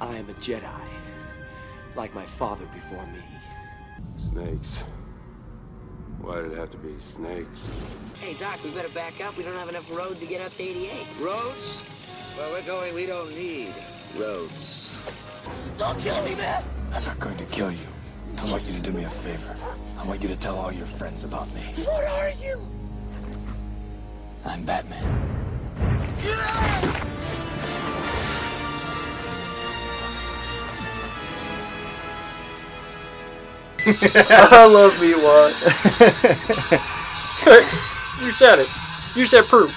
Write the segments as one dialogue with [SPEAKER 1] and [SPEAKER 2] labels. [SPEAKER 1] I am a Jedi, like my father before me.
[SPEAKER 2] Snakes. Why did it have to be snakes?
[SPEAKER 3] Hey, Doc, we better back up. We don't have enough road to get up to 88. Roads? Well, we're going, we don't need roads. Don't kill me, man!
[SPEAKER 4] I'm not going to kill you. I want you to do me a favor. I want you to tell all your friends about me.
[SPEAKER 3] What are you?
[SPEAKER 4] I'm Batman.
[SPEAKER 5] I love Miwok. you said it. You said proof.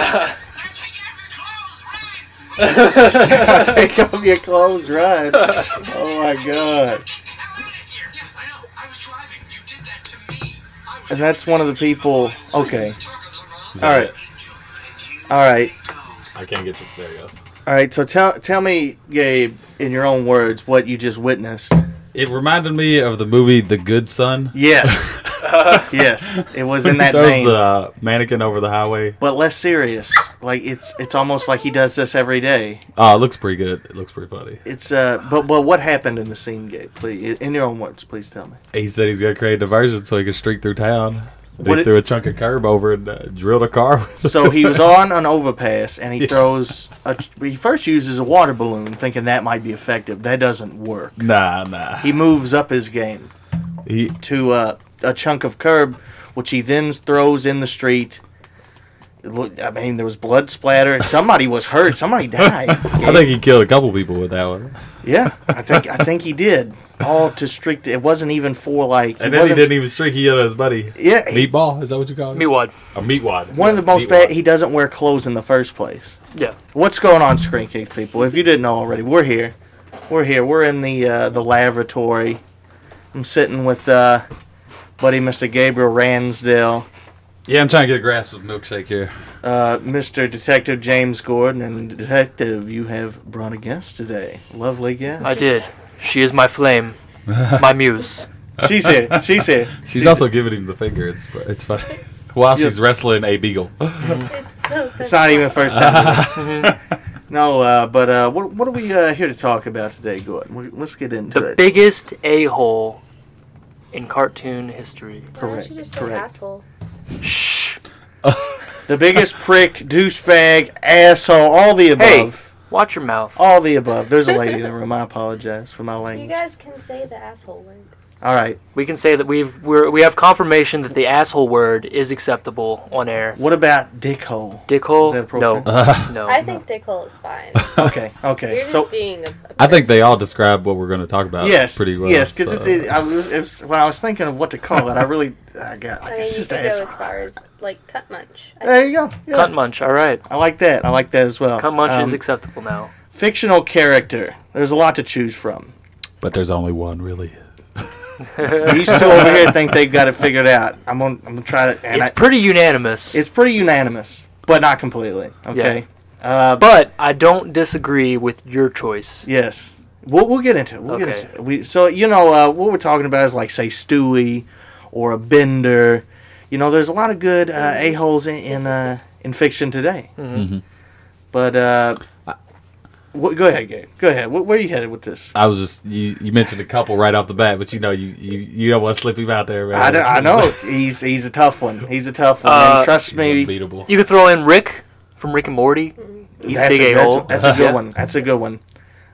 [SPEAKER 6] Take off your clothes, run. Oh my god. And that's one of the people. Okay. Uh, All right. All right.
[SPEAKER 7] I can't get you. There he goes.
[SPEAKER 6] All right. So tell tell me, Gabe, in your own words, what you just witnessed.
[SPEAKER 7] It reminded me of the movie The Good Son.
[SPEAKER 6] Yes. yes. It was in that
[SPEAKER 7] That was
[SPEAKER 6] vein.
[SPEAKER 7] the uh, mannequin over the highway.
[SPEAKER 6] but less serious. Like it's it's almost like he does this every day.
[SPEAKER 7] Oh, it looks pretty good. It looks pretty funny.
[SPEAKER 6] It's uh. But but what happened in the scene, Gabe? Please, in your own words, please tell me.
[SPEAKER 7] He said he's gonna create a diversion so he could streak through town. And
[SPEAKER 6] What
[SPEAKER 7] he
[SPEAKER 6] it-
[SPEAKER 7] threw a chunk of curb over and uh, drilled a car. with
[SPEAKER 6] So he was on an overpass and he throws a. He first uses a water balloon, thinking that might be effective. That doesn't work.
[SPEAKER 7] it. nah, nah.
[SPEAKER 6] He moves up his game
[SPEAKER 7] He
[SPEAKER 6] to uh, a chunk of curb, which he then throws in the street. It looked- I mean, there was blood splatter. Somebody was hurt. Somebody died.
[SPEAKER 7] I think he killed a couple people with that one.
[SPEAKER 6] Yeah, I think I think he did. All to strict. It wasn't even for like.
[SPEAKER 7] And then he
[SPEAKER 6] wasn't-
[SPEAKER 7] didn't even streak. He yelled at his buddy.
[SPEAKER 6] Yeah, he-
[SPEAKER 7] meatball. Is that what you call it?
[SPEAKER 5] Miwok.
[SPEAKER 7] A meatwad.
[SPEAKER 6] One of the most
[SPEAKER 7] meatwad.
[SPEAKER 6] bad. He doesn't wear clothes in the first place.
[SPEAKER 5] Yeah.
[SPEAKER 6] What's going on, Screen Kings people? If you didn't know already, we're here. We're here. We're in the uh, the laboratory. I'm sitting with uh, buddy Mr. Gabriel Ransdell,
[SPEAKER 7] Yeah, I'm trying to get a grasp of milkshake here.
[SPEAKER 6] uh, Mr. Detective James Gordon, and Detective, you have brought a guest today. Lovely guest.
[SPEAKER 5] I did. She is my flame. My muse.
[SPEAKER 6] She's here. She's here.
[SPEAKER 7] She's also giving him the finger. It's it's funny. While she's wrestling a beagle.
[SPEAKER 6] It's not even the first time. no, uh, but uh, what what are we uh, here to talk about today, Gordon? We- Let's get into
[SPEAKER 5] The
[SPEAKER 6] it.
[SPEAKER 5] biggest a hole in cartoon history.
[SPEAKER 8] Why
[SPEAKER 6] correct.
[SPEAKER 8] don't you just say
[SPEAKER 6] Correct.
[SPEAKER 8] asshole?
[SPEAKER 5] Shh.
[SPEAKER 6] The biggest prick, douchebag, asshole, all the above.
[SPEAKER 5] Hey. Watch your mouth.
[SPEAKER 6] All the above. There's a lady in the room. I apologize for my
[SPEAKER 8] You
[SPEAKER 6] language.
[SPEAKER 8] guys can say the asshole word.
[SPEAKER 6] All right.
[SPEAKER 5] We can say that we've we're, we have confirmation that the asshole word is acceptable on air.
[SPEAKER 6] What about dickhole? Is that
[SPEAKER 5] Dickhole?
[SPEAKER 6] appropriate?
[SPEAKER 5] No,
[SPEAKER 8] I
[SPEAKER 5] no.
[SPEAKER 8] think dickhole is fine.
[SPEAKER 6] Okay. Okay.
[SPEAKER 8] You're just
[SPEAKER 6] so
[SPEAKER 8] being a, a
[SPEAKER 7] I think they all describe what we're going to talk about
[SPEAKER 6] yes,
[SPEAKER 7] pretty well.
[SPEAKER 6] yes, because it's
[SPEAKER 7] so-
[SPEAKER 6] it, I was, it's when I was thinking of what to call it, I really I got
[SPEAKER 8] I mean,
[SPEAKER 6] it's
[SPEAKER 8] you
[SPEAKER 6] just
[SPEAKER 8] could go as
[SPEAKER 6] asshole.
[SPEAKER 8] far as like cut munch. I
[SPEAKER 6] There you go. Yeah.
[SPEAKER 5] Cunt munch. All right.
[SPEAKER 6] I like that. I like that as well.
[SPEAKER 5] Cunt munch is
[SPEAKER 6] Um,
[SPEAKER 5] acceptable now.
[SPEAKER 6] fictional character. There's a lot to choose from.
[SPEAKER 7] but there's only one really.
[SPEAKER 6] These two over here think they've got it figured out. I'm gonna I'm gonna try to. And
[SPEAKER 5] It's
[SPEAKER 6] it's,
[SPEAKER 5] pretty unanimous.
[SPEAKER 6] it's pretty unanimous, but not completely. Okay. Uh,
[SPEAKER 5] but I don't disagree with your choice.
[SPEAKER 6] Yes. We'll, we'll get into it. We'll get
[SPEAKER 5] Okay.
[SPEAKER 6] into it. We, so, you know, uh, what we're talking about is like, say, Stewie or a Bender. You know, there's a lot of good uh,
[SPEAKER 5] Mm-hmm.
[SPEAKER 6] a-holes in, in, uh, in fiction today. But, uh, wh- go ahead, Gabe. Go ahead. Wh- where are you headed with this?
[SPEAKER 7] I was just you, you mentioned a couple right off the bat, but you know you you, you don't want to slip him out there. Man.
[SPEAKER 6] I, d- I know. he's he's a tough one. He's a tough one.
[SPEAKER 5] Uh,
[SPEAKER 6] and trust
[SPEAKER 7] He's
[SPEAKER 6] me.
[SPEAKER 7] unbeatable.
[SPEAKER 5] You could throw in Rick from Rick and Morty. He's a
[SPEAKER 6] That's
[SPEAKER 5] big
[SPEAKER 6] a,
[SPEAKER 5] a hole.
[SPEAKER 6] that's, that's a good one. That's a good one.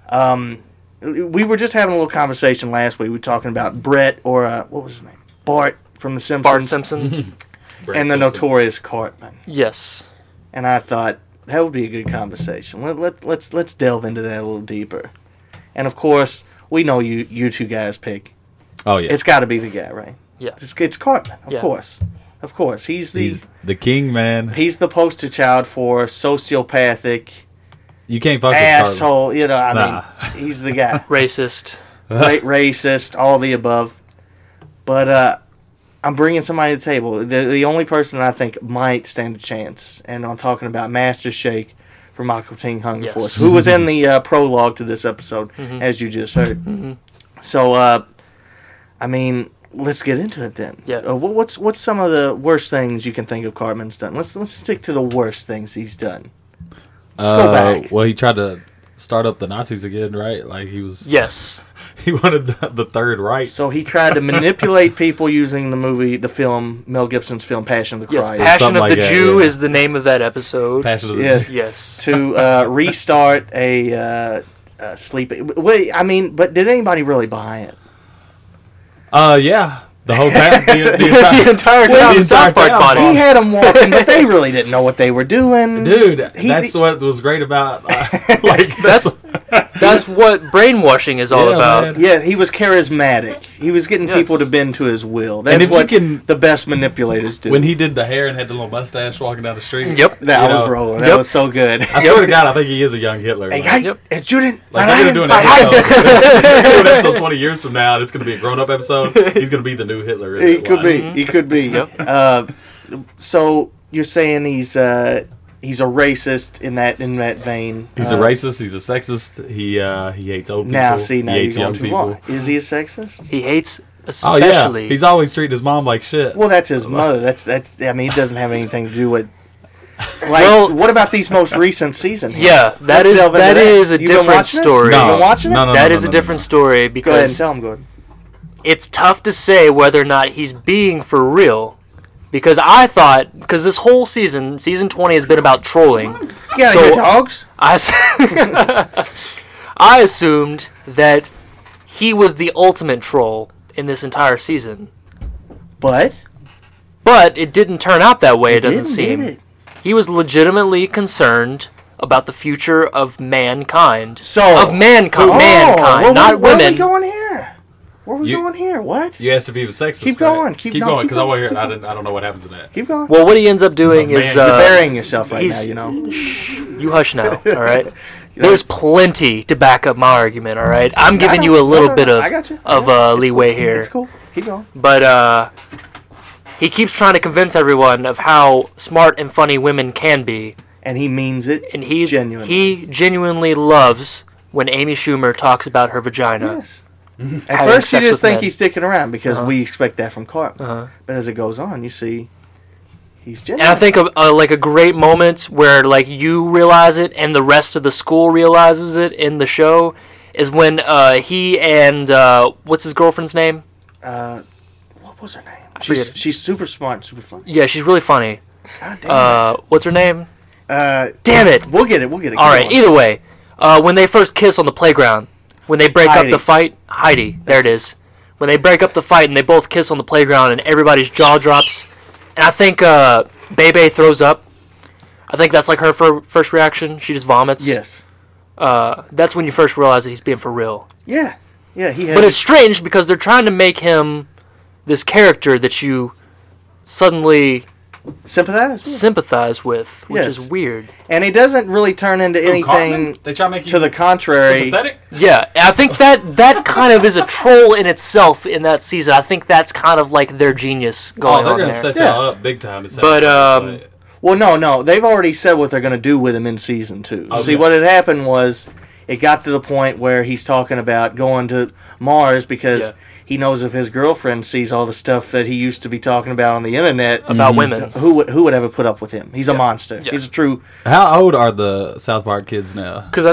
[SPEAKER 6] Um, we were just having a little conversation last week. We were talking about Brett or, uh, what was his name? Bart from The Simpsons.
[SPEAKER 5] Bart Simpson.
[SPEAKER 7] Brad
[SPEAKER 6] and the
[SPEAKER 7] Simpson.
[SPEAKER 6] notorious Cartman.
[SPEAKER 5] yes.
[SPEAKER 6] And I thought that would be a good conversation. Let, let let's let's delve into that a little deeper. And of course, we know you you two guys pick.
[SPEAKER 7] Oh yeah,
[SPEAKER 6] It's got to be the guy, right?
[SPEAKER 5] Yeah.
[SPEAKER 6] It's, it's Cartman, of
[SPEAKER 5] Yeah.
[SPEAKER 6] course, of course. He's the
[SPEAKER 7] he's
[SPEAKER 6] he's,
[SPEAKER 7] the king, man.
[SPEAKER 6] the poster child for sociopathic
[SPEAKER 7] You can't fuck with Cartman.
[SPEAKER 6] asshole. You know, I
[SPEAKER 7] Nah.
[SPEAKER 6] mean, he's the guy.
[SPEAKER 5] Racist.
[SPEAKER 6] Ra- racist, all the above. But uh, I'm bringing somebody to the table. The, the only person I think might stand a chance, and I'm talking about Master Shake from Michael Teen Hunger
[SPEAKER 5] Yes. Mm-hmm.
[SPEAKER 6] Force, who was in the uh, prologue to this episode, as you just heard. So, uh, I mean, let's get into it then.
[SPEAKER 5] Yeah.
[SPEAKER 6] Uh, what, what's what's some of the worst things you can think of Cartman's done? Let's let's stick to the worst things he's done. Let's go
[SPEAKER 7] Uh,
[SPEAKER 6] back.
[SPEAKER 7] Well, he tried to start up the Nazis again, right? Like he was.
[SPEAKER 5] Yes.
[SPEAKER 7] He wanted the, the Third Reich.
[SPEAKER 6] So he tried to manipulate people using the movie, the film, Mel Gibson's film, Passion of the
[SPEAKER 5] Yes.
[SPEAKER 6] Christ,
[SPEAKER 5] Passion
[SPEAKER 7] Something
[SPEAKER 5] of
[SPEAKER 7] like
[SPEAKER 5] the
[SPEAKER 7] that,
[SPEAKER 5] Jew
[SPEAKER 7] yeah.
[SPEAKER 5] is the name of that episode.
[SPEAKER 7] Passion of the
[SPEAKER 6] Yes.
[SPEAKER 5] yes.
[SPEAKER 6] to uh, restart a uh, uh, sleep. Wait, I mean, but did anybody really buy it?
[SPEAKER 7] Uh, yeah. The whole town. The, the
[SPEAKER 5] the
[SPEAKER 7] entire,
[SPEAKER 5] entire
[SPEAKER 7] Well,
[SPEAKER 5] town
[SPEAKER 7] the
[SPEAKER 5] is South Park
[SPEAKER 7] entire town
[SPEAKER 5] body.
[SPEAKER 7] bought
[SPEAKER 6] He had them walking, but they really didn't know what they were doing.
[SPEAKER 7] dude,
[SPEAKER 6] He-
[SPEAKER 7] that's what was great about. Uh, like
[SPEAKER 5] That's
[SPEAKER 7] that's
[SPEAKER 5] that's what brainwashing is all
[SPEAKER 7] Yeah,
[SPEAKER 5] about.
[SPEAKER 7] man.
[SPEAKER 6] Yeah, he was charismatic. He was getting
[SPEAKER 5] Yes.
[SPEAKER 6] people to bend to his will. That's
[SPEAKER 7] And if you
[SPEAKER 6] what
[SPEAKER 7] can-
[SPEAKER 6] the best manipulators do.
[SPEAKER 7] when he did the hair and had the little mustache walking down the street.
[SPEAKER 5] Yep.
[SPEAKER 6] that
[SPEAKER 7] you
[SPEAKER 6] was
[SPEAKER 7] know,
[SPEAKER 6] rolling. That
[SPEAKER 5] Yep.
[SPEAKER 6] was so good.
[SPEAKER 7] I swear to God, I think he is a young Hitler.
[SPEAKER 6] Hey,
[SPEAKER 7] Like,
[SPEAKER 6] hey,
[SPEAKER 5] Yep.
[SPEAKER 6] it's Juden.
[SPEAKER 7] like
[SPEAKER 6] Van
[SPEAKER 7] they're gonna
[SPEAKER 6] Eyden,
[SPEAKER 7] do an
[SPEAKER 6] Van
[SPEAKER 7] episode.
[SPEAKER 6] Eyden.
[SPEAKER 7] they're gonna do an episode twenty years from now, and it's gonna be a grown-up episode. He's gonna be the new Hitler.
[SPEAKER 6] He could be.
[SPEAKER 5] Mm-hmm.
[SPEAKER 6] He could be. Uh, so you're saying he's uh, he's a racist in that in that vein?
[SPEAKER 7] He's
[SPEAKER 6] Uh,
[SPEAKER 7] a racist. He's a sexist. He uh, he hates old people.
[SPEAKER 6] Now see, now
[SPEAKER 7] he
[SPEAKER 6] you're
[SPEAKER 7] hates
[SPEAKER 6] going
[SPEAKER 7] young
[SPEAKER 6] too
[SPEAKER 7] people.
[SPEAKER 6] far. Is he a sexist?
[SPEAKER 5] He hates
[SPEAKER 7] Oh
[SPEAKER 5] especially.
[SPEAKER 7] yeah, he's always treating his mom like shit.
[SPEAKER 6] Well, that's his mother. That's that's. I mean, it doesn't have anything to do with. Like,
[SPEAKER 5] Well-
[SPEAKER 6] what about these most recent seasons?
[SPEAKER 5] yeah, that
[SPEAKER 6] Let's
[SPEAKER 5] is
[SPEAKER 6] delve into
[SPEAKER 5] that
[SPEAKER 6] that.
[SPEAKER 5] is a
[SPEAKER 6] You been
[SPEAKER 5] different
[SPEAKER 6] watching it?
[SPEAKER 5] story.
[SPEAKER 6] No.
[SPEAKER 5] That
[SPEAKER 6] been watching it?
[SPEAKER 7] No, no,
[SPEAKER 5] is
[SPEAKER 7] no, no,
[SPEAKER 5] a
[SPEAKER 7] no,
[SPEAKER 5] different
[SPEAKER 7] no.
[SPEAKER 5] story
[SPEAKER 6] Go ahead and
[SPEAKER 5] because
[SPEAKER 6] tell him, Gordon.
[SPEAKER 5] it's tough to say whether or not he's being for real. Because I thought, because this whole season, season twenty has been about trolling.
[SPEAKER 6] Yeah,
[SPEAKER 5] So-
[SPEAKER 6] your dogs.
[SPEAKER 5] I, s- I assumed that he was the ultimate troll in this entire season,
[SPEAKER 6] But
[SPEAKER 5] but it didn't turn out that way. It, doesn't
[SPEAKER 6] didn't,
[SPEAKER 5] seem.
[SPEAKER 6] did it?
[SPEAKER 5] He was legitimately concerned about the future of mankind.
[SPEAKER 6] So-
[SPEAKER 5] of mankind,
[SPEAKER 6] Oh,
[SPEAKER 5] mankind,
[SPEAKER 6] well,
[SPEAKER 5] not
[SPEAKER 6] where, Where are
[SPEAKER 5] women.
[SPEAKER 6] we going here? Where are we
[SPEAKER 7] You-
[SPEAKER 6] going here? What?
[SPEAKER 7] You asked if he was sexist.
[SPEAKER 6] Keep
[SPEAKER 7] right?
[SPEAKER 6] going, keep-
[SPEAKER 7] keep
[SPEAKER 6] no,
[SPEAKER 7] going.
[SPEAKER 6] keep
[SPEAKER 7] Because I
[SPEAKER 6] going,
[SPEAKER 7] want to hear.
[SPEAKER 6] keep
[SPEAKER 7] I, didn't, I don't know what happens to that.
[SPEAKER 6] Keep going.
[SPEAKER 5] Well, what he ends up doing
[SPEAKER 7] Oh,
[SPEAKER 5] is
[SPEAKER 7] man.
[SPEAKER 5] uh,
[SPEAKER 6] You're burying yourself right now.
[SPEAKER 5] he's-
[SPEAKER 6] You know.
[SPEAKER 5] You hush now, all right? There's plenty to back up my argument, all right? I'm giving
[SPEAKER 6] know.
[SPEAKER 5] you a little
[SPEAKER 6] No, no,
[SPEAKER 5] bit
[SPEAKER 6] no,
[SPEAKER 5] of
[SPEAKER 6] I got you.
[SPEAKER 5] of
[SPEAKER 6] Yeah,
[SPEAKER 5] uh, leeway here,
[SPEAKER 6] It's cool. Keep going.
[SPEAKER 5] but uh, he keeps trying to convince everyone of how smart and funny women can be,
[SPEAKER 6] And he means it.
[SPEAKER 5] and he
[SPEAKER 6] genuinely.
[SPEAKER 5] he genuinely loves when Amy Schumer talks about her vagina.
[SPEAKER 6] Yes. At
[SPEAKER 5] Having
[SPEAKER 6] first, you
[SPEAKER 5] sex
[SPEAKER 6] just
[SPEAKER 5] with
[SPEAKER 6] think
[SPEAKER 5] men.
[SPEAKER 6] he's sticking around because
[SPEAKER 5] Uh-huh.
[SPEAKER 6] we expect that from Carp.
[SPEAKER 5] Uh-huh.
[SPEAKER 6] But as it goes on, you see he's
[SPEAKER 5] And I
[SPEAKER 6] genuine.
[SPEAKER 5] think of uh, like a great moment where like you realize it and the rest of the school realizes it in the show is when uh, he and uh, what's his girlfriend's name?
[SPEAKER 6] Uh, what was her name?
[SPEAKER 5] forget
[SPEAKER 6] She's,
[SPEAKER 5] it.
[SPEAKER 6] she's super smart, super funny.
[SPEAKER 5] Yeah, she's really funny.
[SPEAKER 6] God damn
[SPEAKER 5] Uh,
[SPEAKER 6] it.
[SPEAKER 5] what's her name?
[SPEAKER 6] Uh,
[SPEAKER 5] Damn it!
[SPEAKER 6] We'll get it. We'll get it.
[SPEAKER 5] All
[SPEAKER 6] Keep
[SPEAKER 5] right.
[SPEAKER 6] going.
[SPEAKER 5] Either way, uh, when they first kiss on the playground, when they break up
[SPEAKER 6] Heidi.
[SPEAKER 5] the fight, Heidi. there it is. When they break up the fight and they both kiss on the playground and everybody's jaw drops, and I think uh, Bebe throws up. I think that's like her fir- first reaction. She just vomits.
[SPEAKER 6] Yes.
[SPEAKER 5] Uh, that's when you first realize that he's being for real.
[SPEAKER 6] Yeah. Yeah. He has.
[SPEAKER 5] But it's strange because they're trying to make him this character that you suddenly
[SPEAKER 6] sympathize. with.
[SPEAKER 5] sympathize with, which
[SPEAKER 6] Yes.
[SPEAKER 5] is weird.
[SPEAKER 6] and he doesn't really turn into anything
[SPEAKER 7] Cartman? They try to make
[SPEAKER 6] to
[SPEAKER 7] you
[SPEAKER 6] the contrary.
[SPEAKER 7] sympathetic.
[SPEAKER 5] Yeah, I think that that kind of is a troll in itself in that season. I think that's kind of like their genius
[SPEAKER 7] Oh,
[SPEAKER 5] going
[SPEAKER 7] they're
[SPEAKER 5] on
[SPEAKER 7] gonna
[SPEAKER 5] there.
[SPEAKER 7] set
[SPEAKER 6] Yeah.
[SPEAKER 7] y'all up big time. It sounds
[SPEAKER 5] But, um,
[SPEAKER 7] like.
[SPEAKER 6] Well, no, no, they've already said what they're going to do with him in season two.
[SPEAKER 5] Oh,
[SPEAKER 7] Okay.
[SPEAKER 6] See, what had happened was it got to the point where he's talking about going to Mars because
[SPEAKER 5] Yeah.
[SPEAKER 6] he knows if his girlfriend sees all the stuff that he used to be talking about on the internet
[SPEAKER 5] About women.
[SPEAKER 6] who would who would ever put up with him? He's a monster.
[SPEAKER 5] Mm-hmm. Yeah.
[SPEAKER 6] He's a true.
[SPEAKER 7] how old are the South Park kids now?
[SPEAKER 5] Because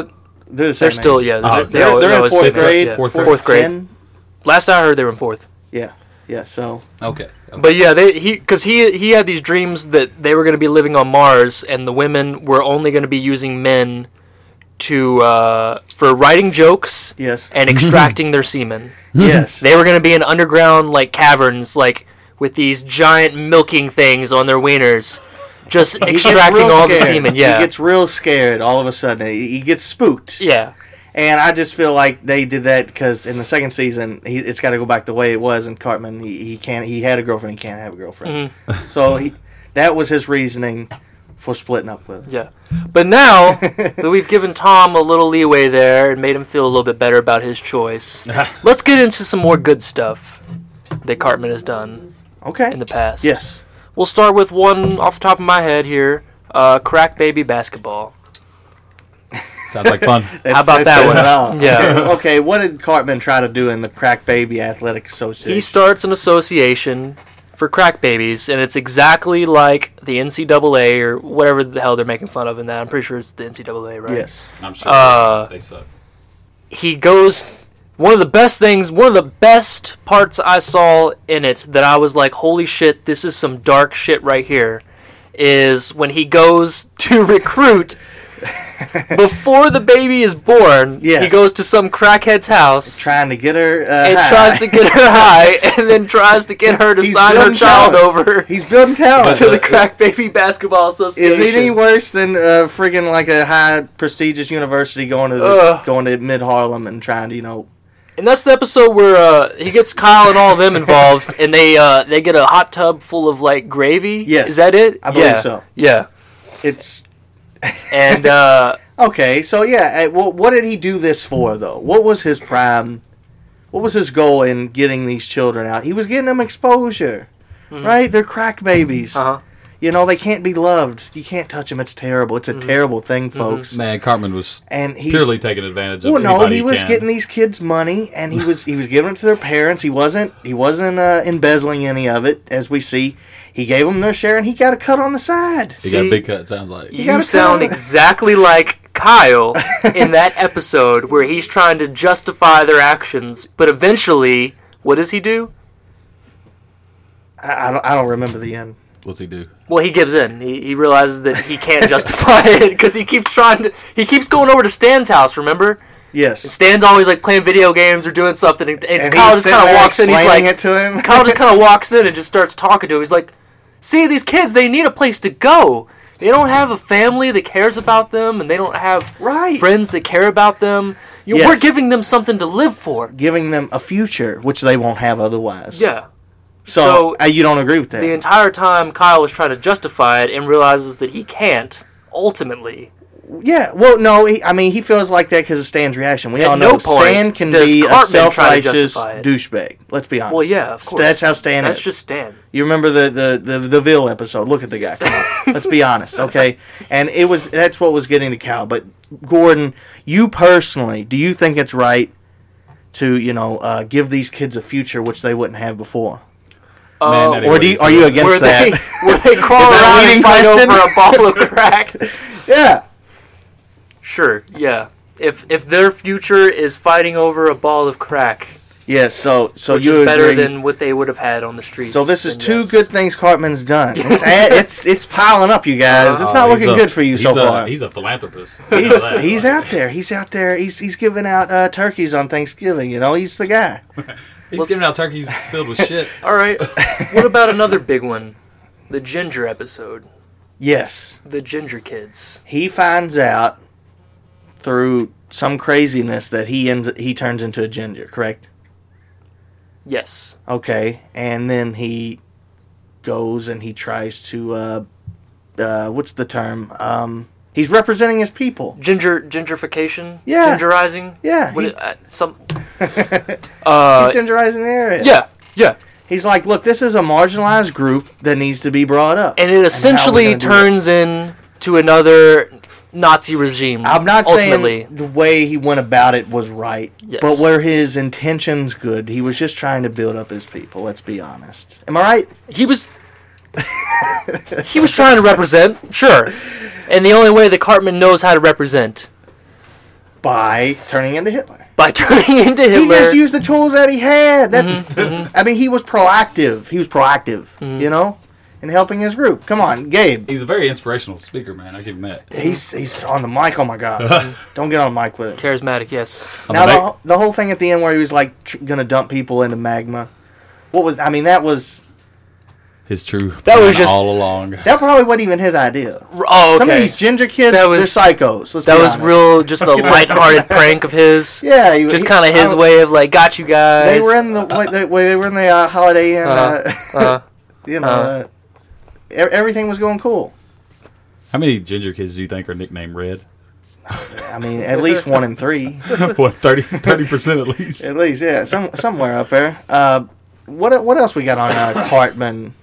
[SPEAKER 6] They're, the same
[SPEAKER 5] they're still
[SPEAKER 6] age.
[SPEAKER 5] yeah
[SPEAKER 7] Oh,
[SPEAKER 5] they're, they
[SPEAKER 6] They're,
[SPEAKER 5] al-
[SPEAKER 6] they're
[SPEAKER 5] they
[SPEAKER 6] in
[SPEAKER 5] always say
[SPEAKER 6] fourth
[SPEAKER 5] that,
[SPEAKER 6] grade.
[SPEAKER 5] yeah.
[SPEAKER 7] fourth
[SPEAKER 5] fourth, grade.
[SPEAKER 7] grade.
[SPEAKER 6] 10.
[SPEAKER 5] Last I heard they were in fourth.
[SPEAKER 6] Yeah, yeah. So
[SPEAKER 7] Okay.
[SPEAKER 5] But yeah, they he because he he had these dreams that they were going to be living on Mars and the women were only going to be using men to uh, for writing jokes
[SPEAKER 6] yes,
[SPEAKER 5] and extracting their semen.
[SPEAKER 6] yes.
[SPEAKER 5] They were going to be in underground like caverns, like with these giant milking things on their wieners, just
[SPEAKER 6] He gets
[SPEAKER 5] extracting
[SPEAKER 6] real
[SPEAKER 5] all the
[SPEAKER 6] scared.
[SPEAKER 5] semen. Yeah,
[SPEAKER 6] he gets real scared all of a sudden. He, he gets spooked.
[SPEAKER 5] yeah,
[SPEAKER 6] And I just feel like they did that because in the second season, he, it's got to go back the way it was. And Cartman, he, he can't. He had a girlfriend. He can't have a girlfriend.
[SPEAKER 5] Mm-hmm.
[SPEAKER 6] so he, that was his reasoning for splitting up with. her.
[SPEAKER 5] yeah. But now that we've given Tom a little leeway there and made him feel a little bit better about his choice, let's get into some more good stuff that Cartman has done
[SPEAKER 6] Okay.
[SPEAKER 5] in the past.
[SPEAKER 6] yes.
[SPEAKER 5] We'll start with one off the top of my head here. Uh, crack baby basketball.
[SPEAKER 7] Sounds like fun.
[SPEAKER 6] That's-
[SPEAKER 5] about that
[SPEAKER 6] says
[SPEAKER 5] one?
[SPEAKER 6] it all.
[SPEAKER 5] Yeah.
[SPEAKER 6] Okay, okay, What did Cartman try to do in the Crack Baby Athletic Association?
[SPEAKER 5] He starts an association for crack babies, and it's exactly like the NCAA or whatever the hell they're making fun of in that. I'm pretty sure it's the NCAA, right?
[SPEAKER 6] Yes.
[SPEAKER 7] I'm sure
[SPEAKER 5] Uh,
[SPEAKER 7] they suck.
[SPEAKER 5] he goes one of the best things one of the best parts i saw in it that i was like holy shit this is some dark shit right here is when he goes to recruit before the baby is born he
[SPEAKER 6] Yes.
[SPEAKER 5] goes to some crackhead's house
[SPEAKER 6] Trying to get her. Uh,
[SPEAKER 5] and
[SPEAKER 6] high.
[SPEAKER 5] tries to get her high and then tries to get her to
[SPEAKER 6] He's
[SPEAKER 5] sign her
[SPEAKER 6] building
[SPEAKER 5] child
[SPEAKER 6] talent.
[SPEAKER 5] over
[SPEAKER 6] He's building talent.
[SPEAKER 5] to the crack baby basketball association
[SPEAKER 6] Is it any worse than uh, friggin' like a high prestigious university going to the,
[SPEAKER 5] Ugh.
[SPEAKER 6] going to mid Harlem and trying to you know
[SPEAKER 5] And that's the episode where uh, he gets Kyle and all of them involved, and they uh, they get a hot tub full of like gravy.
[SPEAKER 6] Yes.
[SPEAKER 5] is that it?
[SPEAKER 6] I believe
[SPEAKER 5] Yeah.
[SPEAKER 6] so.
[SPEAKER 5] Yeah,
[SPEAKER 6] it's
[SPEAKER 5] and uh,
[SPEAKER 6] okay. So yeah, uh, wh- what did he do this for though? What was his prime? What was his goal in getting these children out? He was getting them exposure, right? They're crack babies.
[SPEAKER 5] Mm-hmm. Uh-huh.
[SPEAKER 6] You know they can't be loved. You can't touch them. It's terrible. It's a
[SPEAKER 5] Mm-hmm.
[SPEAKER 6] terrible thing, folks.
[SPEAKER 7] Man, Cartman was
[SPEAKER 6] And he's
[SPEAKER 7] purely taking advantage of.
[SPEAKER 6] Well, no,
[SPEAKER 7] anybody
[SPEAKER 6] he was
[SPEAKER 7] can.
[SPEAKER 6] getting these kids money, and he was he was giving it to their parents. He wasn't he wasn't uh, embezzling any of it, as we see. He gave them their share, and he got a cut on the side.
[SPEAKER 7] He got
[SPEAKER 5] See?
[SPEAKER 7] a big cut. Sounds like.
[SPEAKER 5] you
[SPEAKER 6] gotta
[SPEAKER 5] sound
[SPEAKER 6] tell us.
[SPEAKER 5] exactly like Kyle in that episode where he's trying to justify their actions, but eventually, what does he do?
[SPEAKER 6] I, I don't I don't remember the end.
[SPEAKER 7] What's he do?
[SPEAKER 5] Well, he gives in. He, he realizes that he can't justify it because he keeps trying to. He keeps going over to Stan's house. Remember,
[SPEAKER 6] Yes,
[SPEAKER 5] Stan's always like playing video games or doing something, and, and
[SPEAKER 6] And
[SPEAKER 5] Kyle just
[SPEAKER 6] he's sitting
[SPEAKER 5] kind of
[SPEAKER 6] there
[SPEAKER 5] walks in. He's like,
[SPEAKER 6] explaining it to him.
[SPEAKER 5] Kyle just kind of walks in and just starts talking to him. He's like, "See, these kids, they need a place to go. They don't have a family that cares about them, and they don't have
[SPEAKER 6] Right.
[SPEAKER 5] friends that care about them. You
[SPEAKER 6] Yes.
[SPEAKER 5] We're giving them something to live for."
[SPEAKER 6] giving them a future which they won't have otherwise.
[SPEAKER 5] Yeah.
[SPEAKER 6] So,
[SPEAKER 5] So-
[SPEAKER 6] uh, you don't agree with that?
[SPEAKER 5] The entire time, Kyle was trying to justify it and realizes that he can't. Ultimately,
[SPEAKER 6] yeah. Well, no. He, I mean, he feels like that because of Stan's reaction. We
[SPEAKER 5] At
[SPEAKER 6] all
[SPEAKER 5] no
[SPEAKER 6] know
[SPEAKER 5] point
[SPEAKER 6] Stan can
[SPEAKER 5] does
[SPEAKER 6] be a
[SPEAKER 5] Cartman try to
[SPEAKER 6] self-righteous
[SPEAKER 5] justify it.
[SPEAKER 6] douchebag. Let's be honest.
[SPEAKER 5] well, yeah, of
[SPEAKER 6] So
[SPEAKER 5] course.
[SPEAKER 6] that's how Stan
[SPEAKER 5] That's
[SPEAKER 6] is.
[SPEAKER 5] just Stan.
[SPEAKER 6] You remember the the the, the Ville episode? Look at the guy. Come on. Let's be honest, okay? And it was that's what was getting to Cal. But Gordon, you personally, do you think it's right to you know uh, give these kids a future which they wouldn't have before?
[SPEAKER 7] Man,
[SPEAKER 5] Oh,
[SPEAKER 7] that ain't
[SPEAKER 6] Uh, Or
[SPEAKER 7] what
[SPEAKER 6] do
[SPEAKER 7] he's
[SPEAKER 6] you, are
[SPEAKER 7] doing.
[SPEAKER 6] you against
[SPEAKER 5] where
[SPEAKER 6] that?
[SPEAKER 5] they where they crawl
[SPEAKER 6] Is that a
[SPEAKER 5] around
[SPEAKER 6] leading
[SPEAKER 5] and fight
[SPEAKER 6] question?
[SPEAKER 5] over a ball of crack.
[SPEAKER 6] yeah.
[SPEAKER 5] Sure, yeah. If if their future is fighting over a ball of crack,
[SPEAKER 6] Yeah. So so
[SPEAKER 5] which
[SPEAKER 6] you
[SPEAKER 5] is better
[SPEAKER 6] agree.
[SPEAKER 5] than what they would have had on the streets.
[SPEAKER 6] so this is
[SPEAKER 5] then
[SPEAKER 6] two
[SPEAKER 5] yes.
[SPEAKER 6] good things Cartman's done. It's a- it's it's piling up, you guys. It's
[SPEAKER 7] Oh,
[SPEAKER 6] not
[SPEAKER 7] he's
[SPEAKER 6] looking
[SPEAKER 7] a-
[SPEAKER 6] good for you so
[SPEAKER 7] he's a-
[SPEAKER 6] far.
[SPEAKER 7] He's a philanthropist.
[SPEAKER 6] He's he's out there. He's out there. He's he's giving out uh, turkeys on Thanksgiving. You know, he's the guy.
[SPEAKER 7] He's giving out turkeys filled with shit.
[SPEAKER 5] All right. what about another big one? The ginger episode.
[SPEAKER 6] Yes.
[SPEAKER 5] The ginger kids.
[SPEAKER 6] he finds out through some craziness that he ends he turns into a ginger, correct?
[SPEAKER 5] Yes.
[SPEAKER 6] Okay, and then he goes and he tries to uh, uh what's the term? Um, he's representing his people.
[SPEAKER 5] Ginger gentrification.
[SPEAKER 6] Yeah.
[SPEAKER 5] Genderizing.
[SPEAKER 6] Yeah,
[SPEAKER 5] What
[SPEAKER 6] he's-
[SPEAKER 5] is- uh, some. uh,
[SPEAKER 6] he's genderizing the area.
[SPEAKER 5] yeah. Yeah.
[SPEAKER 6] he's like, look, this is a marginalized group that needs to be brought up,
[SPEAKER 5] And it essentially
[SPEAKER 6] gonna do
[SPEAKER 5] turns in to another Nazi regime.
[SPEAKER 6] I'm not
[SPEAKER 5] ultimately.
[SPEAKER 6] saying the way he went about it was right,
[SPEAKER 5] Yes.
[SPEAKER 6] but were his intentions good? He was just trying to build up his people. Let's be honest. Am I right?
[SPEAKER 5] he was he was trying to represent sure and the only way that cartman knows how to represent
[SPEAKER 6] by turning into Hitler.
[SPEAKER 5] by turning into
[SPEAKER 6] He
[SPEAKER 5] hitler Mm-hmm.
[SPEAKER 6] just used the tools that he had. That's, I mean, he was proactive. He was proactive, you know, in helping his group. Come on, Gabe.
[SPEAKER 7] He's a very inspirational speaker, man. I give him that.
[SPEAKER 5] Mm-hmm.
[SPEAKER 6] He's he's on the mic. Oh my god! Don't get on the mic with it.
[SPEAKER 5] charismatic yes
[SPEAKER 6] Now the,
[SPEAKER 7] mic.
[SPEAKER 6] whole- the whole thing at the end where he was like tr- gonna dump people into magma. What was I mean? That was
[SPEAKER 7] His true.
[SPEAKER 5] That was
[SPEAKER 7] plan
[SPEAKER 5] just-
[SPEAKER 7] all along.
[SPEAKER 6] that probably wasn't even his idea.
[SPEAKER 5] oh
[SPEAKER 6] Some of
[SPEAKER 5] okay
[SPEAKER 6] these ginger kids,
[SPEAKER 5] That was-
[SPEAKER 6] they're psychos. Let's
[SPEAKER 5] that
[SPEAKER 6] be
[SPEAKER 5] was
[SPEAKER 6] honest.
[SPEAKER 5] real just a light-hearted prank of his
[SPEAKER 6] Yeah, he-
[SPEAKER 5] just
[SPEAKER 6] he-
[SPEAKER 5] kind of his
[SPEAKER 6] I-
[SPEAKER 5] way of like got you guys Uh-huh.
[SPEAKER 6] They were in the what they, they were in the uh, Holiday Inn. Uh,
[SPEAKER 5] uh,
[SPEAKER 6] you know,
[SPEAKER 7] Uh-huh.
[SPEAKER 5] uh.
[SPEAKER 6] uh, e- everything was going cool.
[SPEAKER 7] How many ginger kids do you think are nicknamed Red?
[SPEAKER 6] I mean, at least one in three.
[SPEAKER 7] what 30 percent at least.
[SPEAKER 6] At least, yeah, some somewhere up there. Uh, what what else we got on uh, Cartman?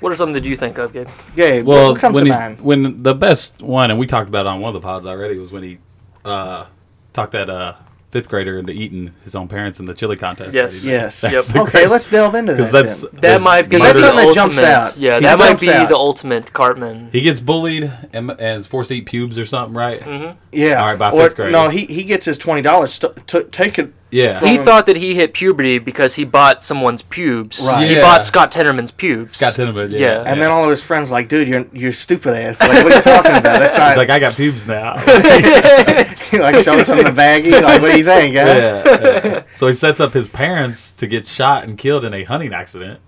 [SPEAKER 5] what are some that you think of gabe
[SPEAKER 6] Gabe,
[SPEAKER 7] Well,
[SPEAKER 6] what comes
[SPEAKER 7] when,
[SPEAKER 6] to
[SPEAKER 7] he-
[SPEAKER 6] mind?
[SPEAKER 7] when the best one, and we talked about it on one of the pods already, was when he uh, talked that uh, fifth grader into eating his own parents in the chili contest.
[SPEAKER 5] Yes.
[SPEAKER 6] Yes.
[SPEAKER 5] Yep.
[SPEAKER 7] the
[SPEAKER 6] Okay,
[SPEAKER 7] greatest-
[SPEAKER 6] let's delve into that.
[SPEAKER 7] Because that's
[SPEAKER 6] then.
[SPEAKER 5] That
[SPEAKER 7] there's
[SPEAKER 5] might because
[SPEAKER 6] that's
[SPEAKER 5] that's the
[SPEAKER 6] something
[SPEAKER 7] murder.
[SPEAKER 6] that jumps
[SPEAKER 5] ultimate.
[SPEAKER 6] out.
[SPEAKER 5] Yeah,
[SPEAKER 6] He
[SPEAKER 5] that might
[SPEAKER 6] jumps
[SPEAKER 5] be
[SPEAKER 6] out.
[SPEAKER 5] the ultimate Cartman.
[SPEAKER 7] He gets bullied and, and is forced to eat pubes or something, right?
[SPEAKER 6] Yeah.
[SPEAKER 7] All right, by
[SPEAKER 6] Or-
[SPEAKER 7] fifth grade.
[SPEAKER 6] No, he he gets his twenty dollars. St- t- take it.
[SPEAKER 7] Yeah.
[SPEAKER 5] He
[SPEAKER 6] From-
[SPEAKER 5] thought that he hit puberty because he bought someone's pubes.
[SPEAKER 6] Right.
[SPEAKER 5] He
[SPEAKER 7] Yeah.
[SPEAKER 5] bought Scott Tenorman's pubes.
[SPEAKER 7] Scott Tenenbaum. Yeah.
[SPEAKER 5] Yeah.
[SPEAKER 6] And then all of his friends like, dude, you're you're stupid ass. Like, what are you talking about? That's
[SPEAKER 7] He's
[SPEAKER 6] not
[SPEAKER 7] like,
[SPEAKER 6] like,
[SPEAKER 7] I got pubes now.
[SPEAKER 6] like shows him the baggie. Like, what do you think, guys?
[SPEAKER 7] yeah, yeah. So he sets up his parents to get shot and killed in a hunting accident.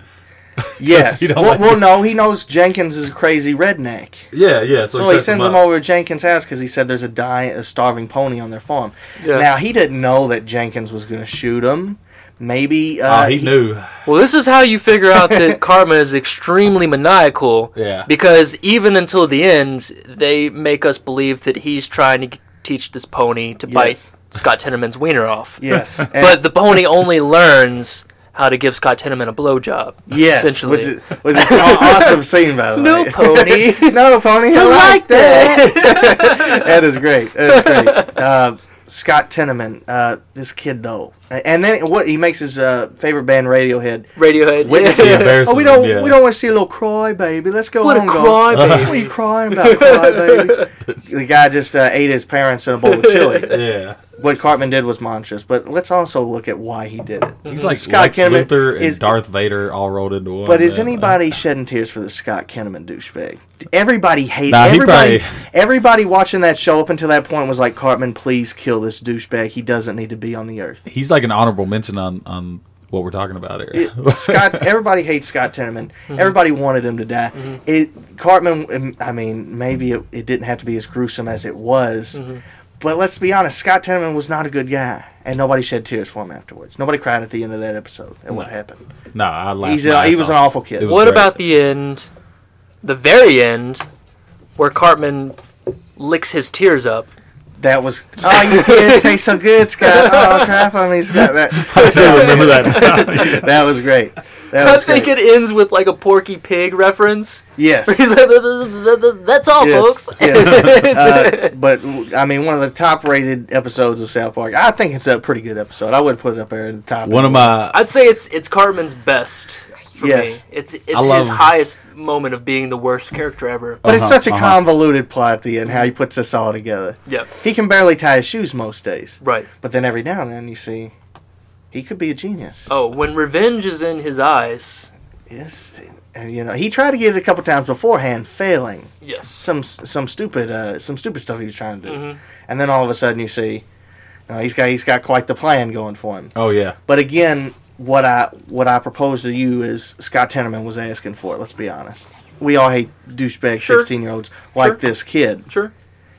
[SPEAKER 6] Yes.
[SPEAKER 7] he don't
[SPEAKER 6] Well,
[SPEAKER 7] like-
[SPEAKER 6] well, no, he knows Jenkins is a crazy redneck.
[SPEAKER 7] Yeah, yeah. So,
[SPEAKER 6] So he sends him over to Jenkins' house because he said there's a dying, a starving pony on their farm.
[SPEAKER 5] Yeah.
[SPEAKER 6] Now he didn't know that Jenkins was going to shoot him. Maybe uh,
[SPEAKER 5] Ah,
[SPEAKER 7] Oh, he, knew.
[SPEAKER 5] Well, this is how you figure out that Cartman is extremely maniacal.
[SPEAKER 7] Yeah.
[SPEAKER 5] Because even until the end, they make us believe that he's trying to teach this pony to bite Scott Tenorman's wiener off.
[SPEAKER 6] Yes, And-
[SPEAKER 5] But the pony only learns how to give Scott Tenorman a blowjob.
[SPEAKER 6] yes,
[SPEAKER 5] Essentially.
[SPEAKER 6] was it was it an awesome scene by the
[SPEAKER 5] No
[SPEAKER 6] way?
[SPEAKER 5] pony.
[SPEAKER 6] no pony, I like that. that is great. That is great. Uh, Scott Teneman, uh, this kid though, and then what he makes his uh, favorite band Radiohead.
[SPEAKER 5] Radiohead.
[SPEAKER 6] Witness
[SPEAKER 5] yeah.
[SPEAKER 7] He embarrasses
[SPEAKER 6] Oh, we
[SPEAKER 7] him,
[SPEAKER 6] don't
[SPEAKER 7] yeah.
[SPEAKER 6] we don't want to see a little cry baby. Let's go
[SPEAKER 5] What a
[SPEAKER 6] home, girl.
[SPEAKER 5] crybaby.
[SPEAKER 6] What are you crying about, cry baby? the guy just uh, ate his parents in a bowl of chili.
[SPEAKER 7] Yeah.
[SPEAKER 6] what Cartman did was monstrous, but let's also look at why he did it.
[SPEAKER 7] He's like
[SPEAKER 6] Scott
[SPEAKER 7] Lex
[SPEAKER 6] Kinnaman
[SPEAKER 7] Luthor and
[SPEAKER 6] is-
[SPEAKER 7] Darth Vader all rolled into one.
[SPEAKER 6] But is
[SPEAKER 7] man.
[SPEAKER 6] anybody shedding tears for the Scott Kinnaman douchebag? Everybody hated
[SPEAKER 7] Nah, he
[SPEAKER 6] everybody.
[SPEAKER 7] probably-
[SPEAKER 6] Everybody watching that show up until that point was like, Cartman, please kill this douchebag. He doesn't need to be on the earth.
[SPEAKER 7] He's like an honorable mention on on what we're talking about here.
[SPEAKER 6] It- Scott. Everybody hates Scott Tenorman.
[SPEAKER 7] Mm-hmm.
[SPEAKER 6] Everybody wanted him to die. It Cartman. um, I mean, maybe it, it didn't have to be as gruesome as it was.
[SPEAKER 7] Mm-hmm.
[SPEAKER 6] But let's be honest, Scott Tenorman was not a good guy, and nobody shed tears for him afterwards. Nobody cried at the end of that episode and what happened.
[SPEAKER 7] no, I laughed.
[SPEAKER 6] He's
[SPEAKER 7] my
[SPEAKER 6] a, he
[SPEAKER 7] ass
[SPEAKER 6] was an
[SPEAKER 7] off.
[SPEAKER 6] awful kid.
[SPEAKER 7] It was
[SPEAKER 5] What
[SPEAKER 7] great.
[SPEAKER 5] about the end, the very end, where Cartman licks his tears up?
[SPEAKER 6] That was oh, you did taste so good, Scott. Oh, crap on me, Scott. That,
[SPEAKER 7] I remember that.
[SPEAKER 6] that was great. That
[SPEAKER 5] I
[SPEAKER 6] was
[SPEAKER 5] think
[SPEAKER 6] great.
[SPEAKER 5] it ends with like a Porky Pig reference.
[SPEAKER 6] Yes.
[SPEAKER 5] He's like, That's all,
[SPEAKER 6] Yes,
[SPEAKER 5] folks.
[SPEAKER 6] yes. Uh, but I mean, one of the top-rated episodes of South Park. I think it's a pretty good episode. I would put it up there in the top.
[SPEAKER 7] one of my
[SPEAKER 5] I'd say it's it's Cartman's best. For
[SPEAKER 6] Yes.
[SPEAKER 5] me. it's it's
[SPEAKER 7] I love
[SPEAKER 5] his
[SPEAKER 7] him.
[SPEAKER 5] highest moment of being the worst character ever.
[SPEAKER 6] but it's
[SPEAKER 7] Uh-huh,
[SPEAKER 6] such a
[SPEAKER 7] uh-huh.
[SPEAKER 6] convoluted plot at the end. How he puts this all together.
[SPEAKER 5] Yep.
[SPEAKER 6] He can barely tie his shoes most days.
[SPEAKER 5] Right.
[SPEAKER 6] But then every now and then you see, he could be a genius.
[SPEAKER 5] Oh, when revenge is in his eyes.
[SPEAKER 6] Yes. And, you know, he tried to get it a couple times beforehand, failing.
[SPEAKER 5] Yes.
[SPEAKER 6] some some stupid uh, some stupid stuff he was trying to do,
[SPEAKER 5] Mm-hmm.
[SPEAKER 6] and then all of a sudden you see, uh, he's got he's got quite the plan going for him.
[SPEAKER 7] oh yeah,
[SPEAKER 6] But again, what I what I propose to you is Scott Tenorman was asking for it. Let's be honest, we all hate douchebag
[SPEAKER 5] Sure.
[SPEAKER 6] sixteen year olds like
[SPEAKER 5] Sure.
[SPEAKER 6] this kid.
[SPEAKER 5] Sure.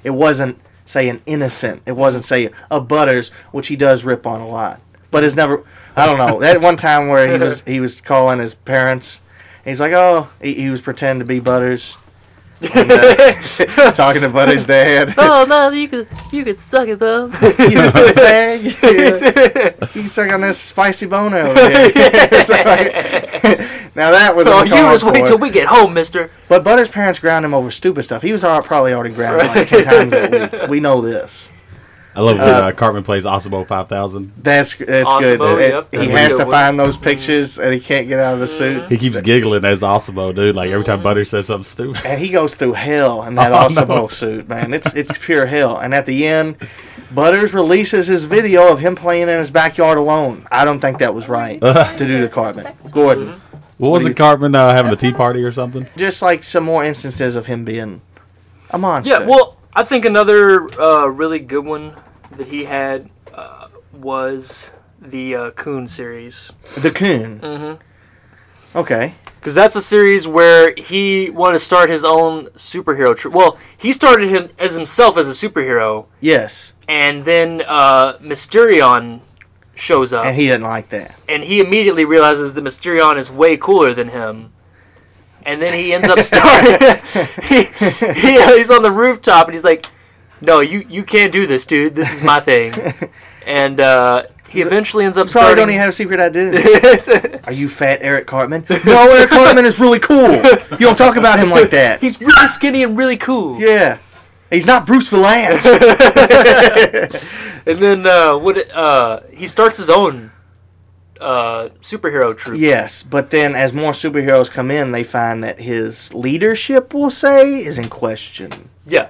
[SPEAKER 6] It wasn't say an innocent. It wasn't say a Butters, which he does rip on a lot, but it's never. I don't know that one time where he was he was calling his parents. He's like, oh, he, he was pretending to be Butters. And, uh, talking to Butters' dad.
[SPEAKER 5] Oh, mom, you could you could suck it, though.
[SPEAKER 6] you little fag. You can suck on this spicy boner over here. It's like- now that was.
[SPEAKER 5] oh,
[SPEAKER 6] uncalled
[SPEAKER 5] you just wait
[SPEAKER 6] for.
[SPEAKER 5] till we get home, Mister.
[SPEAKER 6] But Butter's parents ground him over stupid stuff. He was all, probably already grounded like ten times that week. We know this.
[SPEAKER 7] I love when uh, Cartman plays Osmo Five Thousand.
[SPEAKER 6] That's that's
[SPEAKER 5] Awesome.
[SPEAKER 6] good.
[SPEAKER 5] Oh,
[SPEAKER 6] It-
[SPEAKER 5] yep.
[SPEAKER 6] He
[SPEAKER 5] That's a
[SPEAKER 6] has
[SPEAKER 5] good
[SPEAKER 6] to
[SPEAKER 5] one. Mm-hmm.
[SPEAKER 6] find those pictures, and he can't get out of the suit.
[SPEAKER 7] He keeps giggling as Osmo, dude. Like every time
[SPEAKER 5] Mm-hmm.
[SPEAKER 7] Butter says something stupid.
[SPEAKER 6] and he goes through hell in that
[SPEAKER 7] Oh,
[SPEAKER 6] awesome old suit, man. It's it's pure hell. And at the end, Butters releases his video of him playing in his backyard alone. I don't think that was right to do to Cartman. Gordon,
[SPEAKER 7] What was it, Cartman uh, having a tea party or something?
[SPEAKER 6] just like some more instances of him being a monster.
[SPEAKER 5] Yeah, well, I think another uh, really good one that he had uh, was the uh, Coon series.
[SPEAKER 6] the coon. Mm-hmm.
[SPEAKER 5] Mm-hmm.
[SPEAKER 6] Okay.
[SPEAKER 5] Because that's a series where he wanted to start his own superhero. Tr- well, he started him as himself as a superhero,
[SPEAKER 6] Yes,
[SPEAKER 5] and then uh, Mysterion shows up,
[SPEAKER 6] and he didn't like that.
[SPEAKER 5] and he immediately realizes that Mysterion is way cooler than him. And then he ends up starting. he, he- he's on the rooftop and he's like, "No, you you can't do this, dude. This is my thing." And uh, he eventually ends up
[SPEAKER 6] Sorry,
[SPEAKER 5] starting.
[SPEAKER 6] don't even have a secret identity. Are you fat, Eric Cartman? No, Eric Cartman is really cool. You don't talk about him like that.
[SPEAKER 5] he's really skinny and really cool.
[SPEAKER 6] Yeah. He's not Bruce Vilanch.
[SPEAKER 5] And then uh, what? Uh, he starts his own uh, superhero troop.
[SPEAKER 6] Yes, but then as more superheroes come in, they find that his leadership, we'll say, is in question,
[SPEAKER 5] Yeah.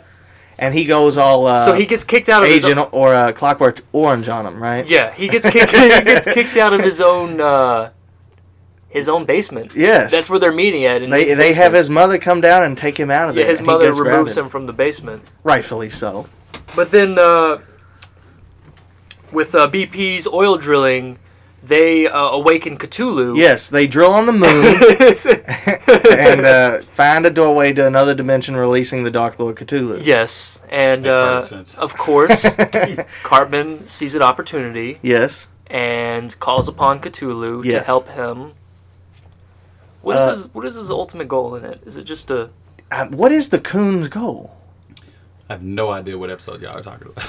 [SPEAKER 6] and he goes all uh,
[SPEAKER 5] so he gets kicked out of his
[SPEAKER 6] Agent
[SPEAKER 5] own,
[SPEAKER 6] or uh, Clockwork Orange on him, right?
[SPEAKER 5] yeah he gets kicked he gets kicked out of his own uh, his own basement.
[SPEAKER 6] Yes.
[SPEAKER 5] That's where they're meeting at. In
[SPEAKER 6] They
[SPEAKER 5] his
[SPEAKER 6] they have
[SPEAKER 5] basement.
[SPEAKER 6] his mother come down and take him out of
[SPEAKER 5] yeah,
[SPEAKER 6] there.
[SPEAKER 5] his
[SPEAKER 6] and he
[SPEAKER 5] mother
[SPEAKER 6] gets
[SPEAKER 5] removes
[SPEAKER 6] grounded.
[SPEAKER 5] him from the basement.
[SPEAKER 6] rightfully so.
[SPEAKER 5] But then uh, with uh, BP's oil drilling, they uh, awaken Cthulhu.
[SPEAKER 6] Yes, they drill on the moon and uh, find a doorway to another dimension, releasing the Dark Lord Cthulhu.
[SPEAKER 5] yes, and
[SPEAKER 7] Makes perfect
[SPEAKER 5] uh,
[SPEAKER 7] sense.
[SPEAKER 5] of course, Cartman sees an opportunity.
[SPEAKER 6] Yes,
[SPEAKER 5] and calls upon Cthulhu to
[SPEAKER 6] Yes.
[SPEAKER 5] help him. What is
[SPEAKER 6] Uh,
[SPEAKER 5] his What is his ultimate goal in it? Is it just to?
[SPEAKER 6] uh, what is the Coon's goal?
[SPEAKER 7] I have no idea what episode y'all are talking about.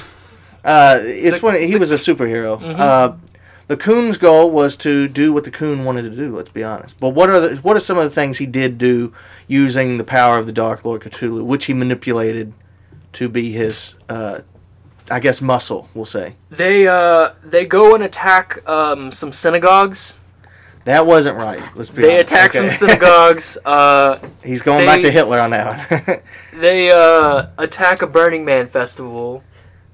[SPEAKER 6] Uh, it's when he was a superhero.
[SPEAKER 5] Mm-hmm.
[SPEAKER 6] Uh, the Coon's goal was to do what the Coon wanted to do. Let's be honest. But what are the, what are some of the things he did do using the power of the Dark Lord Cthulhu, which he manipulated to be his, uh, I guess, muscle? We'll say
[SPEAKER 5] They uh they go and attack um some synagogues.
[SPEAKER 6] that wasn't right. Let's be
[SPEAKER 5] They
[SPEAKER 6] honest.
[SPEAKER 5] attack some
[SPEAKER 6] Okay.
[SPEAKER 5] synagogues. Uh,
[SPEAKER 6] He's going back
[SPEAKER 5] they-
[SPEAKER 6] to Hitler on that one.
[SPEAKER 5] they uh attack a Burning Man festival.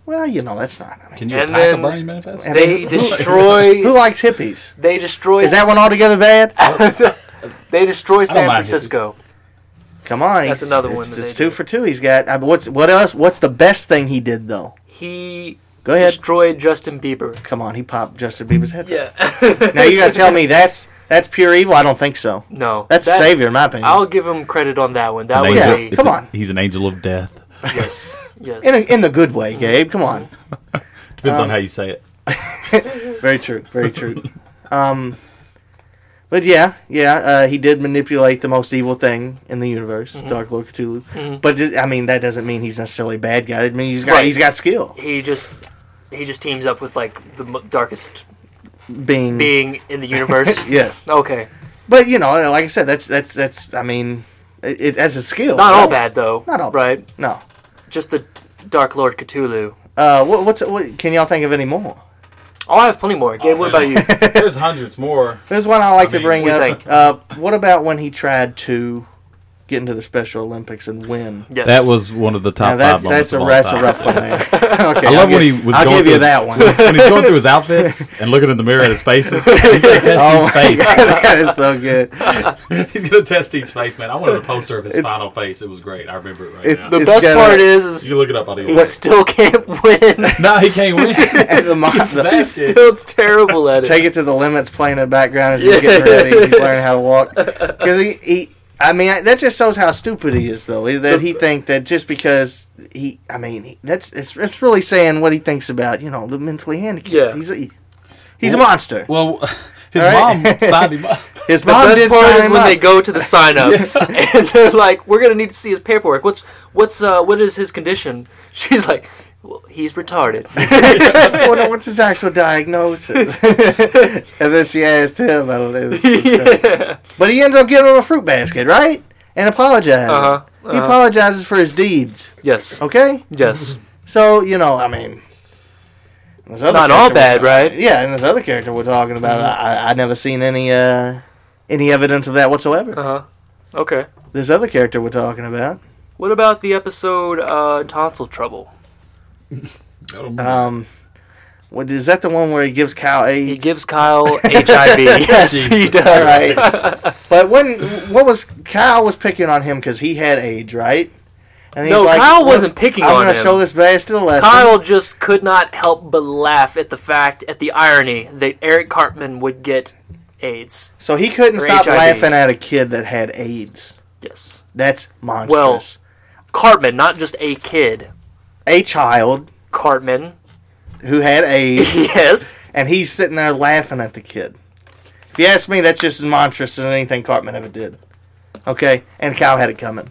[SPEAKER 6] well, you know that's not. I mean,
[SPEAKER 7] Can you
[SPEAKER 5] And
[SPEAKER 7] attack
[SPEAKER 5] then
[SPEAKER 7] a burning manifest?
[SPEAKER 6] and
[SPEAKER 5] They
[SPEAKER 6] who-
[SPEAKER 5] destroy.
[SPEAKER 6] Who likes hippies?
[SPEAKER 5] They destroy.
[SPEAKER 6] Is that one altogether bad?
[SPEAKER 5] they destroy San
[SPEAKER 7] mind hippies.
[SPEAKER 5] Francisco.
[SPEAKER 6] Come on,
[SPEAKER 5] That's
[SPEAKER 6] he's-
[SPEAKER 5] another
[SPEAKER 6] it's-
[SPEAKER 5] one that
[SPEAKER 6] It's
[SPEAKER 5] they
[SPEAKER 6] two
[SPEAKER 5] did.
[SPEAKER 6] for two. He's got. I- What's what else? What's the best thing he did though?
[SPEAKER 5] He
[SPEAKER 6] Go ahead.
[SPEAKER 5] destroyed Justin Bieber.
[SPEAKER 6] Come on, he popped Justin Bieber's head.
[SPEAKER 5] Yeah.
[SPEAKER 6] Now you gotta tell me that's that's pure evil? I don't think so.
[SPEAKER 5] No.
[SPEAKER 6] That's
[SPEAKER 5] that-
[SPEAKER 6] savior in my opinion.
[SPEAKER 5] I'll give him credit on that one. That
[SPEAKER 7] An
[SPEAKER 5] was
[SPEAKER 6] yeah,
[SPEAKER 7] angel-
[SPEAKER 5] a
[SPEAKER 7] it's
[SPEAKER 6] come
[SPEAKER 7] a-
[SPEAKER 6] on.
[SPEAKER 7] He's an angel of death.
[SPEAKER 5] yes. Yes.
[SPEAKER 6] in, a, in the good way, Gabe. Come on.
[SPEAKER 7] Depends
[SPEAKER 6] Uh,
[SPEAKER 7] on how you say it.
[SPEAKER 6] Very true. Very true. um, but yeah, yeah, uh, he did manipulate the most evil thing in the universe,
[SPEAKER 5] Mm-hmm.
[SPEAKER 6] Dark Lord Cthulhu. But it- I mean, that doesn't mean he's necessarily a bad guy. It means he's got
[SPEAKER 5] Right.
[SPEAKER 6] he's got skill.
[SPEAKER 5] he just he just teams up with like the m- darkest
[SPEAKER 6] Being,
[SPEAKER 5] being in the universe.
[SPEAKER 6] yes,
[SPEAKER 5] Okay,
[SPEAKER 6] but you know, uh, like I said, that's that's that's. I mean, it, it, that's a skill.
[SPEAKER 5] not all
[SPEAKER 6] right?
[SPEAKER 5] bad though.
[SPEAKER 6] Not all bad.
[SPEAKER 5] right.
[SPEAKER 6] No.
[SPEAKER 5] Just the Dark Lord Cthulhu.
[SPEAKER 6] Uh, what, what's what, can y'all think of any more?
[SPEAKER 5] Oh, I have plenty more. Gabe, what about you?
[SPEAKER 7] There's hundreds more.
[SPEAKER 6] There's one I like
[SPEAKER 7] I
[SPEAKER 6] to
[SPEAKER 7] mean,
[SPEAKER 6] bring
[SPEAKER 5] we
[SPEAKER 6] up.
[SPEAKER 5] think-
[SPEAKER 6] Uh, what about when he tried to get into the Special Olympics and win?
[SPEAKER 5] Yes.
[SPEAKER 7] That was one of the top
[SPEAKER 6] Now that's
[SPEAKER 7] five moments
[SPEAKER 6] that's a,
[SPEAKER 7] of all
[SPEAKER 6] that's a
[SPEAKER 7] time.
[SPEAKER 6] rough one. man. okay,
[SPEAKER 7] I
[SPEAKER 6] I'll
[SPEAKER 7] love when he
[SPEAKER 6] give-
[SPEAKER 7] was
[SPEAKER 6] I'll
[SPEAKER 7] going
[SPEAKER 6] give
[SPEAKER 7] through
[SPEAKER 6] you
[SPEAKER 7] his,
[SPEAKER 6] that one.
[SPEAKER 7] when he's going through his outfits and looking in the mirror at his faces. He's gonna test
[SPEAKER 6] Oh
[SPEAKER 7] each
[SPEAKER 6] my
[SPEAKER 7] face.
[SPEAKER 6] God, that is so good.
[SPEAKER 7] He's gonna test each face, man. I wanted a poster of his final face. It was great. I remember it right
[SPEAKER 6] it's
[SPEAKER 7] now.
[SPEAKER 5] the
[SPEAKER 6] it's
[SPEAKER 5] best
[SPEAKER 6] gotta-
[SPEAKER 5] part is, is
[SPEAKER 7] you can look it up on
[SPEAKER 5] he
[SPEAKER 7] the
[SPEAKER 5] still can't win.
[SPEAKER 7] No, he can't win.
[SPEAKER 6] The mo- the-
[SPEAKER 5] He's still terrible at it.
[SPEAKER 6] take it to the limits, playing in the background as he's getting
[SPEAKER 5] Yeah.
[SPEAKER 6] ready. He's learning how to walk because he, he. I mean, I- that just shows how stupid he is, though. That he think that just because he, I mean, he, that's it's, it's really saying what he thinks about you know the mentally handicapped.
[SPEAKER 5] Yeah.
[SPEAKER 6] he's a he's a monster.
[SPEAKER 7] well, his
[SPEAKER 6] All right.
[SPEAKER 7] mom signed him up.
[SPEAKER 6] His
[SPEAKER 5] the
[SPEAKER 6] mom
[SPEAKER 5] best
[SPEAKER 6] did
[SPEAKER 5] part
[SPEAKER 6] sign
[SPEAKER 5] is
[SPEAKER 6] him
[SPEAKER 5] when
[SPEAKER 6] up.
[SPEAKER 5] they go to the sign-ups and they're like, "We're gonna need to see his paperwork. What's what's uh what is his condition?" She's like, well, "He's retarded."
[SPEAKER 6] well, no, what's his actual diagnosis? and then she asked him. I don't know. it was-
[SPEAKER 5] yeah.
[SPEAKER 6] But he ends up giving him a fruit basket, right? And apologizes.
[SPEAKER 5] Uh-huh,
[SPEAKER 6] He
[SPEAKER 5] uh-huh.
[SPEAKER 6] apologizes for his deeds.
[SPEAKER 5] Yes.
[SPEAKER 6] Okay,
[SPEAKER 5] Yes.
[SPEAKER 6] so you know, I mean, this other
[SPEAKER 5] Not all
[SPEAKER 6] character
[SPEAKER 5] bad,
[SPEAKER 6] we're-
[SPEAKER 5] right? Mm-hmm.
[SPEAKER 6] Yeah, and this other character we're talking about, I, I, I never seen any uh, any evidence of that whatsoever.
[SPEAKER 5] Uh huh. Okay.
[SPEAKER 6] This other character we're talking about,
[SPEAKER 5] What about the episode uh, Tonsil Trouble? Mm-hmm.
[SPEAKER 6] um, what is that? The one where he gives Kyle AIDS?
[SPEAKER 5] He gives Kyle HIV. yes, he does.
[SPEAKER 6] All right. but when what was Kyle was picking on him because he had AIDS, right? And
[SPEAKER 5] No, Kyle wasn't
[SPEAKER 6] "Look,
[SPEAKER 5] picking
[SPEAKER 6] I'm
[SPEAKER 5] on
[SPEAKER 6] gonna
[SPEAKER 5] him.
[SPEAKER 6] show this bastard a lesson.
[SPEAKER 5] Kyle just could not help but laugh at the fact, at the irony that Eric Cartman would get AIDS.
[SPEAKER 6] so he couldn't
[SPEAKER 5] or
[SPEAKER 6] stop
[SPEAKER 5] HIV.
[SPEAKER 6] laughing at a kid that had AIDS.
[SPEAKER 5] Yes.
[SPEAKER 6] That's monstrous.
[SPEAKER 5] Well- Cartman, not just a kid.
[SPEAKER 6] a child
[SPEAKER 5] Cartman.
[SPEAKER 6] who had AIDS,
[SPEAKER 5] Yes.
[SPEAKER 6] and he's sitting there laughing at the kid. If you ask me, that's just as monstrous as anything Cartman ever did. Okay, and Kyle had it coming.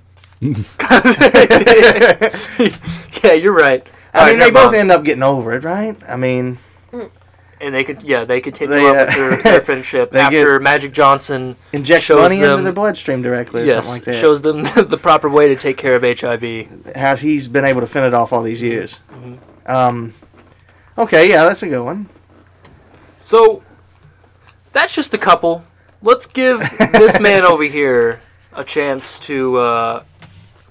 [SPEAKER 5] yeah, you're right.
[SPEAKER 6] I mean, they both end up getting over it, right? I mean,
[SPEAKER 5] and they could yeah they continue
[SPEAKER 6] They,
[SPEAKER 5] on
[SPEAKER 6] uh,
[SPEAKER 5] with their, their friendship
[SPEAKER 6] they
[SPEAKER 5] after Magic Johnson
[SPEAKER 6] Inject
[SPEAKER 5] shows
[SPEAKER 6] money
[SPEAKER 5] them,
[SPEAKER 6] into their bloodstream directly or
[SPEAKER 5] yes
[SPEAKER 6] something like that.
[SPEAKER 5] shows them the proper way to take care of HIV.
[SPEAKER 6] How he's been able to fend it off all
[SPEAKER 5] Mm-hmm.
[SPEAKER 6] these years. Um, okay, yeah, that's a good one.
[SPEAKER 5] So that's just a couple. Let's give this man over here a chance to uh,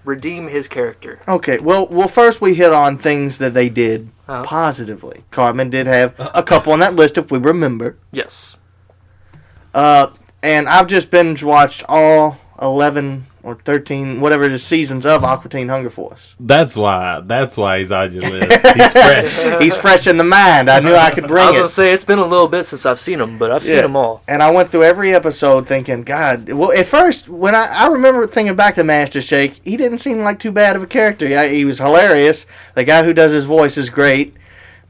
[SPEAKER 5] redeem his character.
[SPEAKER 6] Okay, well, well, first we hit on things that they did
[SPEAKER 5] Oh.
[SPEAKER 6] positively. Cartman did have a couple on that list, if we remember.
[SPEAKER 5] Yes.
[SPEAKER 6] Uh, and I've just binge watched all eleven or thirteen, whatever the seasons of Aqua Teen Hunger Force.
[SPEAKER 7] That's why. That's why he's on your list. He's fresh.
[SPEAKER 6] He's fresh in the mind. I knew I could
[SPEAKER 5] I
[SPEAKER 6] bring
[SPEAKER 5] was gonna
[SPEAKER 6] it.
[SPEAKER 5] say it's been a little bit since I've seen them, but I've seen
[SPEAKER 6] Yeah.
[SPEAKER 5] them all.
[SPEAKER 6] And I went through every episode thinking, God. Well, at first, when I, I remember thinking back to Master Shake, he didn't seem like too bad of a character. I, he was hilarious. The guy who does his voice is great.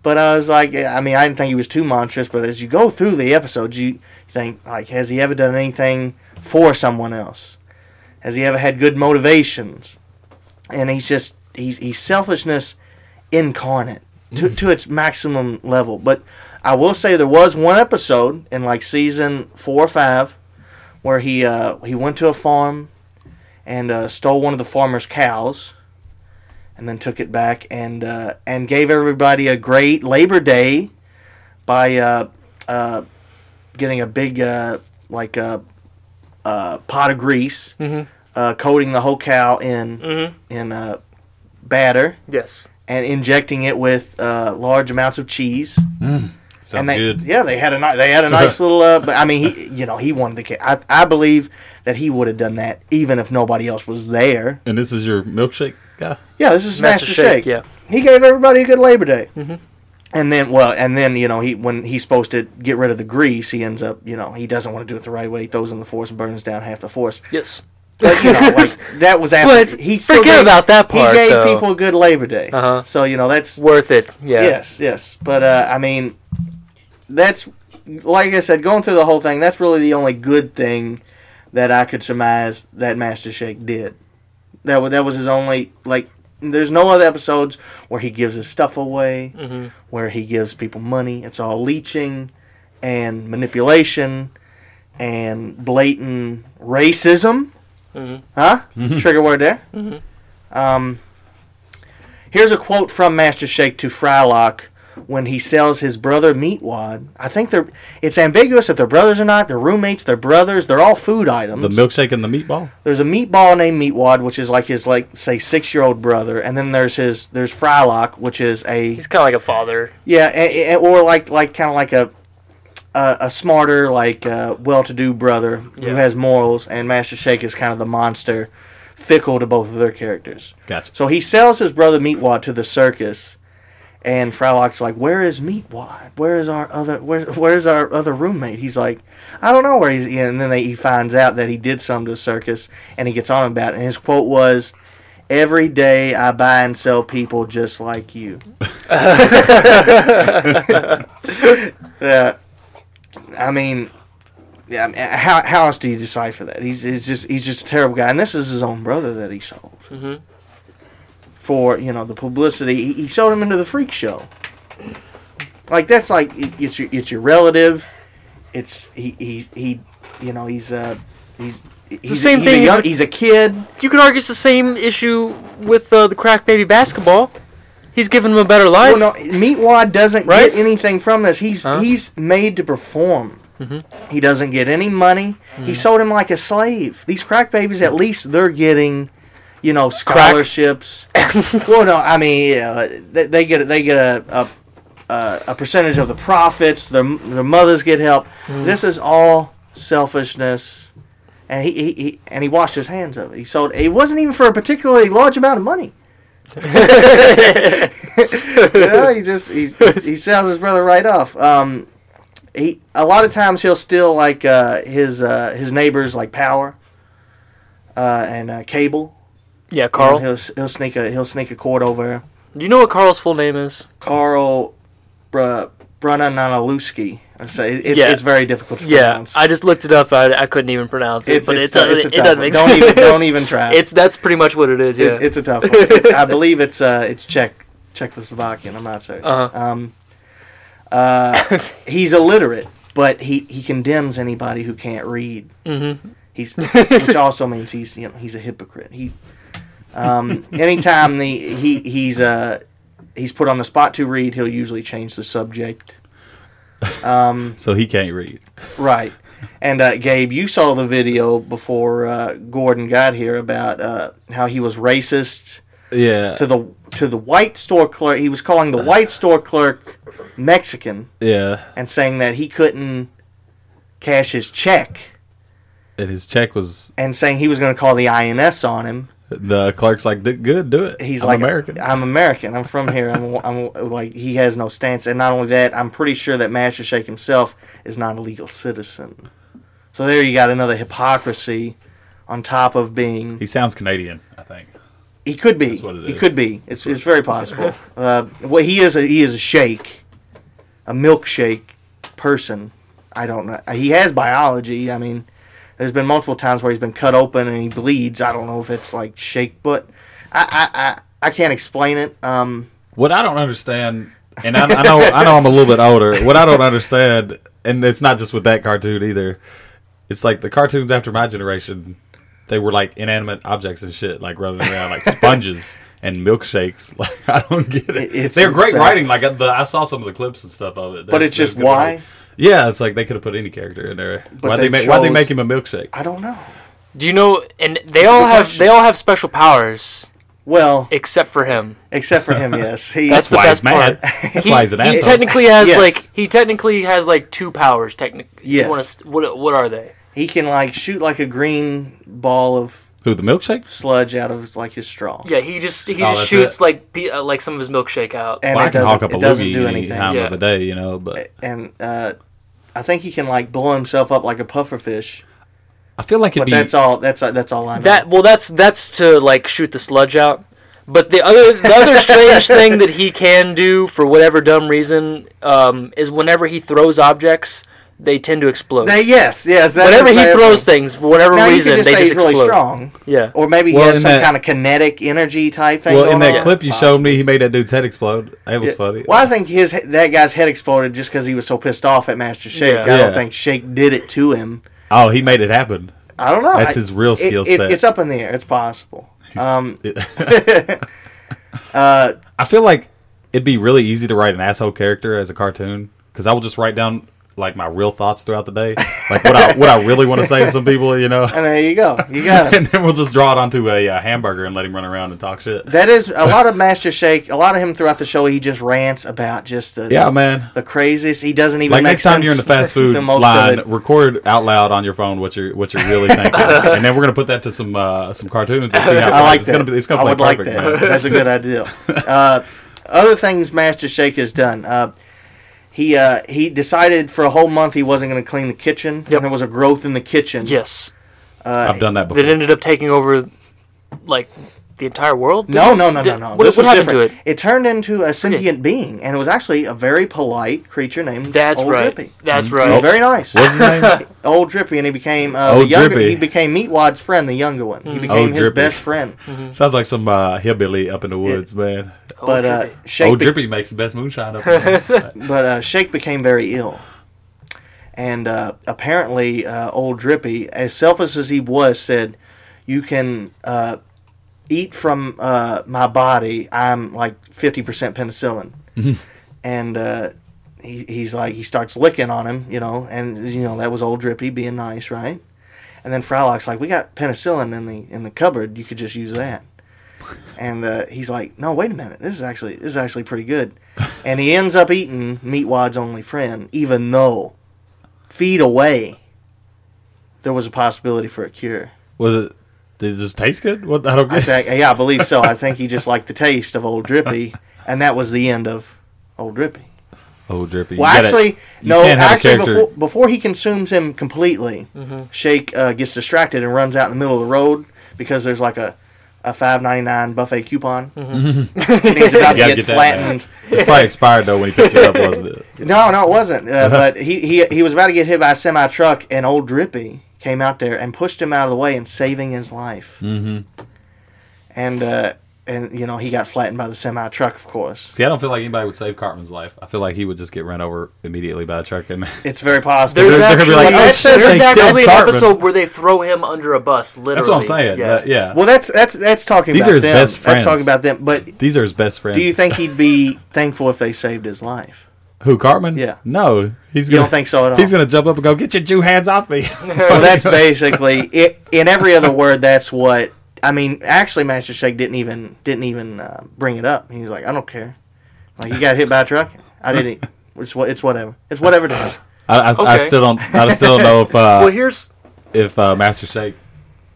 [SPEAKER 6] But I was like, I mean, I didn't think he was too monstrous. But as you go through the episodes, you think, like, has he ever done anything for someone else? Has he ever had good motivations? And he's just he's he's selfishness incarnate to to its maximum level. But I will say there was one episode in like season four or five where he uh, he went to a farm and uh, stole one of the farmer's cows and then took it back and uh, and gave everybody a great Labor Day by uh, uh, getting a big uh, like uh, uh, pot of grease, uh, coating the whole cow in in uh, batter
[SPEAKER 5] Yes.
[SPEAKER 6] and injecting it with uh, large amounts of cheese.
[SPEAKER 7] Sounds
[SPEAKER 6] and they,
[SPEAKER 7] good.
[SPEAKER 6] yeah, they had a ni- they had a nice little. Uh, but I mean, he you know he wanted the kid. I I believe that he would have done that even if nobody else was there.
[SPEAKER 7] And this is your milkshake guy.
[SPEAKER 6] Yeah, this is Master, Shake.
[SPEAKER 5] yeah.
[SPEAKER 6] he gave everybody a good Labor Day. Mm-hmm. And then, well, and then you know he when he's supposed to get rid of the grease, he ends up you know he doesn't want to do it the right way. He throws it in the forest and burns down half the forest.
[SPEAKER 5] Yes.
[SPEAKER 6] But you know, like that was after
[SPEAKER 5] But forget about that part,
[SPEAKER 6] He gave
[SPEAKER 5] though.
[SPEAKER 6] people a good Labor Day.
[SPEAKER 5] Uh-huh.
[SPEAKER 6] So you know that's
[SPEAKER 5] Worth it. Yeah.
[SPEAKER 6] Yes, yes. But uh, I mean, that's like I said, going through the whole thing. That's really the only good thing that I could surmise that Master Shake did. That wa- that was his only like. There's no other episodes where he gives his stuff away, where he gives people money. It's all leeching and manipulation and blatant racism. Huh? Trigger word there. Um, here's a quote from Master Shake to Frylock when he sells his brother Meatwad. I think they're. It's ambiguous if they're brothers or not. They're roommates. They're brothers. They're all food items.
[SPEAKER 7] The milkshake and the meatball.
[SPEAKER 6] there's a meatball named Meatwad, which is like his like say six year old brother, and then there's his there's Frylock, which is a
[SPEAKER 5] He's kind of like a father.
[SPEAKER 6] yeah, a- a- or like like kind of like a a, a smarter, like uh, well-to-do brother
[SPEAKER 5] Yeah.
[SPEAKER 6] who has morals, and Master Shake is kind of the monster, fickle to both of their characters.
[SPEAKER 7] Gotcha.
[SPEAKER 6] So he sells his brother Meatwad to the circus, and Frylock's like, "Where is Meatwad? Where is our other? Where's where's our other roommate?" He's like, "I don't know where he's." in." And then they, he finds out that he did some to the circus, and he gets on about it. And his quote was. Every day I buy and sell people just like you. Yeah. I mean, yeah. I mean, how how else do you decipher that? He's, he's just he's just a terrible guy, and this is his own brother that he sold for you know the publicity. He, he sold him into the freak show. Like that's like it- it's your it's your relative. It's he he he you know he's uh he's. He's,
[SPEAKER 5] same
[SPEAKER 6] he's
[SPEAKER 5] thing
[SPEAKER 6] A
[SPEAKER 5] as
[SPEAKER 6] young,
[SPEAKER 5] the-
[SPEAKER 6] he's a kid.
[SPEAKER 5] You could argue it's the same issue with uh, the crack baby basketball. He's giving him a better life.
[SPEAKER 6] Well, no, Meatwad doesn't
[SPEAKER 5] Right?
[SPEAKER 6] get anything from this. He's
[SPEAKER 5] Huh? Mm-hmm.
[SPEAKER 6] he's made to perform. He doesn't get any money. He sold him like a slave. These crack babies, at least they're getting, you know, scholarships. well, no, I mean, uh, they, they get they get a a, a a percentage of the profits. Their their mothers get help.
[SPEAKER 5] Mm-hmm.
[SPEAKER 6] This is all selfishness. And he, he, he and he washed his hands of it. He sold. It wasn't even for a particularly large amount of money. you know, he just he, he sells his brother right off. Um, he a lot of times he'll steal like uh, his uh, his neighbors like power uh, and uh, cable.
[SPEAKER 5] yeah,
[SPEAKER 6] You know,
[SPEAKER 5] Carl.
[SPEAKER 6] he'll s- he'll sneak a he'll sneak a cord over
[SPEAKER 5] Do you know what Carl's full name is?
[SPEAKER 6] Carl Br- Brunanalewski. So it, it's,
[SPEAKER 5] Yeah.
[SPEAKER 6] it's very difficult to
[SPEAKER 5] Yeah,
[SPEAKER 6] pronounce.
[SPEAKER 5] I just looked it up. I, I couldn't even pronounce it,
[SPEAKER 6] it's,
[SPEAKER 5] but
[SPEAKER 6] it's,
[SPEAKER 5] it's,
[SPEAKER 6] a-
[SPEAKER 5] it,
[SPEAKER 6] it's a
[SPEAKER 5] it
[SPEAKER 6] tough
[SPEAKER 5] doesn't
[SPEAKER 6] one.
[SPEAKER 5] make
[SPEAKER 6] don't
[SPEAKER 5] sense.
[SPEAKER 6] even don't even try.
[SPEAKER 5] It's that's pretty much what it is.
[SPEAKER 6] It-
[SPEAKER 5] Yeah,
[SPEAKER 6] it's a tough one. I believe it's uh, it's Czech Czechoslovakian. I'm not certain.
[SPEAKER 5] Uh-huh.
[SPEAKER 6] Um, he's illiterate, but he, he condemns anybody who can't read. Mm-hmm. He's which also means he's you know he's a hypocrite. He um, anytime the he he's uh he's put on the spot to read, he'll usually change the subject.
[SPEAKER 7] So he can't read.
[SPEAKER 6] Right. And uh, Gabe, you saw the video before uh, Gordon got here about uh, how he was racist
[SPEAKER 7] Yeah.
[SPEAKER 6] to the to the white store clerk. He was calling the white store clerk Mexican
[SPEAKER 7] yeah.
[SPEAKER 6] and saying that he couldn't cash his check
[SPEAKER 7] And his check was
[SPEAKER 6] and saying he was going to call the INS on him.
[SPEAKER 7] the clerk's like, "D- good, do it.
[SPEAKER 6] He's
[SPEAKER 7] I'm
[SPEAKER 6] like
[SPEAKER 7] American.
[SPEAKER 6] I'm American. I'm from here. I'm, I'm like he has no stance. And not only that, I'm pretty sure that Master Shake himself is not a legal citizen. So there you got another hypocrisy on top of being
[SPEAKER 7] he sounds Canadian, I think.
[SPEAKER 6] He could be.
[SPEAKER 7] That's what it
[SPEAKER 6] he
[SPEAKER 7] is.
[SPEAKER 6] could be. It's, it's very possible. uh, well, he is a he is a shake, a milkshake person. I don't know. Uh, He has biology. I mean, there's been multiple times where he's been cut open and he bleeds. I don't know if it's like shake, but I I I, I can't explain it. Um,
[SPEAKER 7] What I don't understand, and I, I know I know I'm a little bit older. What I don't understand, and it's not just with that cartoon either. It's like the cartoons after my generation, they were like inanimate objects and shit, like running around like sponges and milkshakes. Like I don't get
[SPEAKER 6] It-
[SPEAKER 7] it.
[SPEAKER 6] it's-
[SPEAKER 7] They're great
[SPEAKER 6] it's that-
[SPEAKER 7] writing. Like the, I saw some of the clips and stuff of it.
[SPEAKER 6] but
[SPEAKER 7] There's-
[SPEAKER 6] it's just
[SPEAKER 7] there's good
[SPEAKER 6] why
[SPEAKER 7] writing. Yeah, it's like they could have put any character in there.
[SPEAKER 6] But
[SPEAKER 7] Why
[SPEAKER 6] they
[SPEAKER 7] they make why they
[SPEAKER 6] chose-
[SPEAKER 7] make him a milkshake?
[SPEAKER 6] I don't know.
[SPEAKER 5] Do you know? And they all have
[SPEAKER 6] question.
[SPEAKER 5] they all have special powers
[SPEAKER 6] Well,
[SPEAKER 5] except for him.
[SPEAKER 6] except for him, yes. He,
[SPEAKER 5] That's the
[SPEAKER 7] why
[SPEAKER 5] best
[SPEAKER 7] he's mad.
[SPEAKER 5] part.
[SPEAKER 7] That's why he's an
[SPEAKER 5] he
[SPEAKER 7] asshole.
[SPEAKER 5] technically has
[SPEAKER 6] Yes.
[SPEAKER 5] like he technically has like two powers. Technically,
[SPEAKER 6] Yes.
[SPEAKER 5] What what are they?
[SPEAKER 6] he can like shoot like a green ball of
[SPEAKER 7] Who the milkshake?
[SPEAKER 6] sludge out of like his straw.
[SPEAKER 5] Yeah, he just he
[SPEAKER 7] Oh,
[SPEAKER 5] just
[SPEAKER 7] that's
[SPEAKER 5] shoots
[SPEAKER 7] it.
[SPEAKER 5] like pe- uh, like some of his milkshake out.
[SPEAKER 6] And
[SPEAKER 7] Well, I
[SPEAKER 6] it
[SPEAKER 7] can
[SPEAKER 6] doesn't,
[SPEAKER 7] hawk up a
[SPEAKER 6] it doesn't
[SPEAKER 7] loogie
[SPEAKER 6] do
[SPEAKER 7] any
[SPEAKER 6] anything.
[SPEAKER 7] time
[SPEAKER 5] Yeah.
[SPEAKER 7] of the day, you know. But
[SPEAKER 6] and uh, I think he can like blow himself up like a pufferfish.
[SPEAKER 7] I feel like it'd
[SPEAKER 6] But
[SPEAKER 7] be
[SPEAKER 6] that's all. That's uh, that's all I know.
[SPEAKER 5] That well, that's that's to like shoot the sludge out. But the other the other strange thing that he can do for whatever dumb reason um, is whenever he throws objects, they tend to explode.
[SPEAKER 6] That- yes, yes. That
[SPEAKER 5] whenever
[SPEAKER 6] is
[SPEAKER 5] he
[SPEAKER 6] my-
[SPEAKER 5] throws things, for whatever
[SPEAKER 6] now,
[SPEAKER 5] reason,
[SPEAKER 6] you could just
[SPEAKER 5] they
[SPEAKER 6] say
[SPEAKER 5] just
[SPEAKER 6] he's really
[SPEAKER 5] explode.
[SPEAKER 6] strong,
[SPEAKER 5] Yeah.
[SPEAKER 6] or maybe he
[SPEAKER 7] Well,
[SPEAKER 6] has
[SPEAKER 7] in
[SPEAKER 6] some
[SPEAKER 7] that-
[SPEAKER 6] kind of kinetic energy type thing.
[SPEAKER 7] Well,
[SPEAKER 6] going
[SPEAKER 7] in that
[SPEAKER 6] on.
[SPEAKER 7] clip you showed me, he made that dude's head explode. That was funny.
[SPEAKER 6] Well, I think his that guy's head exploded just because he was so pissed off at Master Shake.
[SPEAKER 5] Yeah.
[SPEAKER 6] I don't
[SPEAKER 7] Yeah.
[SPEAKER 6] think Shake did it to him.
[SPEAKER 7] Oh, he made it happen.
[SPEAKER 6] I don't know.
[SPEAKER 7] That's
[SPEAKER 6] I-
[SPEAKER 7] his real
[SPEAKER 6] it-
[SPEAKER 7] skill
[SPEAKER 6] it-
[SPEAKER 7] set.
[SPEAKER 6] It's up in the air. It's possible. Um,
[SPEAKER 7] I feel like it'd be really easy to write an asshole character as a cartoon because I will just write down like my real thoughts throughout the day, like what I what I really want to say to some people, you know.
[SPEAKER 6] and there you go. You got it.
[SPEAKER 7] And then we'll just draw it onto a uh, hamburger and let him run around and talk shit.
[SPEAKER 6] That is a lot of Master Shake. A lot of him throughout the show, he just rants about just the
[SPEAKER 7] Yeah, man.
[SPEAKER 6] the craziest. He doesn't even
[SPEAKER 7] Like
[SPEAKER 6] make
[SPEAKER 7] next time you're in the
[SPEAKER 6] sense
[SPEAKER 7] fast food
[SPEAKER 6] the most of
[SPEAKER 7] line,
[SPEAKER 6] it.
[SPEAKER 7] record out loud on your phone what you're what you're really thinking, and then we're gonna put that to some uh, some cartoons and see how it
[SPEAKER 6] I
[SPEAKER 7] plays.
[SPEAKER 6] like
[SPEAKER 7] it's
[SPEAKER 6] that.
[SPEAKER 7] gonna be it's gonna
[SPEAKER 6] I
[SPEAKER 7] play
[SPEAKER 6] would like
[SPEAKER 7] perfect.
[SPEAKER 6] that.
[SPEAKER 7] man.
[SPEAKER 6] That's a good idea. Uh, other things Master Shake has done. Uh, he uh, he decided for a whole month he wasn't going to clean the kitchen,
[SPEAKER 5] Yep.
[SPEAKER 6] and there was a growth in the kitchen.
[SPEAKER 5] Yes.
[SPEAKER 7] I've done that before.
[SPEAKER 5] That ended up taking over, like, the entire world.
[SPEAKER 6] No, no, no, no,
[SPEAKER 5] Did-
[SPEAKER 6] no.
[SPEAKER 5] What,
[SPEAKER 6] This
[SPEAKER 5] what
[SPEAKER 6] was
[SPEAKER 5] happened
[SPEAKER 6] different.
[SPEAKER 5] to it?
[SPEAKER 6] turned into a sentient being, and it was actually a very polite creature named
[SPEAKER 5] That's
[SPEAKER 6] Old
[SPEAKER 5] right.
[SPEAKER 6] Drippy.
[SPEAKER 5] That's
[SPEAKER 6] He was
[SPEAKER 5] right.
[SPEAKER 6] very nice.
[SPEAKER 7] What's his name?
[SPEAKER 6] Old Drippy, and he became uh, the
[SPEAKER 7] Old
[SPEAKER 6] younger.
[SPEAKER 7] Drippy.
[SPEAKER 6] He became Meatwad's friend, the younger one.
[SPEAKER 5] Hmm.
[SPEAKER 6] He became
[SPEAKER 7] Old
[SPEAKER 6] his
[SPEAKER 7] Drippy.
[SPEAKER 6] best friend.
[SPEAKER 7] Sounds like some uh, hillbilly up in the woods, man.
[SPEAKER 6] But uh,
[SPEAKER 5] Drippy.
[SPEAKER 6] Shake
[SPEAKER 7] Old
[SPEAKER 6] be-
[SPEAKER 7] Drippy makes the best moonshine up in the woods.
[SPEAKER 6] But uh, Shake became very ill. And uh, apparently, uh, old Drippy, as selfish as he was, said, You can uh, eat from uh, my body. I'm like 50% penicillin. and uh, he, he's like, he starts licking on him, you know, and, you know, that was old Drippy being nice, right? And then Frylock's like, "We got penicillin in the in the cupboard. You could just use that." And uh, he's like, "No, wait a minute. This is actually this is actually pretty good." And he ends up eating Meatwad's only friend, even though feet away there was a possibility for a cure.
[SPEAKER 7] Was it? Did it just taste good? What I don't
[SPEAKER 6] In
[SPEAKER 7] get. it.
[SPEAKER 6] fact, yeah, I believe so. I think he just liked the taste of Old Drippy, and that was the end of Old Drippy.
[SPEAKER 7] Old Drippy. You
[SPEAKER 6] Well,
[SPEAKER 7] gotta-
[SPEAKER 6] actually,
[SPEAKER 7] you
[SPEAKER 6] no.
[SPEAKER 7] can't have a
[SPEAKER 6] Actually,
[SPEAKER 7] character-
[SPEAKER 6] before, before he consumes him completely, Shake uh, gets distracted and runs out in the middle of the road because there's like a a five ninety nine buffet coupon. and he's about to
[SPEAKER 7] You gotta
[SPEAKER 6] get,
[SPEAKER 7] get that
[SPEAKER 6] flattened.
[SPEAKER 7] It's probably expired though when he picked it up, wasn't it?
[SPEAKER 6] No, no, it wasn't.
[SPEAKER 7] Uh-huh.
[SPEAKER 6] Uh, but he, he he was about to get hit by a semi truck, and old Drippy came out there and pushed him out of the way and saving his life. Mm-hmm. And uh, and you know he got flattened by the semi truck, of course.
[SPEAKER 7] See, I don't feel like anybody would save Cartman's life. I feel like he would just get run over immediately by a truck. And
[SPEAKER 6] It's very possible.
[SPEAKER 5] There's
[SPEAKER 7] They're- they're gonna
[SPEAKER 5] actually,
[SPEAKER 7] be like, "Oh, shit,
[SPEAKER 5] there's
[SPEAKER 7] they
[SPEAKER 5] actually an
[SPEAKER 7] killed Cartman."
[SPEAKER 5] episode where they throw him under a bus. Literally,
[SPEAKER 7] that's what I'm saying. Yeah, yeah.
[SPEAKER 6] well, that's that's that's talking.
[SPEAKER 7] These
[SPEAKER 6] about
[SPEAKER 7] are his
[SPEAKER 6] them.
[SPEAKER 7] best
[SPEAKER 6] That's talking
[SPEAKER 7] friends.
[SPEAKER 6] about them. But
[SPEAKER 7] These are his best friends.
[SPEAKER 6] do you think he'd be thankful if they saved his life?
[SPEAKER 7] who Cartman?
[SPEAKER 6] Yeah.
[SPEAKER 7] No, he's
[SPEAKER 6] You
[SPEAKER 7] gonna,
[SPEAKER 6] don't think so at all?
[SPEAKER 7] He's gonna jump up and go, "Get your Jew hands off me!"
[SPEAKER 6] well, that's basically it. In every other word, that's what I mean. Actually, Master Shake didn't even didn't even uh, bring it up. He's like, I don't care. Like you got hit by a truck. I didn't. It's what. It's whatever. It's whatever it is.
[SPEAKER 7] I, I, I
[SPEAKER 5] Okay.
[SPEAKER 7] still don't. I still don't know if uh,
[SPEAKER 5] Well, here's
[SPEAKER 7] if uh, Master Shake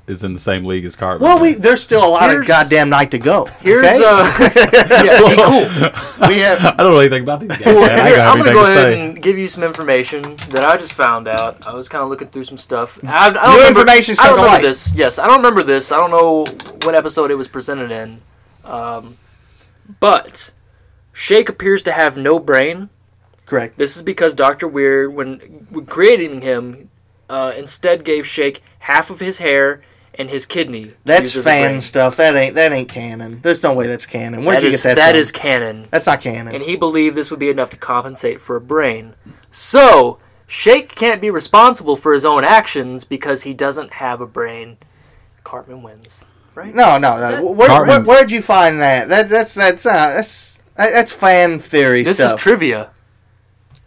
[SPEAKER 7] is in the same league as Cartman.
[SPEAKER 6] Well, we there's still a lot
[SPEAKER 5] Here's-
[SPEAKER 6] of goddamn night to go.
[SPEAKER 5] here's
[SPEAKER 6] okay?
[SPEAKER 5] uh, yeah, be cool.
[SPEAKER 6] we have.
[SPEAKER 7] I don't know anything about these guys.
[SPEAKER 5] Well,
[SPEAKER 7] man. I
[SPEAKER 5] here,
[SPEAKER 7] got
[SPEAKER 5] I'm gonna
[SPEAKER 7] everything
[SPEAKER 5] go
[SPEAKER 7] to
[SPEAKER 5] ahead
[SPEAKER 7] say.
[SPEAKER 5] and give you some information that I just found out. I was kind of looking through some stuff. I, I don't
[SPEAKER 6] New
[SPEAKER 5] remember,
[SPEAKER 6] information's
[SPEAKER 5] I don't
[SPEAKER 6] coming to
[SPEAKER 5] remember
[SPEAKER 6] light.
[SPEAKER 5] this. Yes, I don't remember this. I don't know what episode it was presented in. Um, but Shake appears to have no brain.
[SPEAKER 6] Correct.
[SPEAKER 5] This is because Doctor Weird, when, when creating him, uh, instead gave Shake half of his hair and his kidney. to
[SPEAKER 6] That's
[SPEAKER 5] use as a
[SPEAKER 6] fan
[SPEAKER 5] brain.
[SPEAKER 6] stuff. That ain't that ain't canon. There's no way that's canon. Where'd
[SPEAKER 5] That
[SPEAKER 6] you
[SPEAKER 5] is
[SPEAKER 6] get that?
[SPEAKER 5] that
[SPEAKER 6] from?
[SPEAKER 5] is canon.
[SPEAKER 6] That's not canon.
[SPEAKER 5] and he believed this would be enough to compensate for a brain. So, Shake can't be responsible for his own actions because he doesn't have a brain. Cartman wins.
[SPEAKER 6] no, no, no. Where, where,
[SPEAKER 7] Cartman-
[SPEAKER 6] where'd you find that? That that's that's uh, that's that- that's fan theory
[SPEAKER 5] This
[SPEAKER 6] stuff.
[SPEAKER 5] is trivia.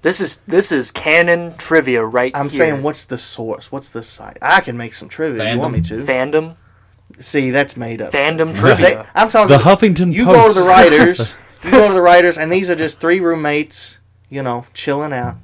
[SPEAKER 5] This is this is canon trivia right
[SPEAKER 6] I'm
[SPEAKER 5] here.
[SPEAKER 6] saying, what's the source? What's the site? I can make some trivia. if You want me to?
[SPEAKER 5] fandom
[SPEAKER 6] See, that's made up.
[SPEAKER 5] fandom
[SPEAKER 6] They-
[SPEAKER 5] trivia.
[SPEAKER 6] I'm talking.
[SPEAKER 7] The Huffington
[SPEAKER 6] You
[SPEAKER 7] Post.
[SPEAKER 6] go to the writers. you go to the writers, and these are just three roommates. You know, chilling out.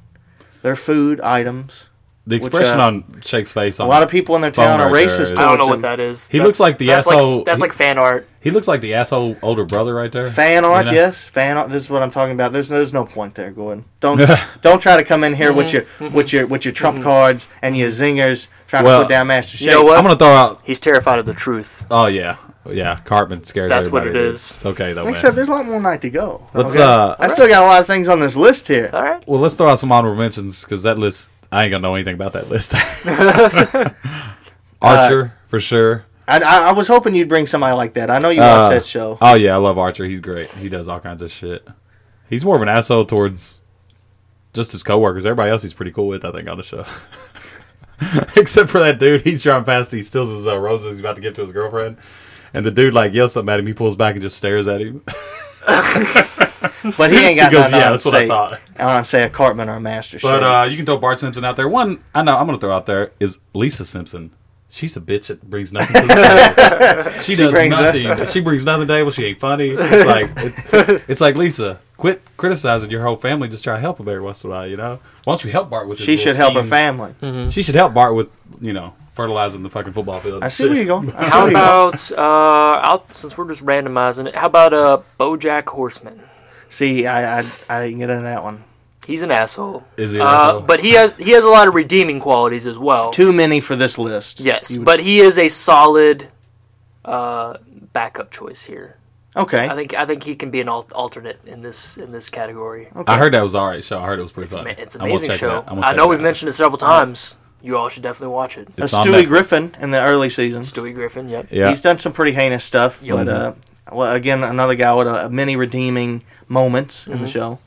[SPEAKER 6] Their food items.
[SPEAKER 7] The
[SPEAKER 6] Which,
[SPEAKER 7] expression
[SPEAKER 6] uh,
[SPEAKER 7] on Shake's face.
[SPEAKER 6] A
[SPEAKER 7] On
[SPEAKER 6] lot of people in their town are
[SPEAKER 7] Phone right there
[SPEAKER 6] racist.
[SPEAKER 7] is-
[SPEAKER 5] I don't know
[SPEAKER 6] towards
[SPEAKER 5] what that
[SPEAKER 6] them.
[SPEAKER 5] is.
[SPEAKER 7] He
[SPEAKER 5] That's-
[SPEAKER 7] looks like the
[SPEAKER 5] that's
[SPEAKER 7] asshole-
[SPEAKER 5] Like, that's
[SPEAKER 7] he-
[SPEAKER 5] like fan art.
[SPEAKER 7] He looks like the asshole older brother right there.
[SPEAKER 6] Fan art,
[SPEAKER 7] You know?
[SPEAKER 6] yes, fan art. This is what I'm talking about. There's there's no point there, Gordon. Don't don't try to come in here with your
[SPEAKER 5] Mm-hmm.
[SPEAKER 6] with your with your trump cards and your zingers trying
[SPEAKER 7] Well,
[SPEAKER 6] to put down Master Shake.
[SPEAKER 5] You know what?
[SPEAKER 7] I'm gonna throw out.
[SPEAKER 5] He's terrified of the truth.
[SPEAKER 7] Oh yeah, yeah. Cartman scares.
[SPEAKER 5] That's what
[SPEAKER 7] everybody,
[SPEAKER 5] it
[SPEAKER 7] dude.
[SPEAKER 5] is.
[SPEAKER 7] It's okay though.
[SPEAKER 6] Except
[SPEAKER 7] man.
[SPEAKER 6] there's a lot more night to go.
[SPEAKER 7] Let's, uh,
[SPEAKER 6] I still got a lot of things on this list here.
[SPEAKER 5] All right.
[SPEAKER 7] Well, let's throw out some honorable mentions because that list. I ain't gonna know anything about that list. Archer
[SPEAKER 6] Uh,
[SPEAKER 7] for sure.
[SPEAKER 6] I, I, I was hoping you'd bring somebody like that. I know you
[SPEAKER 7] Uh,
[SPEAKER 6] watch that show.
[SPEAKER 7] Oh yeah, I love Archer. He's great. He does all kinds of shit. He's more of an asshole towards just his coworkers. Everybody else he's pretty cool with, I think, on the show. Except for that dude, he's driving past. He steals his uh, roses. He's about to give to his girlfriend, and the dude like yells something at him. He pulls back and just stares at him.
[SPEAKER 6] But he ain't got
[SPEAKER 7] He goes,
[SPEAKER 6] nothing
[SPEAKER 7] "Yeah,
[SPEAKER 6] on
[SPEAKER 7] that's
[SPEAKER 6] to
[SPEAKER 7] what I
[SPEAKER 6] say-
[SPEAKER 7] thought."
[SPEAKER 6] On to say a Cartman or a Master Shake.
[SPEAKER 7] But uh, you can throw Bart Simpson out there. One I know I'm going to throw out there is Lisa Simpson. She's a bitch that brings nothing to the table. she, does
[SPEAKER 6] brings
[SPEAKER 7] nothing. She brings nothing to the table. She ain't funny. It's like it- it's like Lisa, quit criticizing your whole family. Just try to help them every once in a while. You know, why don't you help Bart with? his
[SPEAKER 6] she
[SPEAKER 7] little
[SPEAKER 6] should help her
[SPEAKER 7] schemes?
[SPEAKER 6] family.
[SPEAKER 5] Hmm.
[SPEAKER 7] She should help Bart with you know fertilizing the fucking football field.
[SPEAKER 6] I see where you're going. I see
[SPEAKER 5] How
[SPEAKER 6] where you're going.
[SPEAKER 5] about uh, I'll, since we're just randomizing it? How about uh, BoJack Horseman?
[SPEAKER 6] See, I, I I didn't get into that one.
[SPEAKER 5] He's an asshole.
[SPEAKER 7] Is he an
[SPEAKER 5] Uh,
[SPEAKER 7] asshole?
[SPEAKER 5] But he has he has a lot of redeeming qualities as well.
[SPEAKER 6] Too many for this list.
[SPEAKER 5] yes,
[SPEAKER 6] You would-
[SPEAKER 5] but he is a solid uh, backup choice here.
[SPEAKER 6] okay.
[SPEAKER 5] I think I think he can be an al- alternate in this in this category.
[SPEAKER 7] I heard that was all right show. I heard it was pretty
[SPEAKER 5] It's,
[SPEAKER 7] funny.
[SPEAKER 5] ama- it's
[SPEAKER 7] I will
[SPEAKER 5] amazing
[SPEAKER 7] check it
[SPEAKER 5] show.
[SPEAKER 7] out. I will
[SPEAKER 5] I
[SPEAKER 7] check
[SPEAKER 5] know
[SPEAKER 7] it
[SPEAKER 5] we've
[SPEAKER 7] out.
[SPEAKER 5] mentioned it several times. You all should definitely watch it.
[SPEAKER 6] Uh,
[SPEAKER 7] It's on
[SPEAKER 6] Stewie
[SPEAKER 7] Netflix.
[SPEAKER 6] Griffin in the early seasons.
[SPEAKER 5] Stewie Griffin. Yep.
[SPEAKER 7] Yeah,
[SPEAKER 6] He's done some pretty heinous stuff, but uh, well, again, another guy with uh, many redeeming moments
[SPEAKER 5] Mm-hmm.
[SPEAKER 6] in the show.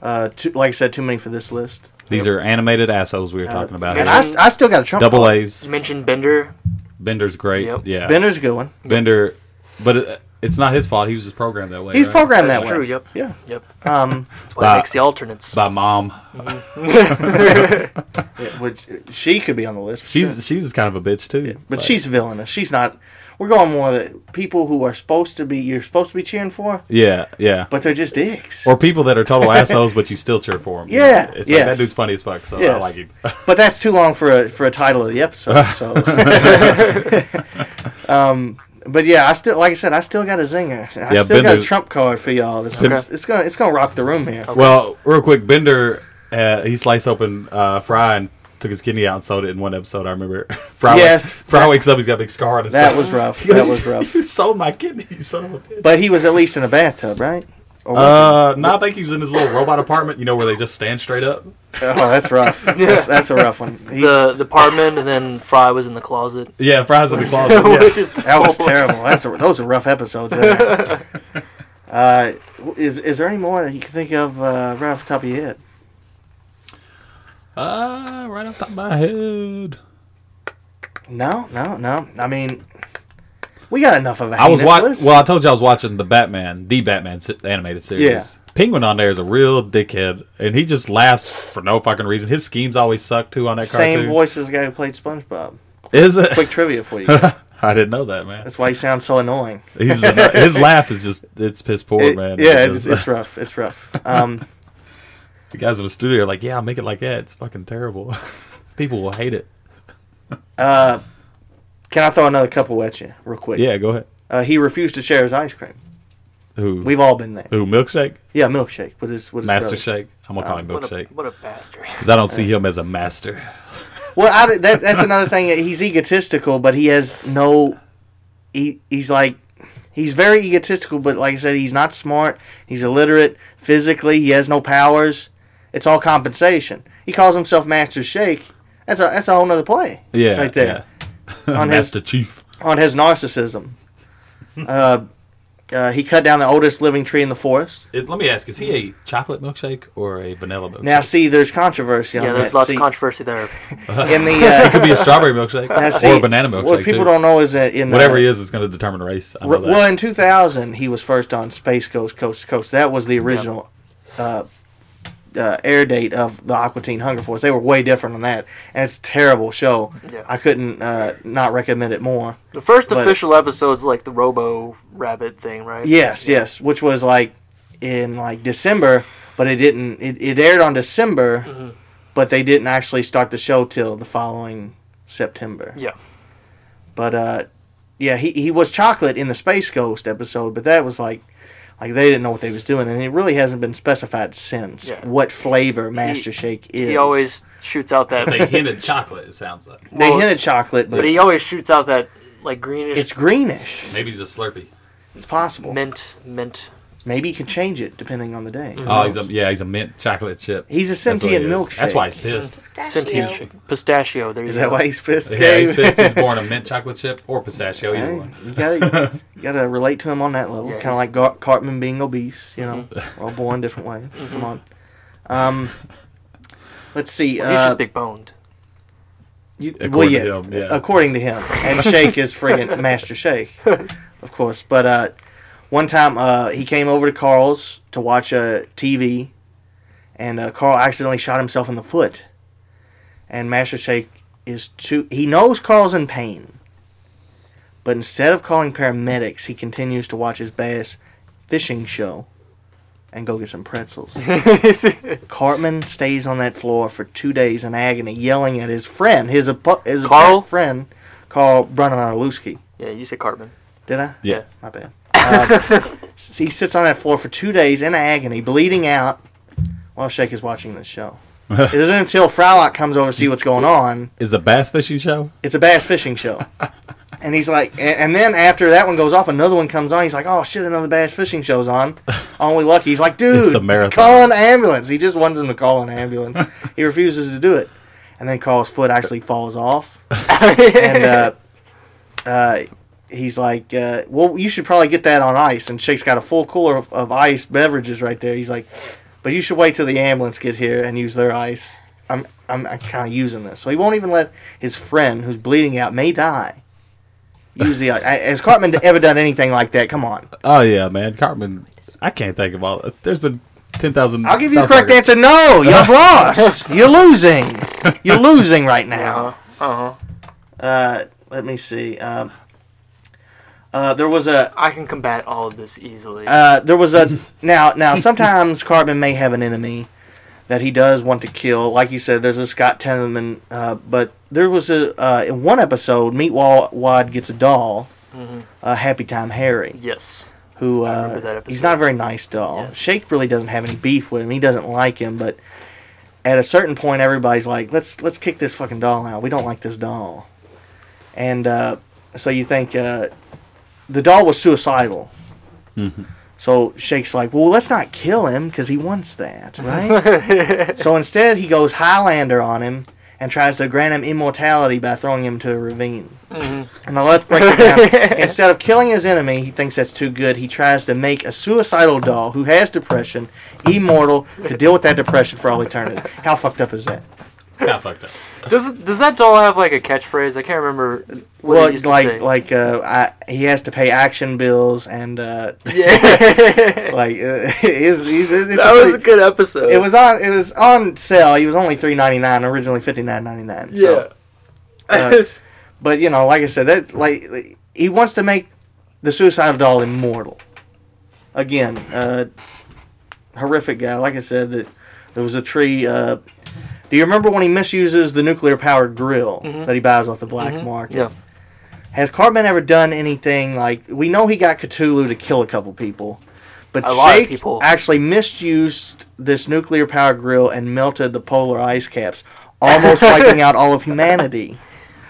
[SPEAKER 6] Uh, too, like I said, too many for this list.
[SPEAKER 7] these are animated assholes we were talking about.
[SPEAKER 6] And
[SPEAKER 7] here.
[SPEAKER 6] I, I still got a trump.
[SPEAKER 7] Double
[SPEAKER 6] card.
[SPEAKER 7] A's.
[SPEAKER 5] You mentioned Bender.
[SPEAKER 7] Bender's great.
[SPEAKER 5] Yep.
[SPEAKER 7] Yeah.
[SPEAKER 6] Bender's a good one.
[SPEAKER 7] Bender, but it, it's not his fault. He was just programmed that way.
[SPEAKER 6] He's
[SPEAKER 7] right?
[SPEAKER 6] programmed
[SPEAKER 5] That's
[SPEAKER 6] that
[SPEAKER 5] true.
[SPEAKER 6] way.
[SPEAKER 5] Yep.
[SPEAKER 6] Yeah.
[SPEAKER 5] Yep.
[SPEAKER 6] Um,
[SPEAKER 5] That's why
[SPEAKER 7] Wow.
[SPEAKER 5] he makes the alternates.
[SPEAKER 7] by mom.
[SPEAKER 6] which she could be on the list. for
[SPEAKER 7] She's
[SPEAKER 6] sure.
[SPEAKER 7] she's kind of a bitch too.
[SPEAKER 6] but
[SPEAKER 7] Like,
[SPEAKER 6] she's villainous. She's not. We're going more the people who are supposed to be you're supposed to be cheering for,
[SPEAKER 7] yeah, yeah.
[SPEAKER 6] but they're just dicks.
[SPEAKER 7] or people that are total assholes, but you still cheer for him.
[SPEAKER 6] Yeah,
[SPEAKER 7] it's
[SPEAKER 6] yes.
[SPEAKER 7] like that dude's funny as fuck, so I
[SPEAKER 6] Yes.
[SPEAKER 7] like him.
[SPEAKER 6] but that's too long for a for a title of the episode. So, um, but yeah, I still like I said, I still got a zinger. I
[SPEAKER 7] Yeah,
[SPEAKER 6] still got a
[SPEAKER 7] Bender's-
[SPEAKER 6] trump card for y'all. This
[SPEAKER 7] Okay.
[SPEAKER 6] it's, it's gonna it's gonna rock the room here.
[SPEAKER 5] Oh.
[SPEAKER 7] Well, real quick, Bender uh, he sliced open uh, Fry and took his kidney out and sold it in one episode. I remember. Fry wa-
[SPEAKER 6] Yes.
[SPEAKER 7] Fry wakes up, he's got a big scar on his
[SPEAKER 6] That
[SPEAKER 7] side.
[SPEAKER 6] was rough. That was rough.
[SPEAKER 7] you sold my kidney, you son of a bitch.
[SPEAKER 6] But he was at least in a bathtub, right? Or was
[SPEAKER 7] Uh, no, I think he was in his little robot apartment. You know where they just stand straight up.
[SPEAKER 6] it? Oh, that's rough. that's, that's a rough one. He's,
[SPEAKER 5] The the apartment, and then Fry was in the closet,
[SPEAKER 7] Yeah, fries in the closet.
[SPEAKER 5] which is the
[SPEAKER 6] that was
[SPEAKER 5] full-
[SPEAKER 6] terrible. That's a, those are rough episodes. There. uh, is is there any more that you can think of uh, right off the top of your head?
[SPEAKER 7] Ah, right off the top of my head.
[SPEAKER 6] No, no, no. I mean, we got enough of. a
[SPEAKER 7] I was
[SPEAKER 6] heinous
[SPEAKER 7] watching.
[SPEAKER 6] list.
[SPEAKER 7] Well, I told you I was watching the Batman, the Batman se- animated series.
[SPEAKER 6] Yeah.
[SPEAKER 7] Penguin on there is a real dickhead, and he just laughs for no fucking reason. His schemes always suck too on that
[SPEAKER 6] Same
[SPEAKER 7] cartoon.
[SPEAKER 6] voice as the guy who played SpongeBob.
[SPEAKER 7] Is it?
[SPEAKER 6] Quick trivia for you. guys.
[SPEAKER 7] I didn't know that, man.
[SPEAKER 6] That's why he sounds so annoying.
[SPEAKER 7] He's his laugh is just it's piss poor,
[SPEAKER 6] It-
[SPEAKER 7] man.
[SPEAKER 6] yeah,
[SPEAKER 7] It
[SPEAKER 6] it's,
[SPEAKER 7] just-
[SPEAKER 6] it's rough. It's rough. Um,
[SPEAKER 7] the guys in the studio are like, "Yeah, I'll make it like that." It's fucking terrible. People will hate it.
[SPEAKER 6] uh, can I throw another couple at you real quick?
[SPEAKER 7] Yeah, go ahead.
[SPEAKER 6] Uh, he refused to share his ice cream.
[SPEAKER 7] Who?
[SPEAKER 6] We've all been there.
[SPEAKER 7] who? Milkshake,
[SPEAKER 6] Yeah, milkshake with his with his
[SPEAKER 7] master
[SPEAKER 6] brother.
[SPEAKER 7] shake. I'm gonna call him
[SPEAKER 5] What a,
[SPEAKER 7] milkshake
[SPEAKER 5] what a bastard!
[SPEAKER 7] because I don't see him as a master.
[SPEAKER 6] Well, I, that, that's another thing. He's egotistical, but he has no. He he's like he's very egotistical, but like I said, he's not smart. He's illiterate physically. He has no powers. It's all compensation. He calls himself Master Shake. That's a that's a whole nother play.
[SPEAKER 7] Yeah,
[SPEAKER 6] right there
[SPEAKER 7] yeah.
[SPEAKER 6] On his-
[SPEAKER 7] master chief.
[SPEAKER 6] on his narcissism. uh, uh, he cut down the oldest living tree in the forest.
[SPEAKER 7] It, let me ask: Is he a chocolate milkshake or a vanilla milkshake?
[SPEAKER 6] Now, see, there's controversy on
[SPEAKER 5] Yeah, there's
[SPEAKER 6] that.
[SPEAKER 5] lots
[SPEAKER 6] See,
[SPEAKER 5] of controversy there.
[SPEAKER 6] in the uh,
[SPEAKER 7] it could be a strawberry milkshake
[SPEAKER 6] Now,
[SPEAKER 7] or
[SPEAKER 6] see,
[SPEAKER 7] a banana milkshake.
[SPEAKER 6] What people
[SPEAKER 7] too.
[SPEAKER 6] don't know is that in uh,
[SPEAKER 7] Whatever he is, it's going to determine race. I know
[SPEAKER 6] r-
[SPEAKER 7] that.
[SPEAKER 6] well, in 2000, he was first on Space Coast Coast to Coast. That was the original uh, uh, air date of the Aqua Teen Hunger Force. They were way different on that, and it's a terrible show.
[SPEAKER 5] Yeah.
[SPEAKER 6] I couldn't uh, not recommend it more.
[SPEAKER 5] The first
[SPEAKER 6] But-
[SPEAKER 5] official episode's like the Robo Rabbit thing, right?
[SPEAKER 6] Yes, yes, which was like in like December, but it didn't. It, it aired on December,
[SPEAKER 7] Mm-hmm.
[SPEAKER 6] but they didn't actually start the show till the following September.
[SPEAKER 5] Yeah.
[SPEAKER 6] But uh, yeah, he he was chocolate in the Space Ghost episode, but that was like. Like they didn't know what they was doing, and it really hasn't been specified since
[SPEAKER 5] Yeah.
[SPEAKER 6] what flavor Master Shake is.
[SPEAKER 5] He always shoots out that,
[SPEAKER 7] hinted chocolate. It sounds like
[SPEAKER 6] they
[SPEAKER 5] well,
[SPEAKER 6] hinted chocolate, but,
[SPEAKER 5] but he always shoots out that like greenish
[SPEAKER 6] it's greenish.
[SPEAKER 7] maybe he's a Slurpee.
[SPEAKER 6] It's possible.
[SPEAKER 5] mint mint.
[SPEAKER 6] Maybe you can change it depending on the day.
[SPEAKER 7] Oh, he's a yeah, he's a mint chocolate chip.
[SPEAKER 6] He's a
[SPEAKER 7] That's what he
[SPEAKER 6] sentient
[SPEAKER 7] is.
[SPEAKER 6] milkshake.
[SPEAKER 7] That's why he's pissed.
[SPEAKER 8] Pistachio.
[SPEAKER 5] Sentient pistachio. There you
[SPEAKER 6] Is
[SPEAKER 5] go.
[SPEAKER 6] that why he's pissed?
[SPEAKER 7] Yeah, he's
[SPEAKER 6] Gabe?
[SPEAKER 7] pissed. He's born a mint chocolate chip or pistachio. Either
[SPEAKER 6] Hey,
[SPEAKER 7] one.
[SPEAKER 6] you gotta you gotta relate to him on that level,
[SPEAKER 5] Yeah,
[SPEAKER 6] kind of like Gar- Cartman being obese. You know,
[SPEAKER 7] Mm-hmm.
[SPEAKER 6] we're all born different ways.
[SPEAKER 5] Mm-hmm.
[SPEAKER 6] Come on. Um, let's see.
[SPEAKER 5] He's
[SPEAKER 6] uh,
[SPEAKER 5] just big boned.
[SPEAKER 6] you-
[SPEAKER 7] According
[SPEAKER 6] well,
[SPEAKER 7] to
[SPEAKER 6] yeah,
[SPEAKER 7] him, yeah.
[SPEAKER 6] according to him, and Shake is friggin' Master Shake, of course. But uh, one time uh, he came over to Carl's to watch uh, TV, and uh, Carl accidentally shot himself in the foot, and Master Shake is too. He knows Carl's in pain. But instead of calling paramedics, he continues to watch his bass fishing show and go get some pretzels. Cartman stays on that floor for two days in agony, yelling at his friend, his, apo- his
[SPEAKER 5] Carl?
[SPEAKER 6] apparent friend, Carl Brunanarlewski.
[SPEAKER 5] Yeah, you said Cartman.
[SPEAKER 6] Did I?
[SPEAKER 7] Yeah.
[SPEAKER 6] My bad. Uh, s- he sits on that floor for two days in agony, bleeding out, while Shake is watching this show. it isn't until Frylock comes over to see what's going on
[SPEAKER 7] Is a bass fishing show?
[SPEAKER 6] it's a bass fishing show. and he's like, and, and then after that one goes off, another one comes on. He's like, oh shit, another bass fishing show's on. Aren't we lucky? He's like, dude,
[SPEAKER 7] It's a marathon.
[SPEAKER 6] call an ambulance. He just wants him to call an ambulance. he refuses to do it. And then Carl's foot actually falls off. and uh, uh, he's like, uh, well, you should probably get that on ice. And Shake's got a full cooler of, of ice beverages right there. He's like, but you should wait till the ambulance get here and use their ice. I'm I'm, I'm kind of using this, so he won't even let his friend, who's bleeding out, may die. Use the ice. I- Has Cartman ever done anything like that? Come on,
[SPEAKER 7] Oh yeah, man. Cartman. I can't think of all. There's been ten thousand.
[SPEAKER 6] I'll give you the correct answer. No, you've lost. You're losing. You're losing right now. uh-huh.
[SPEAKER 5] Uh huh.
[SPEAKER 6] Uh, let me see. Um, uh, there was a
[SPEAKER 5] I can combat all of this easily.
[SPEAKER 6] Uh, there was a now now sometimes Cartman may have an enemy that he does want to kill. Like you said, there's a Scott Tenorman, uh, but there was a uh, in one episode, Meatwad Wad gets a doll, uh, Happy Time Harry,
[SPEAKER 5] yes.
[SPEAKER 6] who
[SPEAKER 5] Mm-hmm. I remember that
[SPEAKER 6] uh,
[SPEAKER 5] episode.
[SPEAKER 6] he's not a very nice doll.
[SPEAKER 5] Yeah.
[SPEAKER 6] Shake really doesn't have any beef with him. He doesn't like him, but at a certain point, everybody's like, let's let's kick this fucking doll out. We don't like this doll, and uh, so you think uh, the doll was suicidal. So Shake's like, well, let's not kill him because he wants that, right? so instead, he goes Highlander on him and tries to grant him immortality by throwing him to a ravine.
[SPEAKER 5] Mm-hmm.
[SPEAKER 6] And now let's break it down. instead of killing his enemy, he thinks that's too good. He tries to make a suicidal doll who has depression immortal to deal with that depression for all eternity. How fucked up is that?
[SPEAKER 7] It's kind of fucked up.
[SPEAKER 5] Does does that doll have like a catchphrase? I can't remember what
[SPEAKER 6] Well,
[SPEAKER 5] it used
[SPEAKER 6] like
[SPEAKER 5] to say.
[SPEAKER 6] like uh, I, he has to pay action bills and uh,
[SPEAKER 5] yeah,
[SPEAKER 6] like uh, it is, it's, it's
[SPEAKER 5] that
[SPEAKER 6] a
[SPEAKER 5] was
[SPEAKER 6] pretty-
[SPEAKER 5] a good episode.
[SPEAKER 6] It was on. It was on sale. It was only three ninety nine. Originally fifty nine ninety nine.
[SPEAKER 5] yeah.
[SPEAKER 6] So, uh, but you know, like I said, that like like, he wants to make the suicidal doll immortal. Again, uh, horrific guy. Like I said, that there was a tree. Uh, do you remember when he misuses the nuclear powered grill that he buys off the black market?
[SPEAKER 5] Yeah.
[SPEAKER 6] Has Cartman ever done anything like we know he got Cthulhu to kill a couple people, but
[SPEAKER 5] A lot of
[SPEAKER 6] Shake
[SPEAKER 5] people.
[SPEAKER 6] actually misused this nuclear power grill and melted the polar ice caps, almost wiping out all of humanity.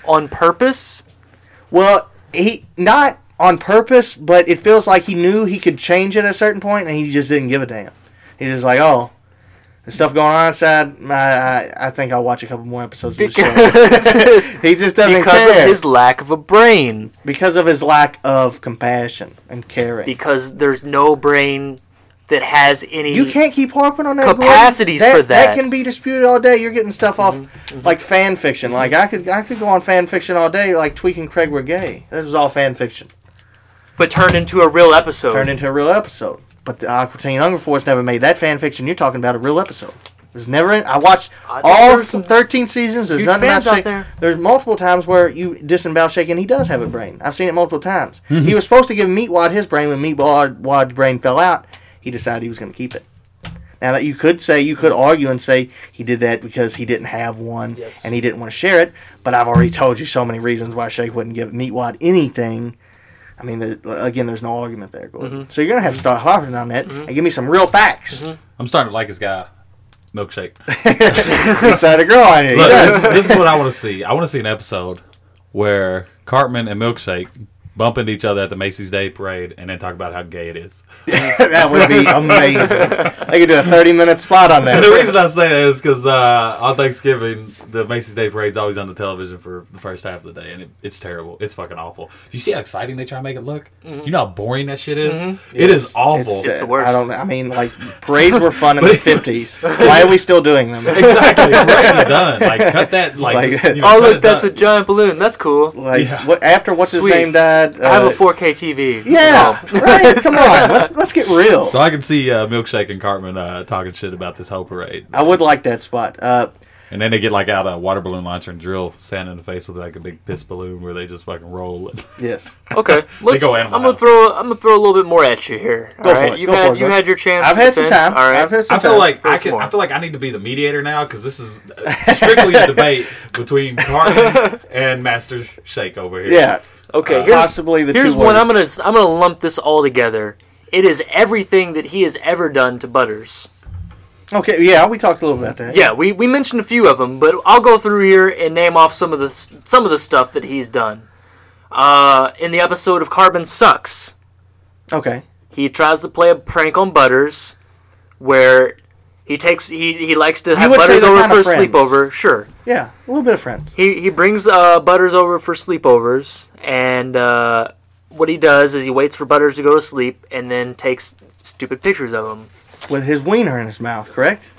[SPEAKER 5] on purpose.
[SPEAKER 6] Well, he not on purpose, but it feels like he knew he could change it at a certain point, and he just didn't give a damn. He was like, "Oh, there's stuff going on outside. I, I, I think I'll watch a couple more episodes of the show."
[SPEAKER 5] because
[SPEAKER 6] He just doesn't
[SPEAKER 5] because of
[SPEAKER 6] care
[SPEAKER 5] his lack of a brain.
[SPEAKER 6] because of his lack of compassion and caring.
[SPEAKER 5] Because there's no brain that has any.
[SPEAKER 6] You can't keep harping on that. Gordon.
[SPEAKER 5] Capacities for that. Mm-hmm,
[SPEAKER 6] can be disputed all day. You're getting stuff off like fan fiction. Like I could I could go on fan fiction all day, like tweaking Craig were gay. This is all fan fiction.
[SPEAKER 5] But turn into a real episode.
[SPEAKER 6] Turned into a real episode. But the Aquatine Hunger Force never made that fan fiction you're talking about a real episode. It was never in, I watched
[SPEAKER 5] I think
[SPEAKER 6] all
[SPEAKER 5] there's
[SPEAKER 6] some
[SPEAKER 5] some
[SPEAKER 6] 13 seasons. There's
[SPEAKER 5] huge
[SPEAKER 6] nothing about
[SPEAKER 5] fans out
[SPEAKER 6] Shake.
[SPEAKER 5] there.
[SPEAKER 6] There's multiple times where you disembowel Shake and he does have a brain. I've seen it multiple times. He was supposed to give Meatwad his brain when Meatwad Wad's brain fell out. He decided he was going to keep it. Now that you could say you could argue and say he did that because he didn't have one
[SPEAKER 5] Yes.
[SPEAKER 6] and he didn't want to share it, but I've already told you so many reasons why Shake wouldn't give Meatwad anything. I mean, there, again, there's no argument there. Gordon.
[SPEAKER 5] Mm-hmm.
[SPEAKER 6] So you're gonna have to start harping on that and give me some real facts.
[SPEAKER 7] I'm starting to like this guy. Milkshake.
[SPEAKER 6] Inside a girl on it.
[SPEAKER 7] Look, this, this is what I want to see. I want to see an episode where Cartman and Milkshake bump into each other at the Macy's Day Parade and then talk about how gay it is.
[SPEAKER 6] that would be amazing. They could do a 30 minute spot on
[SPEAKER 7] And the
[SPEAKER 6] that.
[SPEAKER 7] reason I say that is because uh, on Thanksgiving, the Macy's Day Parade's always on the television for the first half of the day, and it, it's terrible. It's fucking awful. Do you see how exciting they try to make it look? You know how boring that shit is? It is awful.
[SPEAKER 5] Mm-hmm. It's the worst.
[SPEAKER 6] I don't. I mean, like parades were fun in the
[SPEAKER 7] But it was-
[SPEAKER 6] fifties. Why are we still doing them?
[SPEAKER 7] exactly. Parades are done. Like, cut that. Like,
[SPEAKER 6] Like-
[SPEAKER 7] just, you know,
[SPEAKER 5] oh
[SPEAKER 7] cut
[SPEAKER 5] look,
[SPEAKER 7] it
[SPEAKER 5] that's
[SPEAKER 7] done.
[SPEAKER 5] a giant balloon. That's cool.
[SPEAKER 6] Like
[SPEAKER 7] Yeah.
[SPEAKER 6] what, after what's
[SPEAKER 5] Sweet.
[SPEAKER 6] his name died.
[SPEAKER 5] I have a
[SPEAKER 6] uh,
[SPEAKER 5] 4K TV.
[SPEAKER 6] Yeah,
[SPEAKER 5] No.
[SPEAKER 6] right. Come on, let's let's get real.
[SPEAKER 7] So I can see uh, Milkshake and Cartman uh, talking shit about this whole parade,
[SPEAKER 6] I would like that spot. Uh,
[SPEAKER 7] and then they get like out a water balloon launcher and drill Santa in the face with like a big piss balloon where they just fucking roll it.
[SPEAKER 6] yes,
[SPEAKER 5] Okay, let's.
[SPEAKER 7] go
[SPEAKER 5] I'm
[SPEAKER 7] Animal
[SPEAKER 5] gonna
[SPEAKER 7] House.
[SPEAKER 5] throw. I'm gonna throw a little bit more at you here. All
[SPEAKER 6] Go for it,
[SPEAKER 5] You've
[SPEAKER 6] go
[SPEAKER 5] had
[SPEAKER 6] for it,
[SPEAKER 5] you
[SPEAKER 6] go.
[SPEAKER 5] had your chance.
[SPEAKER 6] I've
[SPEAKER 5] to
[SPEAKER 6] had some
[SPEAKER 5] defend.
[SPEAKER 6] time.
[SPEAKER 5] All right.
[SPEAKER 6] I've had some
[SPEAKER 7] I feel
[SPEAKER 6] time.
[SPEAKER 7] like I
[SPEAKER 5] There's
[SPEAKER 7] can.
[SPEAKER 5] more.
[SPEAKER 7] I feel like I need to be the mediator now because this is uh, strictly a debate between Cartman and Master Shake over here.
[SPEAKER 6] yeah,
[SPEAKER 5] Okay,
[SPEAKER 6] Uh,
[SPEAKER 5] here's,
[SPEAKER 6] possibly the
[SPEAKER 5] here's
[SPEAKER 6] two
[SPEAKER 5] one.
[SPEAKER 6] worst.
[SPEAKER 5] I'm gonna I'm gonna lump this all together. It is everything that he has ever done to Butters.
[SPEAKER 6] okay, yeah. We talked a little about that.
[SPEAKER 5] Yeah, we, we mentioned a few of them, but I'll go through here and name off some of the s- some of the stuff that he's done. Uh, in the episode of Carbon Sucks,
[SPEAKER 6] Okay.
[SPEAKER 5] he tries to play a prank on Butters, where he takes he, he likes to have
[SPEAKER 6] would say
[SPEAKER 5] Butters
[SPEAKER 6] they're
[SPEAKER 5] over
[SPEAKER 6] kinda
[SPEAKER 5] for a
[SPEAKER 6] friends.
[SPEAKER 5] sleepover. Sure,
[SPEAKER 6] Yeah, a little bit of friends.
[SPEAKER 5] he he brings uh, Butters over for sleepovers, and uh, what he does is he waits for Butters to go to sleep, and then takes stupid pictures of him.
[SPEAKER 6] with his wiener in his mouth, correct?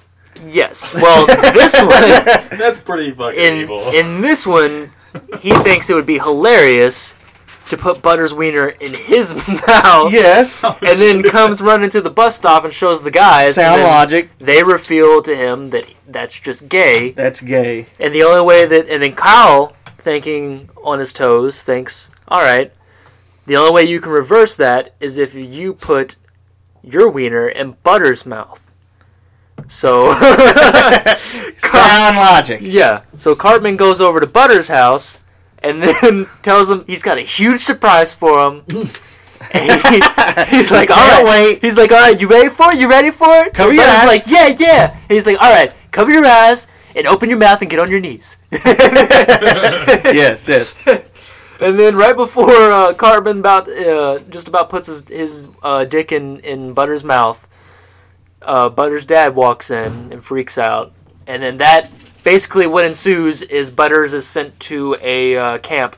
[SPEAKER 5] Yes. Well, this one
[SPEAKER 7] that's pretty fucking
[SPEAKER 5] in in this one, he thinks it would be hilarious to put Butters wiener in his mouth.
[SPEAKER 6] Yes.
[SPEAKER 5] And then comes running to the bus stop and shows the guys. and
[SPEAKER 6] Sound
[SPEAKER 5] then
[SPEAKER 6] logic.
[SPEAKER 5] They reveal to him that that's just gay,
[SPEAKER 6] That's gay.
[SPEAKER 5] And the only way that, and then Kyle, thinking on his toes, thinks, all right, the only way you can reverse that is if you put your wiener in Butter's mouth. So,
[SPEAKER 6] Sound logic.
[SPEAKER 5] yeah. So Cartman goes over to Butter's house and then tells him he's got a huge surprise for him. And he- he's like, all right,
[SPEAKER 6] Can't wait.
[SPEAKER 5] He's like, all right, you ready for it? You ready for it?
[SPEAKER 6] Cover
[SPEAKER 5] And
[SPEAKER 6] your
[SPEAKER 5] Butter's
[SPEAKER 6] eyes.
[SPEAKER 5] like, yeah, yeah. And he's like, all right, cover your eyes and open your mouth and get on your knees.
[SPEAKER 6] yes, yes.
[SPEAKER 5] And then right before uh, Cartman about uh, just about puts his, his uh, dick in, in Butter's mouth, uh, Butter's dad walks in and freaks out. And then that basically what ensues is Butters is sent to a uh, camp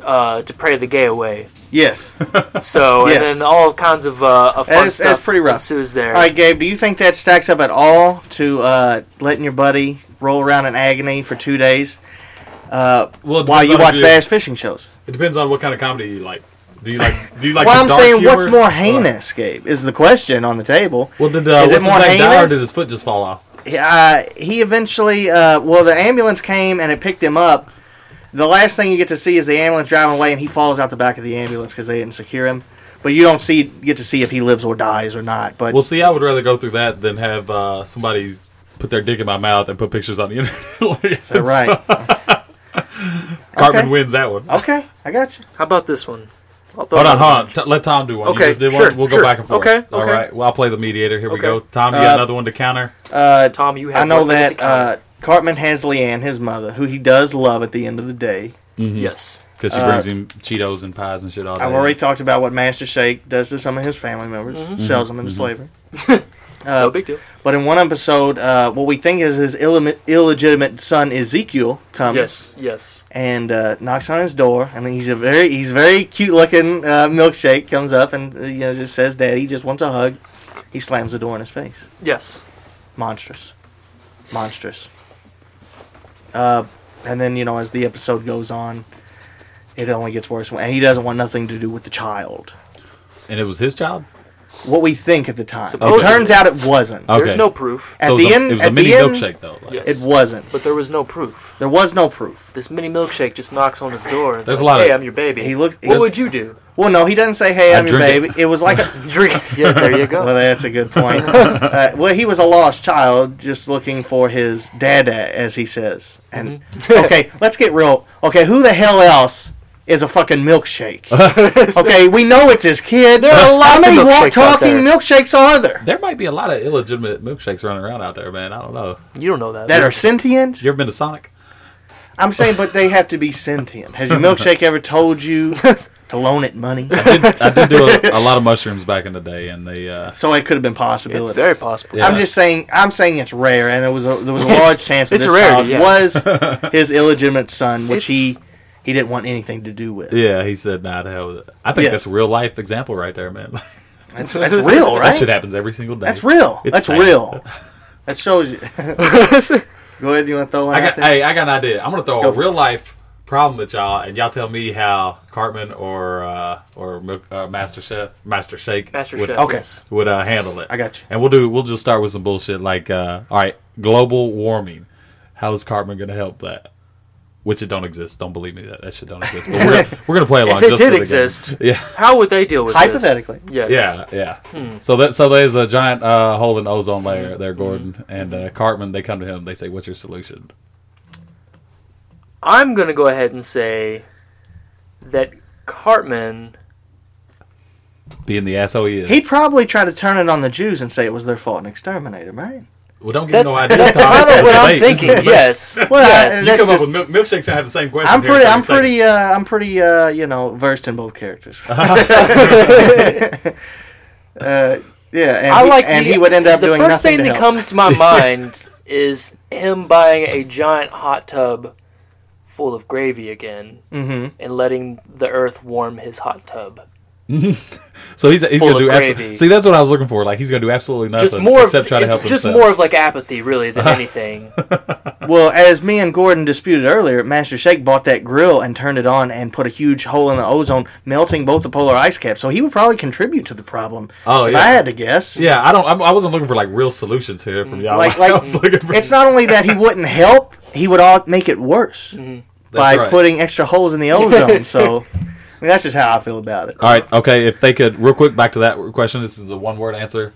[SPEAKER 5] uh, to pray the gay away.
[SPEAKER 6] Yes.
[SPEAKER 5] So and
[SPEAKER 6] Yes.
[SPEAKER 5] then all kinds of, uh, of fun
[SPEAKER 6] That's-
[SPEAKER 5] stuff
[SPEAKER 6] that's pretty rough.
[SPEAKER 5] ensues there.
[SPEAKER 6] All right, Gabe, do you think that stacks up at all to uh, letting your buddy roll around in agony for two days uh,
[SPEAKER 7] Well, it
[SPEAKER 6] while
[SPEAKER 7] depends
[SPEAKER 6] you
[SPEAKER 7] on if
[SPEAKER 6] watch bass fishing shows?
[SPEAKER 7] It depends on what kind of comedy you like. Do you like? Do you like?
[SPEAKER 6] well,
[SPEAKER 7] the
[SPEAKER 6] I'm
[SPEAKER 7] dark
[SPEAKER 6] saying
[SPEAKER 7] humor?
[SPEAKER 6] what's more heinous, Gabe, is the question on the table.
[SPEAKER 7] Well, did uh,
[SPEAKER 6] Is it
[SPEAKER 7] what's
[SPEAKER 6] more
[SPEAKER 7] his name die or
[SPEAKER 6] heinous?
[SPEAKER 7] did his foot just fall off?
[SPEAKER 6] uh, he eventually, uh, well, the ambulance came and it picked him up. The last thing you get to see is the ambulance driving away, and he falls out the back of the ambulance because they didn't secure him. But you don't see get to see if he lives or dies or not. But
[SPEAKER 7] Well, see, I would rather go through that than have uh, somebody put their dick in my mouth and put pictures on the internet.
[SPEAKER 6] Is that right?
[SPEAKER 7] Cartman
[SPEAKER 6] Okay.
[SPEAKER 7] wins that one.
[SPEAKER 6] okay, I got you.
[SPEAKER 5] How about this one? I'll throw
[SPEAKER 7] Hold
[SPEAKER 5] it
[SPEAKER 7] on, hold on. T- let Tom do one. You
[SPEAKER 5] Okay,
[SPEAKER 7] just did
[SPEAKER 5] sure,
[SPEAKER 7] one. We'll
[SPEAKER 5] sure.
[SPEAKER 7] go back and forth.
[SPEAKER 5] Okay,
[SPEAKER 7] All
[SPEAKER 5] okay.
[SPEAKER 7] right. Well, I'll play the mediator. Here we
[SPEAKER 5] Okay.
[SPEAKER 7] go. Tom, you
[SPEAKER 6] Uh,
[SPEAKER 7] got another one to counter.
[SPEAKER 6] Uh,
[SPEAKER 5] Tom, you have
[SPEAKER 6] I know
[SPEAKER 5] one minute to
[SPEAKER 6] that
[SPEAKER 5] count.
[SPEAKER 6] uh, Cartman has Leanne, his mother, who he does love at the end of the day.
[SPEAKER 7] Mm-hmm.
[SPEAKER 5] yes.
[SPEAKER 7] Because she
[SPEAKER 6] uh,
[SPEAKER 7] brings him Cheetos and pies and shit all day.
[SPEAKER 6] I've already talked about what Master Shake does to some of his family members, sells them into slavery. uh,
[SPEAKER 5] No big deal.
[SPEAKER 6] But in one episode, uh, what we think is his illimi- illegitimate son Ezekiel comes.
[SPEAKER 5] Yes. Yes.
[SPEAKER 6] and uh, knocks on his door. I mean, he's a very he's very cute looking uh, milkshake comes up and uh, you know just says, "Daddy just wants a hug." He slams the door in his face.
[SPEAKER 5] Yes.
[SPEAKER 6] Monstrous, monstrous. Uh, and then you know as the episode goes on, it only gets worse. And he doesn't want nothing to do with the child.
[SPEAKER 7] And it was his child?
[SPEAKER 6] What we think at the time.
[SPEAKER 5] Supposedly.
[SPEAKER 6] It turns out it wasn't.
[SPEAKER 7] Okay.
[SPEAKER 5] There's no proof.
[SPEAKER 6] At
[SPEAKER 7] Oh,
[SPEAKER 6] the
[SPEAKER 7] So it was a,
[SPEAKER 6] end,
[SPEAKER 7] it was
[SPEAKER 6] at
[SPEAKER 7] a mini
[SPEAKER 6] the end,
[SPEAKER 7] milkshake, though. Like,
[SPEAKER 5] Yes.
[SPEAKER 6] It wasn't.
[SPEAKER 5] But there was no proof.
[SPEAKER 6] There was no proof.
[SPEAKER 5] This mini milkshake just knocks on his door. And is
[SPEAKER 7] There's
[SPEAKER 5] like,
[SPEAKER 7] a lot of-
[SPEAKER 5] Hey, I'm your baby.
[SPEAKER 6] He looked-
[SPEAKER 5] What
[SPEAKER 6] he-
[SPEAKER 5] would you do?
[SPEAKER 6] Well, no, he doesn't say, "Hey,
[SPEAKER 7] I
[SPEAKER 6] I'm your
[SPEAKER 7] drink it.
[SPEAKER 6] baby." It was like a,
[SPEAKER 5] Drink. Yeah, there you go.
[SPEAKER 6] Well, that's a good point. uh, well, he was a lost child, just looking for his dada, as he says. And
[SPEAKER 5] Mm-hmm.
[SPEAKER 6] okay, let's get real. Okay, who the hell else is a fucking milkshake? okay, we know it's his kid. There
[SPEAKER 5] are
[SPEAKER 6] How
[SPEAKER 5] lots of
[SPEAKER 6] many
[SPEAKER 5] milkshakes
[SPEAKER 6] walk
[SPEAKER 5] out
[SPEAKER 6] talking
[SPEAKER 5] there.
[SPEAKER 6] milkshakes are there
[SPEAKER 7] There might be a lot of illegitimate milkshakes running around out there, man. I don't know.
[SPEAKER 5] you don't know that.
[SPEAKER 6] that are sentient?
[SPEAKER 7] You ever been to Sonic?
[SPEAKER 6] I'm saying, but they have to be sentient. Has your milkshake ever told you to loan it money?
[SPEAKER 7] I did do a, a lot of mushrooms back in the day, and they. Uh,
[SPEAKER 6] So it could have been
[SPEAKER 5] It's
[SPEAKER 6] possibility.
[SPEAKER 5] very possible.
[SPEAKER 7] Yeah.
[SPEAKER 6] I'm just saying. I'm saying it's rare, and it was a, there was a large chance that
[SPEAKER 5] it's a
[SPEAKER 6] this
[SPEAKER 5] rarity,
[SPEAKER 6] child
[SPEAKER 5] yeah.
[SPEAKER 6] was his illegitimate son, which he
[SPEAKER 5] It's-
[SPEAKER 6] he didn't want anything to do with.
[SPEAKER 7] yeah, he said, nah, to hell with it. I think
[SPEAKER 6] Yeah.
[SPEAKER 7] that's a real life example right there, man.
[SPEAKER 6] That's, that's real,
[SPEAKER 7] That
[SPEAKER 6] right?
[SPEAKER 7] shit happens every single day.
[SPEAKER 6] That's real.
[SPEAKER 7] It's
[SPEAKER 6] that's
[SPEAKER 7] sad.
[SPEAKER 6] real. That shows you. Go ahead. You want to throw one
[SPEAKER 7] I
[SPEAKER 6] out
[SPEAKER 7] got,
[SPEAKER 6] there?
[SPEAKER 7] hey, I got an idea. I'm gonna throw
[SPEAKER 6] Go
[SPEAKER 7] a
[SPEAKER 6] for it.
[SPEAKER 7] real life problem at y'all, and y'all tell me how Cartman or uh, or Mil- uh, Master Chef, Master Shake,
[SPEAKER 5] Master
[SPEAKER 7] would,
[SPEAKER 5] Chef.
[SPEAKER 6] okay.
[SPEAKER 5] yes.
[SPEAKER 7] would uh, handle it.
[SPEAKER 6] I got you.
[SPEAKER 7] And we'll do. We'll just start with some bullshit like, uh, all right, global warming. How is Cartman gonna help that? Which it don't exist. Don't believe me that that shit don't exist. But we're, gonna, we're gonna play along.
[SPEAKER 5] it
[SPEAKER 7] just
[SPEAKER 5] did
[SPEAKER 7] for the game.
[SPEAKER 5] exist-
[SPEAKER 7] yeah.
[SPEAKER 5] How would they deal with this?
[SPEAKER 6] Hypothetically.
[SPEAKER 5] Yes.
[SPEAKER 7] Yeah, yeah. So that so there's a giant uh, hole in the ozone layer there, Gordon and uh, Cartman. They come to him. They say, "What's your solution?"
[SPEAKER 5] I'm gonna go ahead and say that Cartman.
[SPEAKER 7] Being the asshole he is,
[SPEAKER 6] He'd probably try to turn it on the Jews and say it was their fault and exterminate them, right?
[SPEAKER 7] Well, don't give
[SPEAKER 5] That's
[SPEAKER 7] no idea.
[SPEAKER 5] that's
[SPEAKER 7] Tom. This
[SPEAKER 5] kind
[SPEAKER 7] is
[SPEAKER 5] of
[SPEAKER 7] a
[SPEAKER 5] what I'm
[SPEAKER 7] debate. This is a
[SPEAKER 5] thinking.
[SPEAKER 7] debate.
[SPEAKER 5] Yes.
[SPEAKER 6] Well,
[SPEAKER 5] yes.
[SPEAKER 7] You
[SPEAKER 6] that's
[SPEAKER 7] come up
[SPEAKER 6] just-
[SPEAKER 7] with milk- milkshakes and have the same question.
[SPEAKER 6] I'm
[SPEAKER 7] here in
[SPEAKER 6] pretty. I'm
[SPEAKER 7] 30
[SPEAKER 6] pretty.
[SPEAKER 7] seconds.
[SPEAKER 6] Uh, I'm pretty. Uh, you know, versed in both characters. uh, yeah, and
[SPEAKER 5] I
[SPEAKER 6] he,
[SPEAKER 5] like
[SPEAKER 6] and
[SPEAKER 5] the,
[SPEAKER 6] he would end up
[SPEAKER 5] the
[SPEAKER 6] doing
[SPEAKER 5] first thing
[SPEAKER 6] nothing to
[SPEAKER 5] that
[SPEAKER 6] help.
[SPEAKER 5] comes to my mind is him buying a giant hot tub full of gravy again and letting the earth warm his hot tub.
[SPEAKER 7] So he's, he's
[SPEAKER 5] full
[SPEAKER 7] gonna
[SPEAKER 5] of
[SPEAKER 7] do
[SPEAKER 5] gravy.
[SPEAKER 7] absolutely. See, that's what I was looking for. Like he's gonna do absolutely nothing
[SPEAKER 5] Just more of,
[SPEAKER 7] except try to
[SPEAKER 5] it's
[SPEAKER 7] help
[SPEAKER 5] just
[SPEAKER 7] himself.
[SPEAKER 5] more of like apathy really
[SPEAKER 6] Uh-huh.
[SPEAKER 5] than anything.
[SPEAKER 6] Well, as me and Gordon disputed earlier, Master Shake bought that grill and turned it on and put a huge hole in the ozone, melting both the polar ice caps. So he would probably contribute to the problem.
[SPEAKER 7] Oh,
[SPEAKER 6] if
[SPEAKER 7] yeah.
[SPEAKER 6] I had to guess.
[SPEAKER 7] yeah, I don't. I'm, I wasn't looking for like real solutions here
[SPEAKER 5] Mm,
[SPEAKER 7] from y'all.
[SPEAKER 6] Like,
[SPEAKER 7] I
[SPEAKER 6] like
[SPEAKER 7] was looking for.
[SPEAKER 6] it's not only that he wouldn't help; he would all make it worse
[SPEAKER 5] Mm-hmm.
[SPEAKER 6] by
[SPEAKER 7] right.
[SPEAKER 6] putting extra holes in the ozone. so, I mean, that's just how I feel about it.
[SPEAKER 7] All right, okay. If they could, real quick, back to that question. This is a one word answer.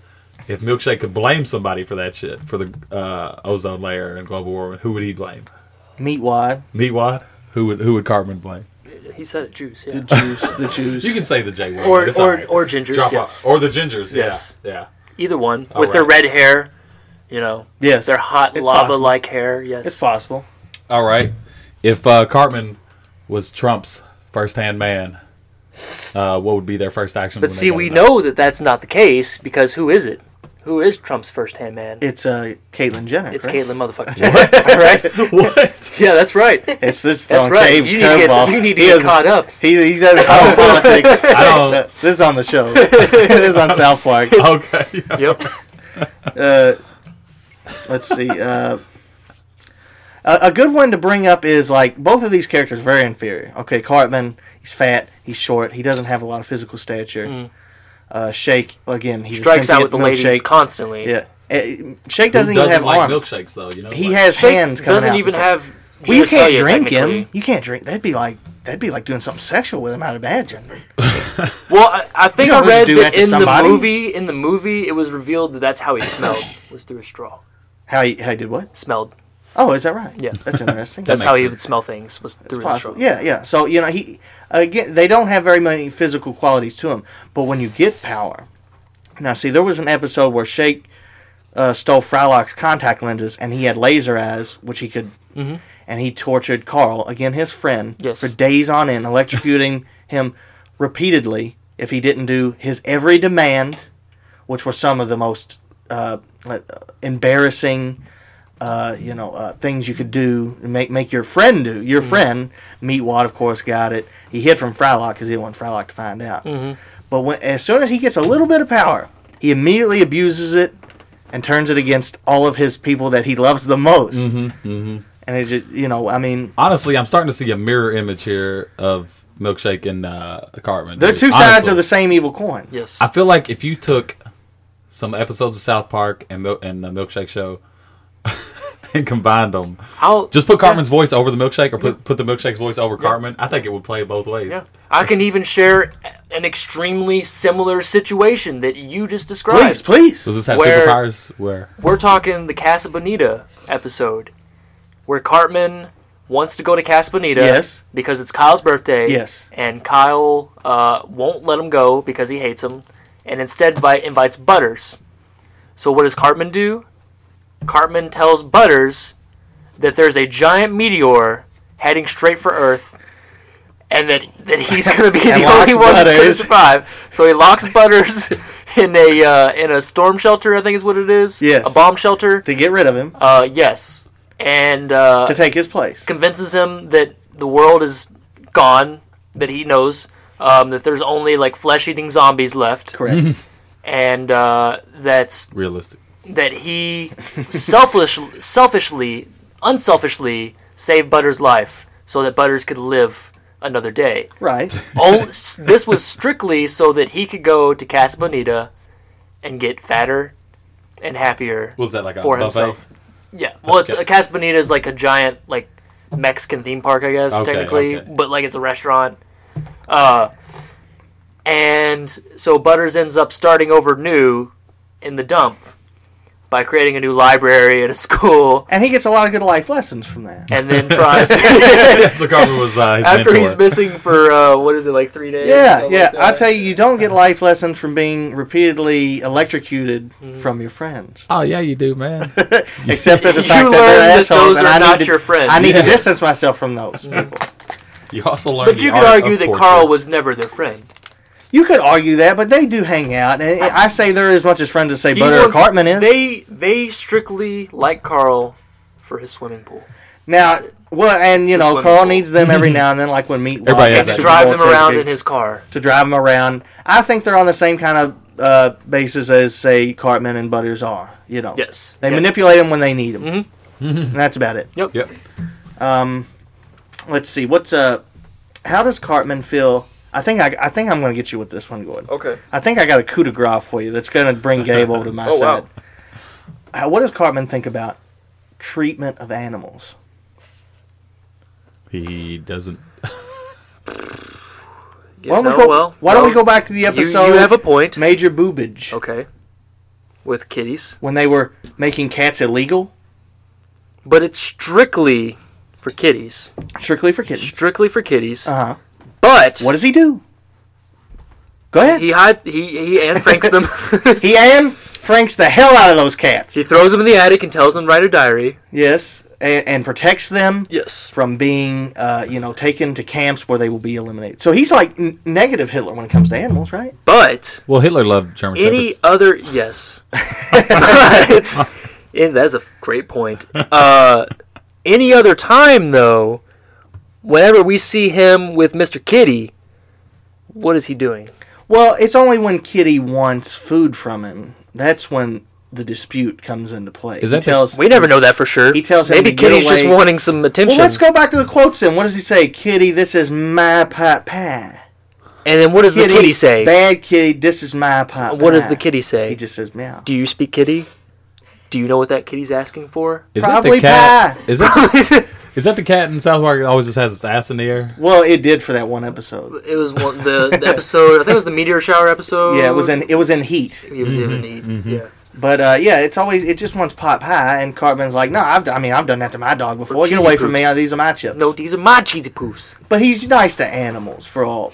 [SPEAKER 7] If Milkshake could blame somebody for that shit, for the uh, ozone layer and global warming, who would he blame?
[SPEAKER 6] Meat wad,
[SPEAKER 7] Meatwad? Who would who would Cartman blame?
[SPEAKER 5] he said it, juice. Yeah.
[SPEAKER 6] the juice, the juice.
[SPEAKER 7] You can say the J word.
[SPEAKER 5] Or-
[SPEAKER 7] it's
[SPEAKER 5] or-
[SPEAKER 7] all right.
[SPEAKER 5] or gingers,
[SPEAKER 7] Drop
[SPEAKER 5] yes.
[SPEAKER 7] off. or the gingers. yeah,
[SPEAKER 5] Yes.
[SPEAKER 7] yeah.
[SPEAKER 5] Either one with their
[SPEAKER 7] right.
[SPEAKER 5] red hair, you know,
[SPEAKER 6] yes,
[SPEAKER 5] their hot
[SPEAKER 6] It's
[SPEAKER 5] lava
[SPEAKER 6] possible.
[SPEAKER 5] like hair. Yes.
[SPEAKER 6] It's possible.
[SPEAKER 7] All right. If uh, Cartman was Trump's firsthand man, uh, what would be their first action? when
[SPEAKER 5] But
[SPEAKER 7] they
[SPEAKER 5] see,
[SPEAKER 7] got
[SPEAKER 5] we
[SPEAKER 7] it?
[SPEAKER 5] know that that's not the case because who is it? Who is Trump's first-hand man?
[SPEAKER 6] It's uh, Caitlyn Jenner.
[SPEAKER 5] It's
[SPEAKER 6] correct?
[SPEAKER 5] Caitlyn motherfucking Jenner, right?
[SPEAKER 7] what?
[SPEAKER 5] Yeah, that's right.
[SPEAKER 6] It's this
[SPEAKER 5] That's
[SPEAKER 6] on
[SPEAKER 5] right.
[SPEAKER 6] Cave
[SPEAKER 5] you, need to get,
[SPEAKER 6] Curveball.
[SPEAKER 5] you need to
[SPEAKER 6] He
[SPEAKER 5] get
[SPEAKER 6] doesn't-
[SPEAKER 5] caught up.
[SPEAKER 6] He, he's having out politics.
[SPEAKER 7] I don't.
[SPEAKER 6] this is on the show. this is on South Park.
[SPEAKER 7] Okay.
[SPEAKER 5] Yep.
[SPEAKER 6] Uh, let's see. Uh, a, a good one to bring up is like both of these characters are very inferior. Okay, Cartman, he's fat, he's short, he doesn't have a lot of physical stature. Uh, Shake again, he
[SPEAKER 5] Mm. Strikes out with the ladies constantly.
[SPEAKER 6] Yeah, Uh, Shake doesn't,
[SPEAKER 7] Who
[SPEAKER 6] even have
[SPEAKER 7] like
[SPEAKER 6] arms.
[SPEAKER 7] milkshakes though. You know,
[SPEAKER 6] He
[SPEAKER 7] like-
[SPEAKER 6] has
[SPEAKER 5] Shake
[SPEAKER 6] hands. Coming
[SPEAKER 5] doesn't
[SPEAKER 6] out
[SPEAKER 5] even
[SPEAKER 6] It's like-
[SPEAKER 5] have.
[SPEAKER 6] Well, you can't
[SPEAKER 5] genitalia,
[SPEAKER 6] drink him.
[SPEAKER 5] technically.
[SPEAKER 6] You can't drink. That'd be like that'd be like doing something sexual with him. I'd imagine.
[SPEAKER 5] Well, I, I think
[SPEAKER 6] You
[SPEAKER 5] I
[SPEAKER 6] don't just
[SPEAKER 5] read
[SPEAKER 6] do
[SPEAKER 5] that
[SPEAKER 6] that to
[SPEAKER 5] in
[SPEAKER 6] somebody.
[SPEAKER 5] the movie. In the movie, it was revealed that that's how he smelled was through a straw.
[SPEAKER 6] How he, how he did what?
[SPEAKER 5] Smelled.
[SPEAKER 6] Oh, is that right?
[SPEAKER 5] Yeah.
[SPEAKER 6] that's interesting.
[SPEAKER 5] That's
[SPEAKER 7] makes
[SPEAKER 5] how he
[SPEAKER 7] sense.
[SPEAKER 5] would smell things was through
[SPEAKER 6] It's
[SPEAKER 5] the
[SPEAKER 6] possible.
[SPEAKER 5] straw.
[SPEAKER 6] Yeah, yeah. So you know, he again, they don't have very many physical qualities to him. But when you get power, now see, there was an episode where Shake uh, stole Frylock's contact lenses, and he had laser eyes, which he could, and he tortured Carl again, his friend,
[SPEAKER 5] Yes.
[SPEAKER 6] for days on end, electrocuting him repeatedly if he didn't do his every demand, which were some of the most uh, like, uh, embarrassing uh, you know, uh, things you could do, make make your friend do. Your friend, Meatwad, of course, got it. He hid from Frylock because he didn't want Frylock to find out. But when, as soon as he gets a little bit of power, he immediately abuses it and turns it against all of his people that he loves the most. Mm-hmm, And it just, you know, I mean,
[SPEAKER 7] Honestly, I'm starting to see a mirror image here of milkshake and uh, Cartman.
[SPEAKER 6] they're
[SPEAKER 7] dude.
[SPEAKER 6] two sides
[SPEAKER 7] Honestly.
[SPEAKER 6] of the same evil coin.
[SPEAKER 5] Yes.
[SPEAKER 7] I feel like if you took some episodes of South Park and Mil- and the Milkshake Show and combined them,
[SPEAKER 5] I'll
[SPEAKER 7] just put Cartman's voice over the milkshake, or put put the milkshake's voice over Cartman. I think it would play both ways.
[SPEAKER 5] Yeah. I can even share an extremely similar situation that you just described.
[SPEAKER 6] Please, please.
[SPEAKER 7] Does this have
[SPEAKER 5] Where-
[SPEAKER 7] superpowers? Where
[SPEAKER 5] We're talking the Casa Bonita episode, where Cartman wants to go to Casa Bonita
[SPEAKER 6] Yes.
[SPEAKER 5] because it's Kyle's birthday.
[SPEAKER 6] Yes.
[SPEAKER 5] And Kyle uh, won't let him go because he hates him, and instead vi- invites Butters. So what does Cartman do? Cartman tells Butters that there's a giant meteor heading straight for Earth. And that, that he's going to be the
[SPEAKER 6] locks
[SPEAKER 5] only one that's going to
[SPEAKER 6] Butters.
[SPEAKER 5] survive. So he locks Butters in a uh, in a storm shelter, I think is what it is. A
[SPEAKER 6] Yes.
[SPEAKER 5] bomb shelter.
[SPEAKER 6] To get rid of him,
[SPEAKER 5] Uh, yes. And uh,
[SPEAKER 6] to take his place.
[SPEAKER 5] convinces him that the world is gone, that he knows, um, that there's only like flesh eating zombies left.
[SPEAKER 6] Correct.
[SPEAKER 5] And uh, that's
[SPEAKER 7] realistic?
[SPEAKER 5] that he selfish, selfishly, unselfishly saved Butters' life so that Butters could live another day.
[SPEAKER 6] right.
[SPEAKER 5] Oh, this was strictly so that he could go to Casa Bonita and get fatter and happier
[SPEAKER 7] Was that like a
[SPEAKER 5] for
[SPEAKER 7] buffet?
[SPEAKER 5] himself. Yeah, well, it's
[SPEAKER 7] Okay.
[SPEAKER 5] uh, Casa Bonita is like a giant like Mexican theme park, I guess
[SPEAKER 7] Okay,
[SPEAKER 5] technically,
[SPEAKER 7] okay.
[SPEAKER 5] but like it's a restaurant. Uh, and so Butters ends up starting over new in the dump by creating a new library at a school,
[SPEAKER 6] And he gets a lot of good life lessons from that.
[SPEAKER 5] and then tries.
[SPEAKER 7] so Cartman was uh, his
[SPEAKER 5] After
[SPEAKER 7] mentor.
[SPEAKER 5] he's missing for uh, what is it like three days? or
[SPEAKER 6] Yeah,
[SPEAKER 5] something
[SPEAKER 6] yeah.
[SPEAKER 5] like
[SPEAKER 6] I
[SPEAKER 5] that?
[SPEAKER 6] tell you, you don't get
[SPEAKER 5] uh,
[SPEAKER 6] life lessons from being repeatedly electrocuted
[SPEAKER 5] Mm-hmm.
[SPEAKER 6] from your friends.
[SPEAKER 7] Oh yeah, you do, man.
[SPEAKER 6] Except for the
[SPEAKER 5] You
[SPEAKER 6] fact that
[SPEAKER 5] learn
[SPEAKER 6] they're
[SPEAKER 5] that
[SPEAKER 6] assholes,
[SPEAKER 5] those
[SPEAKER 6] and
[SPEAKER 5] are
[SPEAKER 6] I
[SPEAKER 5] not
[SPEAKER 6] need to,
[SPEAKER 5] your friends. Mm-hmm.
[SPEAKER 6] I need
[SPEAKER 7] Yeah.
[SPEAKER 6] to distance myself from those people.
[SPEAKER 7] You also learned.
[SPEAKER 5] But
[SPEAKER 7] the
[SPEAKER 5] you could
[SPEAKER 7] art
[SPEAKER 5] argue
[SPEAKER 7] of
[SPEAKER 5] that
[SPEAKER 7] torture.
[SPEAKER 5] Carl was never their friend.
[SPEAKER 6] You could argue that, but they do hang out, and I say they're as much as friends as say
[SPEAKER 5] He
[SPEAKER 6] Butter or
[SPEAKER 5] wants-
[SPEAKER 6] Cartman is.
[SPEAKER 5] They they strictly like Carl for his swimming pool.
[SPEAKER 6] now, well, and you
[SPEAKER 5] the
[SPEAKER 6] know,
[SPEAKER 5] swimming
[SPEAKER 6] Carl
[SPEAKER 5] pool.
[SPEAKER 6] needs them every now and then, like when Meat Wad
[SPEAKER 7] Everybody has
[SPEAKER 6] got
[SPEAKER 7] that.
[SPEAKER 5] To
[SPEAKER 6] Super
[SPEAKER 5] drive
[SPEAKER 6] Bowl
[SPEAKER 5] him around in
[SPEAKER 6] tickets,
[SPEAKER 5] his car.
[SPEAKER 6] to drive him around. I think they're on the same kind of. Uh, basis as say Cartman and Butters are, you know.
[SPEAKER 5] Yes. Mm-hmm.
[SPEAKER 6] They
[SPEAKER 5] Yep.
[SPEAKER 6] manipulate him when they need him, and that's about it.
[SPEAKER 5] Yep.
[SPEAKER 7] Yep.
[SPEAKER 6] Um, let's see. What's uh, how does Cartman feel? I think I, I think I'm going to get you with this one, Gordon.
[SPEAKER 5] Okay.
[SPEAKER 6] I think I got a coup de grace for you that's going to bring Gabe over to my
[SPEAKER 5] Oh, wow.
[SPEAKER 6] side. How, what does Cartman think about treatment of animals?
[SPEAKER 7] He doesn't.
[SPEAKER 5] Yeah,
[SPEAKER 6] don't we
[SPEAKER 5] no,
[SPEAKER 6] go?
[SPEAKER 5] well,
[SPEAKER 6] why don't we
[SPEAKER 5] well,
[SPEAKER 6] go back to the
[SPEAKER 5] you-
[SPEAKER 6] episode?
[SPEAKER 5] You, have a point.
[SPEAKER 6] Major boobage
[SPEAKER 5] Okay. With kitties,
[SPEAKER 6] when they were making cats illegal,
[SPEAKER 5] but it's strictly for kitties.
[SPEAKER 6] strictly for kittens.
[SPEAKER 5] Strictly for kitties.
[SPEAKER 6] Uh huh.
[SPEAKER 5] but
[SPEAKER 6] What does he do? Go ahead.
[SPEAKER 5] he hide? He he and Franks them.
[SPEAKER 6] He and Franks the hell out of those cats.
[SPEAKER 5] he throws them in the attic and tells them to write a diary.
[SPEAKER 6] Yes. and, and protects them
[SPEAKER 5] Yes.
[SPEAKER 6] from being, uh, you know, taken to camps where they will be eliminated. So he's like n- negative Hitler when it comes to animals, right?
[SPEAKER 5] But
[SPEAKER 7] Well, Hitler loved German
[SPEAKER 5] any
[SPEAKER 7] Shepherds.
[SPEAKER 5] other yes, But- and that's a great point. Uh, any other time though, whenever we see him with Mister Kitty, what is he doing?
[SPEAKER 6] Well, it's only when Kitty wants food from him that's when the dispute comes into play.
[SPEAKER 7] Is
[SPEAKER 6] he
[SPEAKER 7] that the-
[SPEAKER 6] tells
[SPEAKER 5] We never know that for sure.
[SPEAKER 6] He tells him
[SPEAKER 5] maybe
[SPEAKER 6] to get
[SPEAKER 5] Kitty's just
[SPEAKER 6] away.
[SPEAKER 5] wanting some attention.
[SPEAKER 6] Well, let's go back to the quotes then. What does he say? Kitty, this is my pot pie.
[SPEAKER 5] And then what does the kitty say?
[SPEAKER 6] Bad kitty, this is my pot
[SPEAKER 5] What does
[SPEAKER 6] pie."
[SPEAKER 5] the kitty say?
[SPEAKER 6] He just says meow.
[SPEAKER 5] Do you speak kitty? Do you know what that kitty's asking for?
[SPEAKER 7] Is
[SPEAKER 6] Probably
[SPEAKER 7] that the
[SPEAKER 6] pie.
[SPEAKER 7] cat? Is that, is that the cat in South Park that always just has its ass in the air?
[SPEAKER 6] Well, it did for that one episode.
[SPEAKER 5] It was one, the, the episode. I think it was the meteor shower episode.
[SPEAKER 6] Yeah, it was Mm-hmm. in it was in heat.
[SPEAKER 5] It was in need. Yeah.
[SPEAKER 6] But uh, yeah, it's always it just wants pot pie, and Cartman's like, no, I've d- I mean I've done that to my dog before. Get
[SPEAKER 5] cheesy
[SPEAKER 6] away from me!
[SPEAKER 5] poofs.
[SPEAKER 6] These are my chips.
[SPEAKER 5] No, these are my cheesy poofs.
[SPEAKER 6] but he's nice to animals for all,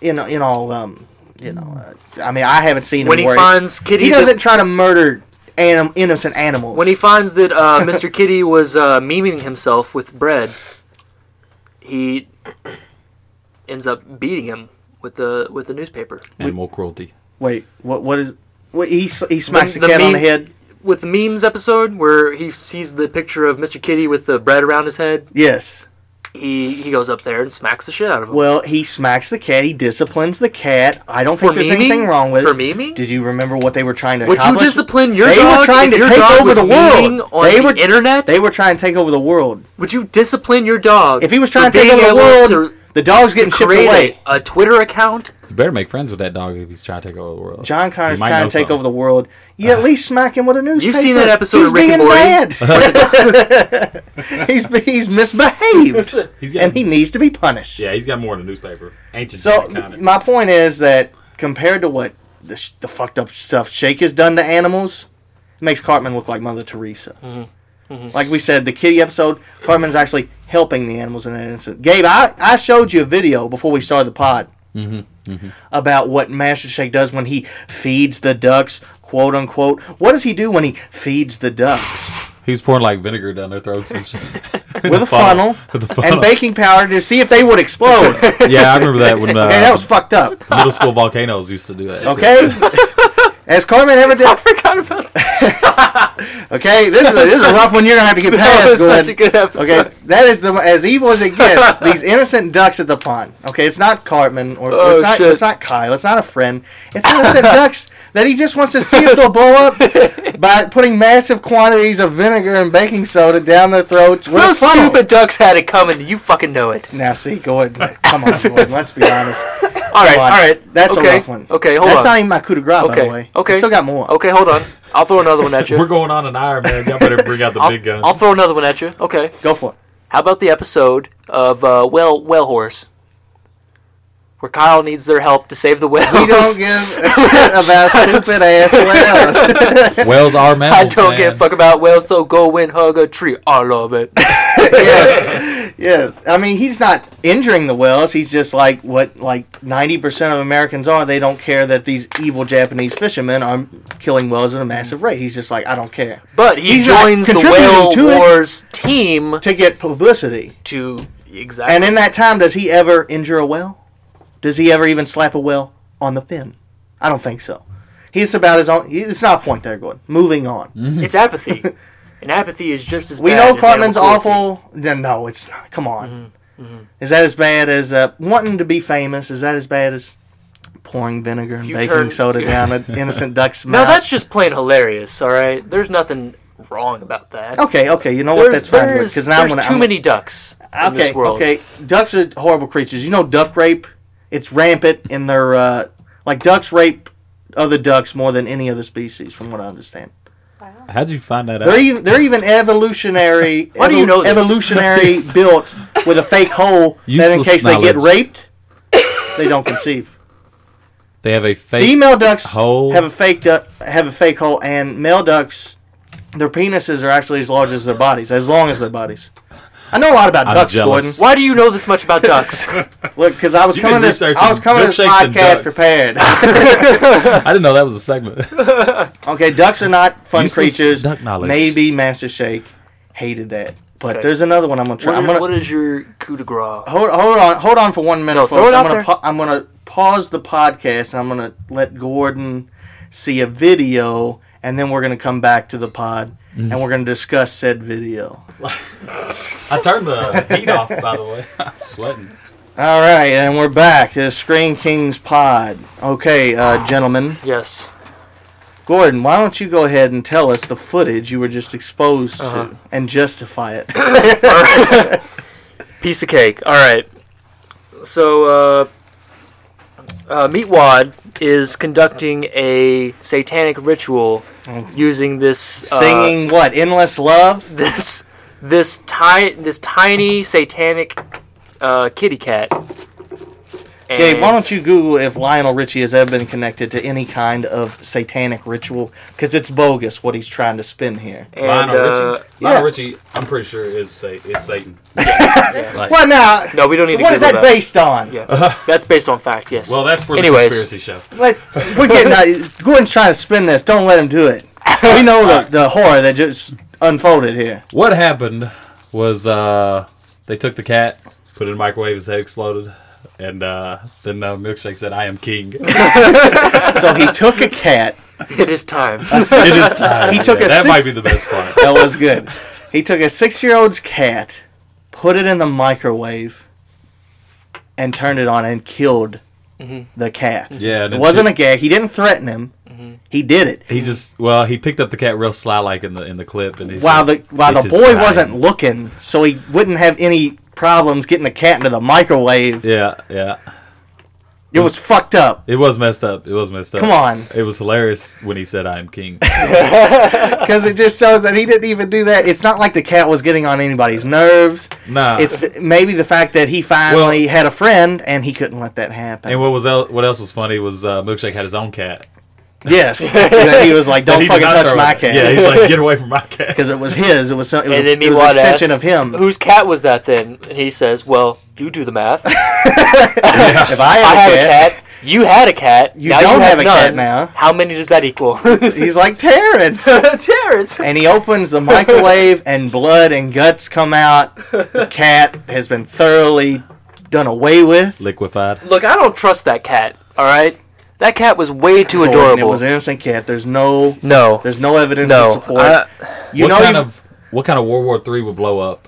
[SPEAKER 6] in in all um you know. Uh, I mean I haven't seen
[SPEAKER 5] When
[SPEAKER 6] him.
[SPEAKER 5] he
[SPEAKER 6] worry.
[SPEAKER 5] finds Kitty,
[SPEAKER 6] he
[SPEAKER 5] that-
[SPEAKER 6] doesn't try to murder anim- innocent animals.
[SPEAKER 5] when he finds that uh, Mr. Kitty was uh, memeing himself with bread, he ends up beating him with the with the newspaper.
[SPEAKER 7] Animal cruelty.
[SPEAKER 6] wait, what what is? What, he s- he smacks
[SPEAKER 5] The-
[SPEAKER 6] the,
[SPEAKER 5] the
[SPEAKER 6] cat on
[SPEAKER 5] meme-
[SPEAKER 6] the head.
[SPEAKER 5] With the memes episode where he sees the picture of Mr. Kitty with the bread around his head,
[SPEAKER 6] Yes.
[SPEAKER 5] he he goes up there and smacks the shit out of him.
[SPEAKER 6] Well, he smacks the cat. He disciplines the cat. I don't
[SPEAKER 5] For
[SPEAKER 6] think there's
[SPEAKER 5] memeing?
[SPEAKER 6] anything wrong with
[SPEAKER 5] For
[SPEAKER 6] it.
[SPEAKER 5] memeing?
[SPEAKER 6] Did you remember what they were trying to
[SPEAKER 5] Would you
[SPEAKER 6] accomplish?
[SPEAKER 5] discipline your
[SPEAKER 6] they
[SPEAKER 5] dog
[SPEAKER 6] were trying
[SPEAKER 5] if
[SPEAKER 6] to
[SPEAKER 5] your
[SPEAKER 6] take
[SPEAKER 5] dog
[SPEAKER 6] over
[SPEAKER 5] was
[SPEAKER 6] the
[SPEAKER 5] memeing
[SPEAKER 6] world.
[SPEAKER 5] on
[SPEAKER 6] they
[SPEAKER 5] the
[SPEAKER 6] were
[SPEAKER 5] internet?
[SPEAKER 6] They were trying to take over the world.
[SPEAKER 5] Would you discipline your dog
[SPEAKER 6] If he was
[SPEAKER 5] for
[SPEAKER 6] trying to take
[SPEAKER 5] being
[SPEAKER 6] over the
[SPEAKER 5] able
[SPEAKER 6] world,
[SPEAKER 5] to-
[SPEAKER 6] the dog's getting shipped
[SPEAKER 5] create
[SPEAKER 6] away.
[SPEAKER 5] a, a Twitter account?
[SPEAKER 7] You better make friends with that dog if he's trying to take over the world.
[SPEAKER 6] John Connor's
[SPEAKER 7] He might
[SPEAKER 6] trying
[SPEAKER 7] know
[SPEAKER 6] to take
[SPEAKER 7] something.
[SPEAKER 6] over the world. You at least smack him with a newspaper.
[SPEAKER 5] Uh-huh. seen that episode
[SPEAKER 6] he's
[SPEAKER 5] of Rick
[SPEAKER 6] being
[SPEAKER 5] and Morty?
[SPEAKER 6] Bad. he's he's misbehaved,
[SPEAKER 7] He's got-
[SPEAKER 6] and he needs to be punished.
[SPEAKER 7] Yeah, he's got more than a newspaper. Ancient
[SPEAKER 6] So
[SPEAKER 7] John Connor.
[SPEAKER 6] my point is that compared to what the, sh- the fucked up stuff Shake has done to animals, it makes Cartman look like Mother Teresa. Like we said, the kitty episode, Cartman's actually helping the animals in that instance. Gabe, I, I showed you a video before we started the pod about what Master Shake does when he feeds the ducks, quote unquote. What does he do when he feeds the ducks?
[SPEAKER 7] He's pouring like vinegar down their throats and shit.
[SPEAKER 6] With a funnel,
[SPEAKER 7] With a
[SPEAKER 6] and
[SPEAKER 7] funnel.
[SPEAKER 6] baking powder to see if they would explode. okay,
[SPEAKER 7] yeah, I remember that when uh,
[SPEAKER 6] that was fucked up.
[SPEAKER 7] middle school volcanoes used to do that. shit.
[SPEAKER 6] Okay. Has Carmen ever did? I forgot about that. okay, this is a, this is a rough one. You're gonna have to get past.
[SPEAKER 5] That was
[SPEAKER 6] Go
[SPEAKER 5] such
[SPEAKER 6] ahead.
[SPEAKER 5] a good episode.
[SPEAKER 6] Okay, that is the as evil as it gets. these innocent ducks at the pond. Okay, it's not Cartman or
[SPEAKER 5] Oh,
[SPEAKER 6] it's, not,
[SPEAKER 5] shit.
[SPEAKER 6] it's not Kyle. It's not a friend. It's innocent ducks that he just wants to see if they'll blow up by putting massive quantities of vinegar and baking soda down their throats. With a
[SPEAKER 5] Those
[SPEAKER 6] funnel.
[SPEAKER 5] stupid ducks had it coming. You fucking know it.
[SPEAKER 6] Now see, go ahead. Come on, Gordon, let's be honest.
[SPEAKER 5] All right,
[SPEAKER 6] Come
[SPEAKER 5] all
[SPEAKER 6] on.
[SPEAKER 5] right.
[SPEAKER 6] That's
[SPEAKER 5] okay.
[SPEAKER 6] a rough one.
[SPEAKER 5] Okay, hold
[SPEAKER 6] That's
[SPEAKER 5] on.
[SPEAKER 6] not even my coup de grace, by
[SPEAKER 5] okay,
[SPEAKER 6] the way.
[SPEAKER 5] okay. Oh.
[SPEAKER 6] I still got more.
[SPEAKER 5] Okay, hold on. I'll throw another one at you.
[SPEAKER 7] We're going on an Iron Man. Y'all better bring out the big gun.
[SPEAKER 5] I'll, I'll throw another one at you. Okay.
[SPEAKER 6] Go for it.
[SPEAKER 5] How about the episode of uh, Well Well Horse, where Kyle needs their help to save the whales?
[SPEAKER 6] We don't give a shit about stupid ass whales.
[SPEAKER 7] Whales are
[SPEAKER 5] I
[SPEAKER 7] mammals.
[SPEAKER 5] don't
[SPEAKER 7] man.
[SPEAKER 5] give a fuck about whales, so go and hug a tree. I love it.
[SPEAKER 6] yes, I mean he's not injuring the whales. He's just like what like ninety percent of Americans are. They don't care that these evil Japanese fishermen are killing whales at a massive rate. He's just like I don't care
[SPEAKER 5] But he
[SPEAKER 6] He's not
[SPEAKER 5] joins the
[SPEAKER 6] contributing
[SPEAKER 5] Whale
[SPEAKER 6] to it.
[SPEAKER 5] Wars team
[SPEAKER 6] to get publicity.
[SPEAKER 5] to exactly.
[SPEAKER 6] And in that time, does he ever injure a whale? Does he ever even slap a whale on the fin? I don't think so. He's about his own. It's not a point there, Gordon. Moving on.
[SPEAKER 5] it's apathy. and apathy is just as
[SPEAKER 6] We
[SPEAKER 5] bad.
[SPEAKER 6] know
[SPEAKER 5] as animal
[SPEAKER 6] Cartman's
[SPEAKER 5] cruelty. Mm-hmm.
[SPEAKER 6] awful. No, no, it's not. Come on. Is that as bad as uh, wanting to be famous? Is that as bad as pouring vinegar and
[SPEAKER 5] you
[SPEAKER 6] baking
[SPEAKER 5] turn-
[SPEAKER 6] soda down an innocent duck's mouth?
[SPEAKER 5] Now that's just plain hilarious. All right, there's nothing wrong about that.
[SPEAKER 6] okay. Okay, you know what?
[SPEAKER 5] There's,
[SPEAKER 6] That's fine with
[SPEAKER 5] there's,
[SPEAKER 6] because now I'm
[SPEAKER 5] there's
[SPEAKER 6] gonna.
[SPEAKER 5] too
[SPEAKER 6] I'm-
[SPEAKER 5] many ducks in
[SPEAKER 6] okay,
[SPEAKER 5] this world.
[SPEAKER 6] okay. Ducks are horrible creatures. You know, duck rape. It's rampant in their uh, like ducks rape other ducks more than any other species, from what I understand.
[SPEAKER 7] How'd you find that
[SPEAKER 6] They're
[SPEAKER 7] out?
[SPEAKER 6] even they're even evolutionary.
[SPEAKER 5] Why do you know this?
[SPEAKER 6] Evolutionary built with a fake hole that in
[SPEAKER 7] Useless
[SPEAKER 6] case they get
[SPEAKER 7] knowledge.
[SPEAKER 6] raped, they don't conceive.
[SPEAKER 7] They have a fake.
[SPEAKER 6] Female ducks
[SPEAKER 7] hole.
[SPEAKER 6] have a fake duck have a fake hole, and male ducks, their penises are actually as large as their bodies, as long as their bodies. I know a lot about
[SPEAKER 7] I'm
[SPEAKER 6] ducks,
[SPEAKER 7] jealous.
[SPEAKER 6] Gordon.
[SPEAKER 5] Why do you know this much about ducks?
[SPEAKER 6] Look, because I was
[SPEAKER 7] You've
[SPEAKER 6] coming
[SPEAKER 7] been
[SPEAKER 6] this I
[SPEAKER 7] researching
[SPEAKER 6] was coming to this
[SPEAKER 7] milkshakes and
[SPEAKER 6] podcast
[SPEAKER 7] ducks.
[SPEAKER 6] prepared.
[SPEAKER 7] I didn't know that was a segment.
[SPEAKER 6] okay, ducks are not fun
[SPEAKER 7] Useless
[SPEAKER 6] creatures.
[SPEAKER 7] duck knowledge.
[SPEAKER 6] Maybe Master Shake hated that. But
[SPEAKER 5] Okay.
[SPEAKER 6] there's another one I'm gonna try.
[SPEAKER 5] What
[SPEAKER 6] I'm
[SPEAKER 5] is-
[SPEAKER 6] gonna
[SPEAKER 5] what is your coup de grace?
[SPEAKER 6] hold hold on hold on for one minute,
[SPEAKER 5] No,
[SPEAKER 6] folks.
[SPEAKER 5] throw it
[SPEAKER 6] I'm
[SPEAKER 5] out
[SPEAKER 6] gonna
[SPEAKER 5] there.
[SPEAKER 6] pa- I'm gonna pause the podcast and I'm gonna let Gordon see a video, and then we're gonna come back to the pod
[SPEAKER 5] Mm-hmm.
[SPEAKER 6] and we're gonna discuss said video.
[SPEAKER 7] I turned the heat off, by the way. I'm sweating.
[SPEAKER 6] All right, and we're back. The Screen Kings pod. Okay, uh, gentlemen.
[SPEAKER 5] Yes.
[SPEAKER 6] Gordon, why don't you go ahead and tell us the footage you were just exposed
[SPEAKER 5] Uh-huh.
[SPEAKER 6] to and justify it?
[SPEAKER 5] Uh, Piece of cake. All right. So, uh, uh, Meatwad is conducting a satanic ritual using this uh,
[SPEAKER 6] Oh. Singing what? Endless Love?
[SPEAKER 5] this this ti- this tiny satanic uh, kitty cat. And
[SPEAKER 6] Gabe, why don't you Google if Lionel Richie has ever been connected to any kind of satanic ritual? Because it's bogus what he's trying to spin here.
[SPEAKER 5] And,
[SPEAKER 7] Lionel
[SPEAKER 5] uh,
[SPEAKER 7] Richie. Lionel
[SPEAKER 6] yeah.
[SPEAKER 7] Richie. I'm pretty sure is sa- is Satan. Like-
[SPEAKER 6] Well, now,
[SPEAKER 5] No, we don't need to
[SPEAKER 6] what is that,
[SPEAKER 5] Google that.
[SPEAKER 6] based on?
[SPEAKER 5] Yeah, that's based on fact. Yes.
[SPEAKER 7] well, that's for the
[SPEAKER 5] Anyways.
[SPEAKER 7] conspiracy show.
[SPEAKER 6] Like, we're getting out. Gordon's trying to spin this. Don't let him do it. We know the, the horror that just unfolded here.
[SPEAKER 7] What happened was uh, they took the cat, put it in the microwave, his head exploded, and uh, then uh, Milkshake said, "I am king." it
[SPEAKER 6] So he took a cat.
[SPEAKER 5] it is time.
[SPEAKER 7] is time.
[SPEAKER 6] He took
[SPEAKER 7] Yeah,
[SPEAKER 6] a
[SPEAKER 7] that
[SPEAKER 6] six-
[SPEAKER 7] might be the best part.
[SPEAKER 6] that was good. He took a six year old's cat, put it in the microwave, and turned it on and killed the cat.
[SPEAKER 7] Yeah, and
[SPEAKER 6] It
[SPEAKER 7] it
[SPEAKER 6] wasn't a gag. He didn't threaten him.
[SPEAKER 5] Mm-hmm.
[SPEAKER 6] He did it.
[SPEAKER 7] He just well, he picked up the cat real sly like in the in the clip, and he's
[SPEAKER 6] While the
[SPEAKER 7] like,
[SPEAKER 6] while
[SPEAKER 7] "It
[SPEAKER 6] the
[SPEAKER 7] is
[SPEAKER 6] boy
[SPEAKER 7] time."
[SPEAKER 6] wasn't looking, so he wouldn't have any problems getting the cat into the microwave.
[SPEAKER 7] Yeah, yeah.
[SPEAKER 6] It was fucked up.
[SPEAKER 7] It was messed up. It was messed up.
[SPEAKER 6] Come on.
[SPEAKER 7] It was hilarious when he said, "I am king."
[SPEAKER 6] Because it just shows that he didn't even do that. It's not like the cat was getting on anybody's nerves.
[SPEAKER 7] Nah.
[SPEAKER 6] It's maybe the fact that he finally had a friend and he couldn't let that happen.
[SPEAKER 7] and what was el- what else was funny was uh, Milkshake had his own cat.
[SPEAKER 6] Yes. That he was like,
[SPEAKER 7] That
[SPEAKER 6] don't
[SPEAKER 7] he did
[SPEAKER 6] fucking
[SPEAKER 7] not
[SPEAKER 6] touch
[SPEAKER 7] throw
[SPEAKER 6] my
[SPEAKER 7] away.
[SPEAKER 6] cat.
[SPEAKER 7] Yeah, he's like, "Get away from my cat."
[SPEAKER 6] Because it was his. It was, some, it was,
[SPEAKER 5] And then
[SPEAKER 6] it was an
[SPEAKER 5] Meatwad
[SPEAKER 6] extension
[SPEAKER 5] asks,
[SPEAKER 6] of him.
[SPEAKER 5] Whose cat was that then? And he says, "Well, you do the math.
[SPEAKER 6] if I
[SPEAKER 5] I
[SPEAKER 6] had,
[SPEAKER 5] had a cat. You had a cat.
[SPEAKER 6] You
[SPEAKER 5] now
[SPEAKER 6] don't
[SPEAKER 5] you
[SPEAKER 6] have
[SPEAKER 5] have,
[SPEAKER 6] a
[SPEAKER 5] none.
[SPEAKER 6] cat now."
[SPEAKER 5] How many does that equal?
[SPEAKER 6] he's like, Terrence.
[SPEAKER 5] Terrence.
[SPEAKER 6] and he opens the microwave and blood and guts come out. The cat has been thoroughly done away with.
[SPEAKER 7] Liquefied.
[SPEAKER 5] Look, I don't trust that cat. All right, that cat was way too
[SPEAKER 6] Gordon, It
[SPEAKER 5] adorable.
[SPEAKER 6] was an innocent cat. There's no
[SPEAKER 5] no,
[SPEAKER 6] there's no evidence to
[SPEAKER 5] no.
[SPEAKER 6] support.
[SPEAKER 5] I-
[SPEAKER 6] you
[SPEAKER 7] what
[SPEAKER 6] know
[SPEAKER 7] kind
[SPEAKER 6] you-
[SPEAKER 7] of what kind of World War Three would blow up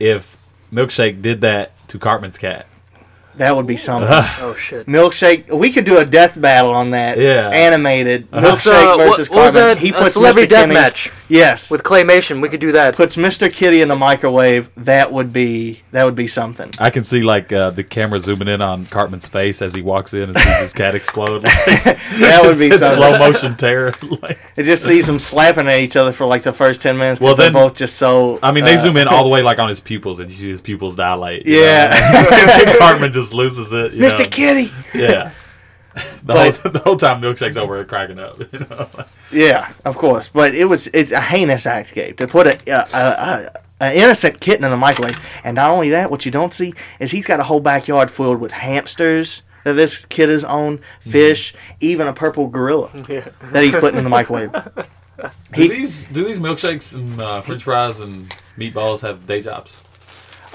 [SPEAKER 7] if Milkshake did that to Cartman's cat?
[SPEAKER 6] that would be something.
[SPEAKER 5] oh shit.
[SPEAKER 6] Milkshake. We could do a death battle on that.
[SPEAKER 7] Yeah.
[SPEAKER 6] Animated.
[SPEAKER 5] What's,
[SPEAKER 6] Milkshake
[SPEAKER 5] uh,
[SPEAKER 6] versus
[SPEAKER 5] what, what was
[SPEAKER 6] Carmen.
[SPEAKER 5] that? a celebrity
[SPEAKER 6] Mr.
[SPEAKER 5] death
[SPEAKER 6] Kenny-
[SPEAKER 5] match
[SPEAKER 6] Yes.
[SPEAKER 5] with claymation. We could do that.
[SPEAKER 6] puts Mr. Kitty in the microwave, that would be that would be something.
[SPEAKER 7] I can see like uh, the camera zooming in on Cartman's face as he walks in and sees his cat explode. Like,
[SPEAKER 6] That would be
[SPEAKER 7] it's
[SPEAKER 6] something.
[SPEAKER 7] slow motion terror. Like,
[SPEAKER 6] It just sees them slapping at each other for like the first ten minutes. Well,
[SPEAKER 7] Well,
[SPEAKER 6] they're
[SPEAKER 7] then-
[SPEAKER 6] both just so.
[SPEAKER 7] I mean, they
[SPEAKER 6] uh,
[SPEAKER 7] zoom in all the way like on his pupils, and you see his pupils dilate. you
[SPEAKER 6] Yeah,
[SPEAKER 7] know? Cartman just loses it. you know?
[SPEAKER 6] Mr. Kitty.
[SPEAKER 7] Yeah. The,
[SPEAKER 6] But-
[SPEAKER 7] whole, the whole time Milkshake's over here cracking up. You know?
[SPEAKER 6] Yeah, of course. But it was it's a heinous act, Gabe, to put a a, a, a an innocent kitten in the microwave. And not only that, what you don't see is he's got a whole backyard filled with hamsters. That this kid has owned,
[SPEAKER 7] Mm-hmm.
[SPEAKER 6] fish, even a purple gorilla that he's putting in the microwave. Uh,
[SPEAKER 7] do, these, do these milkshakes and uh, french fries and meatballs have day jobs?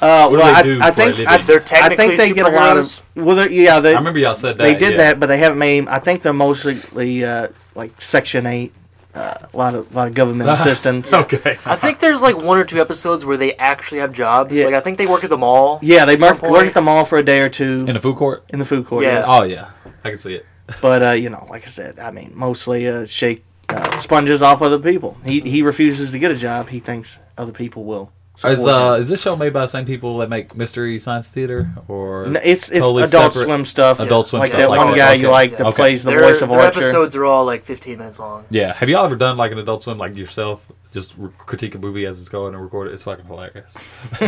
[SPEAKER 6] Uh,
[SPEAKER 7] do
[SPEAKER 6] well,
[SPEAKER 7] they
[SPEAKER 6] I,
[SPEAKER 7] do
[SPEAKER 6] I
[SPEAKER 7] for a
[SPEAKER 6] think
[SPEAKER 7] living?
[SPEAKER 6] I,
[SPEAKER 5] They're
[SPEAKER 6] I
[SPEAKER 5] technically
[SPEAKER 6] think they get a lot
[SPEAKER 5] superheroes?
[SPEAKER 6] of. Well, they're- yeah, they,
[SPEAKER 7] I remember y'all said that.
[SPEAKER 6] they did
[SPEAKER 7] yeah.
[SPEAKER 6] that, but they haven't made. I think they're mostly uh, like Section Eight, uh, a lot of lot of government assistance.
[SPEAKER 7] Okay.
[SPEAKER 5] I think there's like one or two episodes where they actually have jobs.
[SPEAKER 6] Yeah.
[SPEAKER 5] Like I think they work at the mall.
[SPEAKER 6] Yeah, they
[SPEAKER 5] some
[SPEAKER 6] work,
[SPEAKER 5] point.
[SPEAKER 6] work at the mall for a day or two
[SPEAKER 7] In the food court?
[SPEAKER 6] in the food court.
[SPEAKER 5] Yeah.
[SPEAKER 6] yes.
[SPEAKER 7] Oh, yeah. I can see it.
[SPEAKER 6] But uh, you know, like I said, I mean, mostly uh, shake uh, sponges off other people. He he refuses to get a job. He thinks other people will.
[SPEAKER 7] Is,
[SPEAKER 6] support him.
[SPEAKER 7] uh, is this show made by the same people that make Mystery Science Theater? Or
[SPEAKER 6] No, it's it's
[SPEAKER 7] totally
[SPEAKER 6] Adult
[SPEAKER 7] separate?
[SPEAKER 6] Swim stuff.
[SPEAKER 7] Adult Swim
[SPEAKER 6] like
[SPEAKER 7] stuff,
[SPEAKER 6] that
[SPEAKER 7] like
[SPEAKER 6] one
[SPEAKER 7] that,
[SPEAKER 6] guy you
[SPEAKER 7] okay.
[SPEAKER 6] like that
[SPEAKER 7] Okay.
[SPEAKER 6] plays the
[SPEAKER 5] Their-
[SPEAKER 6] voice of
[SPEAKER 5] their
[SPEAKER 6] Archer.
[SPEAKER 5] episodes are all like 15 minutes long.
[SPEAKER 7] Yeah. Have y'all ever done like an Adult Swim, like yourself? Just re- critique a movie as it's going and record it. It's fucking hilarious.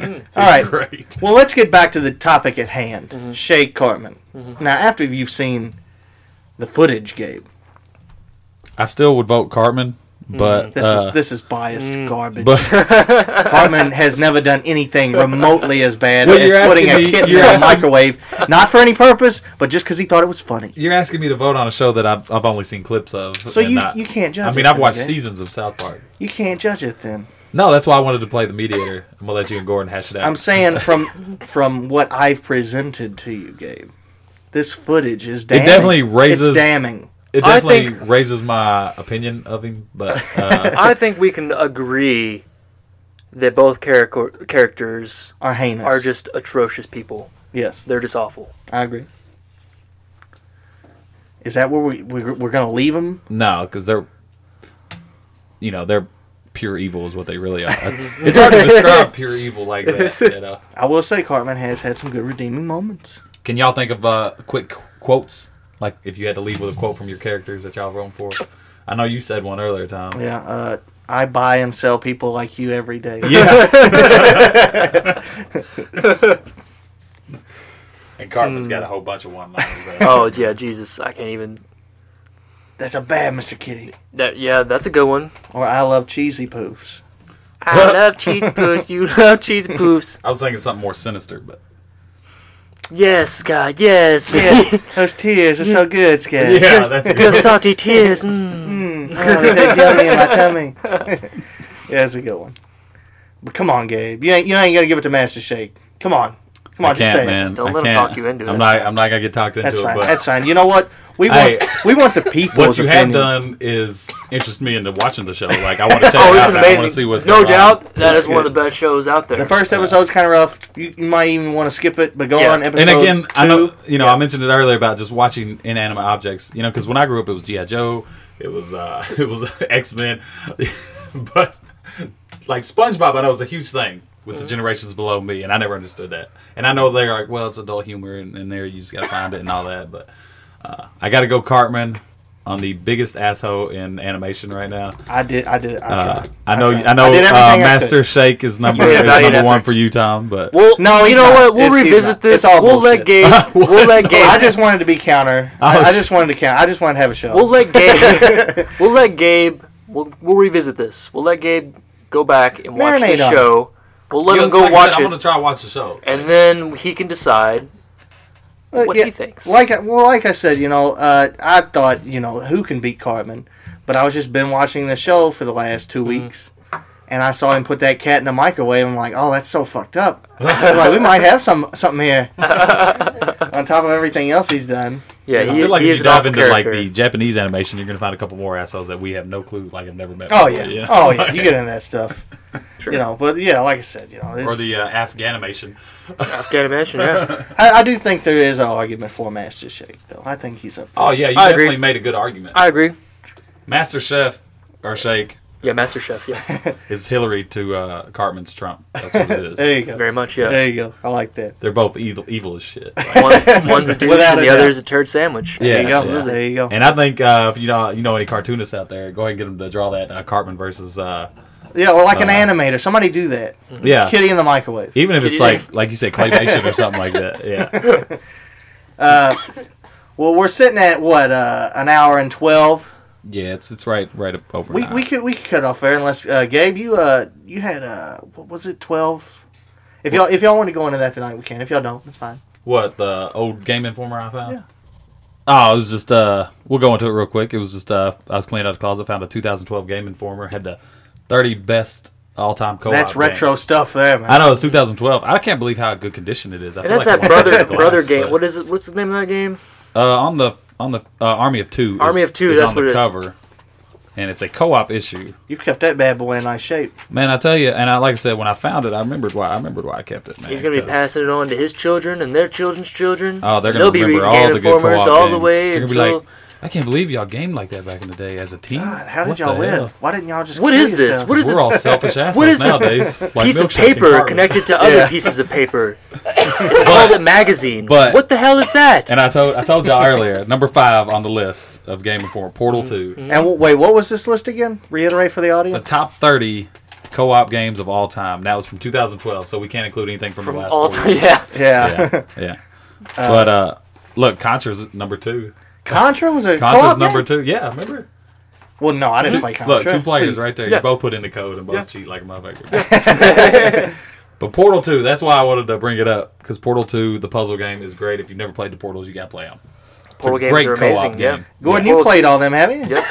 [SPEAKER 6] All right,
[SPEAKER 7] Great.
[SPEAKER 6] Well, let's get back to the topic at hand. Shay Cartman. Now, after you've seen the footage, Gabe,
[SPEAKER 7] I still would vote Cartman, but
[SPEAKER 6] Mm, this
[SPEAKER 7] uh,
[SPEAKER 6] is this is biased garbage.
[SPEAKER 7] but
[SPEAKER 6] Cartman has never done anything remotely as bad
[SPEAKER 7] Well,
[SPEAKER 6] as
[SPEAKER 7] you're
[SPEAKER 6] putting a
[SPEAKER 7] asking me-
[SPEAKER 6] kitten in
[SPEAKER 7] you're
[SPEAKER 6] a
[SPEAKER 7] asking-
[SPEAKER 6] microwave, not for any purpose, but just because he thought it was funny.
[SPEAKER 7] you're asking me to vote on a show that I've, I've only seen clips of.
[SPEAKER 6] So
[SPEAKER 7] and
[SPEAKER 6] you-
[SPEAKER 7] not-
[SPEAKER 6] you can't judge
[SPEAKER 7] I mean,
[SPEAKER 6] it,
[SPEAKER 7] I've watched
[SPEAKER 6] okay?
[SPEAKER 7] seasons of South Park.
[SPEAKER 6] You can't judge it then.
[SPEAKER 7] No, that's why I wanted to play the mediator. I'm gonna let you and Gordon hash it out.
[SPEAKER 6] I'm saying from from what I've presented to you, Gabe, this footage is damning.
[SPEAKER 7] definitely raises-
[SPEAKER 6] It's damning.
[SPEAKER 7] it
[SPEAKER 5] I
[SPEAKER 7] definitely
[SPEAKER 5] think-
[SPEAKER 7] raises my opinion of him, but uh,
[SPEAKER 5] I think we can agree that both charac- characters
[SPEAKER 6] Are heinous.
[SPEAKER 5] are just atrocious people.
[SPEAKER 6] yes.
[SPEAKER 5] They're just awful.
[SPEAKER 6] I agree. Is that where we, we we're gonna leave them?
[SPEAKER 7] no, because they're, you know, they're pure evil is what they really are. it's hard to describe pure evil like that. You know?
[SPEAKER 6] I will say Cartman has had some good redeeming moments.
[SPEAKER 7] Can y'all think of uh, quick qu- quotes? Like if you had to leave with a quote from your characters that y'all were going for. I know you said one earlier, Tom.
[SPEAKER 6] Yeah, uh, I buy and sell people like you every day.
[SPEAKER 7] Yeah. and Cartman's got a whole bunch of one liners.
[SPEAKER 5] Hmm. Oh yeah, Jesus, I can't even.
[SPEAKER 6] That's a bad Mr. Kitty.
[SPEAKER 5] That yeah, that's a good one.
[SPEAKER 6] Or I love cheesy poofs.
[SPEAKER 5] I love cheese poofs. You love cheese poofs.
[SPEAKER 7] I was thinking something more sinister, but
[SPEAKER 5] Yes, God, yes.
[SPEAKER 6] Yeah, those tears are so good, Sketch.
[SPEAKER 7] yeah, that's a
[SPEAKER 5] Your
[SPEAKER 7] good.
[SPEAKER 5] salty tears. Mm.
[SPEAKER 6] Oh, it tastes yummy in my tummy. yeah, that's a good one. But come on, Gabe. You ain't you ain't gonna give it to Master Shake. Come on, come on,
[SPEAKER 7] I
[SPEAKER 6] just
[SPEAKER 7] can't,
[SPEAKER 6] say it.
[SPEAKER 7] man.
[SPEAKER 5] Don't
[SPEAKER 7] I
[SPEAKER 5] let 'em
[SPEAKER 7] can't.
[SPEAKER 5] talk you into
[SPEAKER 7] I'm
[SPEAKER 5] it.
[SPEAKER 7] not. I'm not gonna get talked into
[SPEAKER 6] That's
[SPEAKER 7] it.
[SPEAKER 6] fine.
[SPEAKER 7] But
[SPEAKER 6] That's fine. You know what? We want
[SPEAKER 7] Hey.
[SPEAKER 6] we want the people's
[SPEAKER 7] what you
[SPEAKER 6] opinion.
[SPEAKER 7] have done is interest me into watching the show. Like I want to check
[SPEAKER 5] Oh,
[SPEAKER 7] it
[SPEAKER 5] it's
[SPEAKER 7] out.
[SPEAKER 5] an
[SPEAKER 7] and I want to
[SPEAKER 5] amazing.
[SPEAKER 7] see what's
[SPEAKER 5] no
[SPEAKER 7] going
[SPEAKER 5] doubt,
[SPEAKER 7] On.
[SPEAKER 5] that is one of the best shows out there.
[SPEAKER 6] The first episode's kind of rough. You, you might even want to skip it, but go
[SPEAKER 5] Yeah.
[SPEAKER 6] on episode.
[SPEAKER 7] and again,
[SPEAKER 6] two.
[SPEAKER 7] I know you know I mentioned it earlier about just watching inanimate objects. You know, because when I grew up, it was GI Joe, it was uh, it was X Men, but like SpongeBob, I know was a huge thing with
[SPEAKER 5] Mm-hmm.
[SPEAKER 7] the generations below me, and I never understood that. And I know they're like, well, it's adult humor, and, and there you just gotta find it and all that. But uh, I gotta go Cartman on the biggest asshole in animation right now.
[SPEAKER 6] I did. I did. I
[SPEAKER 7] Uh,
[SPEAKER 6] tried.
[SPEAKER 7] I know,
[SPEAKER 6] tried.
[SPEAKER 7] I know.
[SPEAKER 6] I did everything I
[SPEAKER 7] uh,
[SPEAKER 6] could.
[SPEAKER 7] Master Shake is number,
[SPEAKER 5] Yeah,
[SPEAKER 7] is
[SPEAKER 5] valiant
[SPEAKER 7] number one
[SPEAKER 5] effort.
[SPEAKER 7] for you, Tom. But
[SPEAKER 5] We'll,
[SPEAKER 6] No,
[SPEAKER 5] no, you
[SPEAKER 6] he's
[SPEAKER 5] know
[SPEAKER 6] not.
[SPEAKER 5] what? We'll
[SPEAKER 6] It's- he's
[SPEAKER 5] revisit
[SPEAKER 6] not. It's
[SPEAKER 5] this.
[SPEAKER 6] all
[SPEAKER 5] We'll let
[SPEAKER 6] bullshit.
[SPEAKER 5] Gabe. we'll let Gabe.
[SPEAKER 6] I just wanted to be counter. I,
[SPEAKER 7] Oh,
[SPEAKER 6] I
[SPEAKER 7] sh-
[SPEAKER 6] just wanted to count. I just wanted to have a show.
[SPEAKER 5] We'll let Gabe. we'll let Gabe. We'll we'll revisit this. We'll let Gabe go back and watch
[SPEAKER 6] Marinate
[SPEAKER 5] the
[SPEAKER 6] on it.
[SPEAKER 5] show. We'll let
[SPEAKER 7] Yeah,
[SPEAKER 5] him go
[SPEAKER 7] like I said,
[SPEAKER 5] watch
[SPEAKER 7] I'm
[SPEAKER 5] it,
[SPEAKER 7] gonna try to watch the show.
[SPEAKER 5] and then he can decide
[SPEAKER 6] Uh,
[SPEAKER 5] what
[SPEAKER 6] yeah,
[SPEAKER 5] he thinks.
[SPEAKER 6] Like I, well, like I said, you know, uh, I thought you know who can beat Cartman, but I was just been watching the show for the last two weeks, and I saw him put that cat in the microwave. and I'm like, oh, that's so fucked up. I was like we might have some something here on top of everything else he's done.
[SPEAKER 5] yeah,
[SPEAKER 7] I
[SPEAKER 5] he,
[SPEAKER 7] feel like
[SPEAKER 5] he
[SPEAKER 7] if
[SPEAKER 5] is
[SPEAKER 7] you
[SPEAKER 5] an
[SPEAKER 7] dive
[SPEAKER 5] awful
[SPEAKER 7] into
[SPEAKER 5] character.
[SPEAKER 7] like the Japanese animation, you're gonna find a couple more assholes that we have no clue, like have never met.
[SPEAKER 6] Oh
[SPEAKER 7] before,
[SPEAKER 6] yeah,
[SPEAKER 7] you know?
[SPEAKER 6] oh yeah, you get into that stuff. You know, but yeah, like I said, you know,
[SPEAKER 7] or
[SPEAKER 6] it's,
[SPEAKER 7] the uh, Afghanimation.
[SPEAKER 5] Afghan animation, yeah.
[SPEAKER 6] I, I do think there is an argument for Master Shake, though. I think he's up. there.
[SPEAKER 7] Oh yeah, you
[SPEAKER 5] I agree.
[SPEAKER 7] definitely made a good argument.
[SPEAKER 5] I agree.
[SPEAKER 7] Master Chef or Shake
[SPEAKER 5] Yeah, Master Chef. Yeah,
[SPEAKER 7] is Hillary to uh, Cartman's Trump. That's what it
[SPEAKER 6] There
[SPEAKER 7] is.
[SPEAKER 6] you go.
[SPEAKER 5] very much. Yeah,
[SPEAKER 6] There you go. I like that.
[SPEAKER 7] They're both evil, evil as shit. Like,
[SPEAKER 5] One, one's a douche
[SPEAKER 6] Without
[SPEAKER 5] and
[SPEAKER 6] a
[SPEAKER 5] the other
[SPEAKER 6] doubt.
[SPEAKER 5] is a turd sandwich.
[SPEAKER 7] Yeah.
[SPEAKER 6] There you go.
[SPEAKER 7] Absolutely.
[SPEAKER 6] There you go.
[SPEAKER 7] and I think uh, if you know you know any cartoonists out there, go ahead and get them to draw that uh, Cartman versus uh,
[SPEAKER 6] Yeah, or like an
[SPEAKER 7] Uh,
[SPEAKER 6] animator. Somebody do that.
[SPEAKER 5] Mm-hmm.
[SPEAKER 7] yeah.
[SPEAKER 6] Kitty in the microwave.
[SPEAKER 7] Even if
[SPEAKER 5] Did
[SPEAKER 7] it's
[SPEAKER 5] you-
[SPEAKER 7] like like you say claymation or something like that. Yeah.
[SPEAKER 6] Well, we're sitting at what uh, an hour and twelve.
[SPEAKER 7] Yeah, it's it's right right up over.
[SPEAKER 6] We
[SPEAKER 7] an
[SPEAKER 6] we
[SPEAKER 7] hour.
[SPEAKER 6] could we could cut off there unless uh, Gabe you uh you had uh what was it twelve? If y'all if y'all want to go into that tonight, we can. If y'all don't, it's fine.
[SPEAKER 7] What the old Game Informer I found?
[SPEAKER 6] Yeah.
[SPEAKER 7] Oh, it was just uh, we'll go into it real quick. It was just uh, I was cleaning out the closet, found a 2012 Game Informer had the 30 best all-time co-op.
[SPEAKER 6] That's retro
[SPEAKER 7] games.
[SPEAKER 6] stuff there, man.
[SPEAKER 7] Oh, I know it's 2012. I can't believe how good condition it is. I
[SPEAKER 5] And
[SPEAKER 7] feel
[SPEAKER 5] that's
[SPEAKER 7] like
[SPEAKER 5] that
[SPEAKER 7] I wanna
[SPEAKER 5] brother
[SPEAKER 7] break the
[SPEAKER 5] brother
[SPEAKER 7] glass,
[SPEAKER 5] game.
[SPEAKER 7] but-
[SPEAKER 5] What is it? What's the name of that game?
[SPEAKER 7] Uh, on the on the uh, Army of Two.
[SPEAKER 5] Army
[SPEAKER 7] is-
[SPEAKER 5] of Two,
[SPEAKER 7] Is
[SPEAKER 5] that's
[SPEAKER 7] on
[SPEAKER 5] what it
[SPEAKER 7] the
[SPEAKER 5] is.
[SPEAKER 7] cover, and it's a co-op issue.
[SPEAKER 6] You kept that bad boy in nice shape.
[SPEAKER 7] Man, I tell you, and I like I said when I found it, I remembered why. I remembered why I kept it. Man,
[SPEAKER 5] He's gonna be
[SPEAKER 7] 'cause-
[SPEAKER 5] passing it on to his children and their children's children.
[SPEAKER 7] Oh, they're gonna
[SPEAKER 5] They'll be
[SPEAKER 7] remember
[SPEAKER 5] reading
[SPEAKER 7] all
[SPEAKER 5] Game
[SPEAKER 7] the good
[SPEAKER 5] Informers
[SPEAKER 7] co-op
[SPEAKER 5] all the
[SPEAKER 7] games.
[SPEAKER 5] way
[SPEAKER 7] They're gonna be
[SPEAKER 5] until.
[SPEAKER 7] like, I can't believe y'all gamed like that back in the day as a team.
[SPEAKER 6] God, how did
[SPEAKER 7] What
[SPEAKER 6] y'all
[SPEAKER 7] the
[SPEAKER 6] live?
[SPEAKER 7] hell?"
[SPEAKER 6] Why didn't y'all just?
[SPEAKER 5] What
[SPEAKER 6] kill
[SPEAKER 5] is this?
[SPEAKER 6] yourselves?
[SPEAKER 5] What is-
[SPEAKER 7] We're all selfish assholes
[SPEAKER 5] What is this
[SPEAKER 7] nowadays. Like
[SPEAKER 5] piece of
[SPEAKER 7] milkshake and
[SPEAKER 5] paper
[SPEAKER 7] Cartman.
[SPEAKER 5] connected to other pieces of paper. It's called a magazine.
[SPEAKER 7] but-
[SPEAKER 5] what the hell is that?
[SPEAKER 7] And I told I told y'all earlier, number five on the list of Game Informer, Portal Two,
[SPEAKER 6] And w- wait, what was this list again? Reiterate for the
[SPEAKER 7] the
[SPEAKER 6] audience.
[SPEAKER 7] top thirty co-op games of all time. That was from 2012, so we can't include anything from,
[SPEAKER 5] From
[SPEAKER 7] the last
[SPEAKER 5] all
[SPEAKER 7] four
[SPEAKER 5] time,
[SPEAKER 7] years.
[SPEAKER 5] yeah.
[SPEAKER 6] Yeah,
[SPEAKER 7] yeah, yeah. but uh, look, Contra's number two.
[SPEAKER 6] Contra was a
[SPEAKER 7] Contra's
[SPEAKER 5] Oh,
[SPEAKER 6] co-op
[SPEAKER 7] number
[SPEAKER 6] game?
[SPEAKER 7] two. Yeah, remember?
[SPEAKER 6] Well, no, I didn't play Contra.
[SPEAKER 7] Look, two players right there.
[SPEAKER 5] Yeah.
[SPEAKER 7] You both put in the code and both cheat like a motherfucker. but Portal Two, that's why I wanted to bring it up because Portal Two, the puzzle game, is great. If you've never played the Portals, you got to play them.
[SPEAKER 5] Portal games
[SPEAKER 7] great
[SPEAKER 5] are
[SPEAKER 7] co-op
[SPEAKER 5] amazing. Yeah.
[SPEAKER 7] game.
[SPEAKER 6] Gordon,
[SPEAKER 5] Well,
[SPEAKER 6] you played all them, haven't you?
[SPEAKER 5] Yep.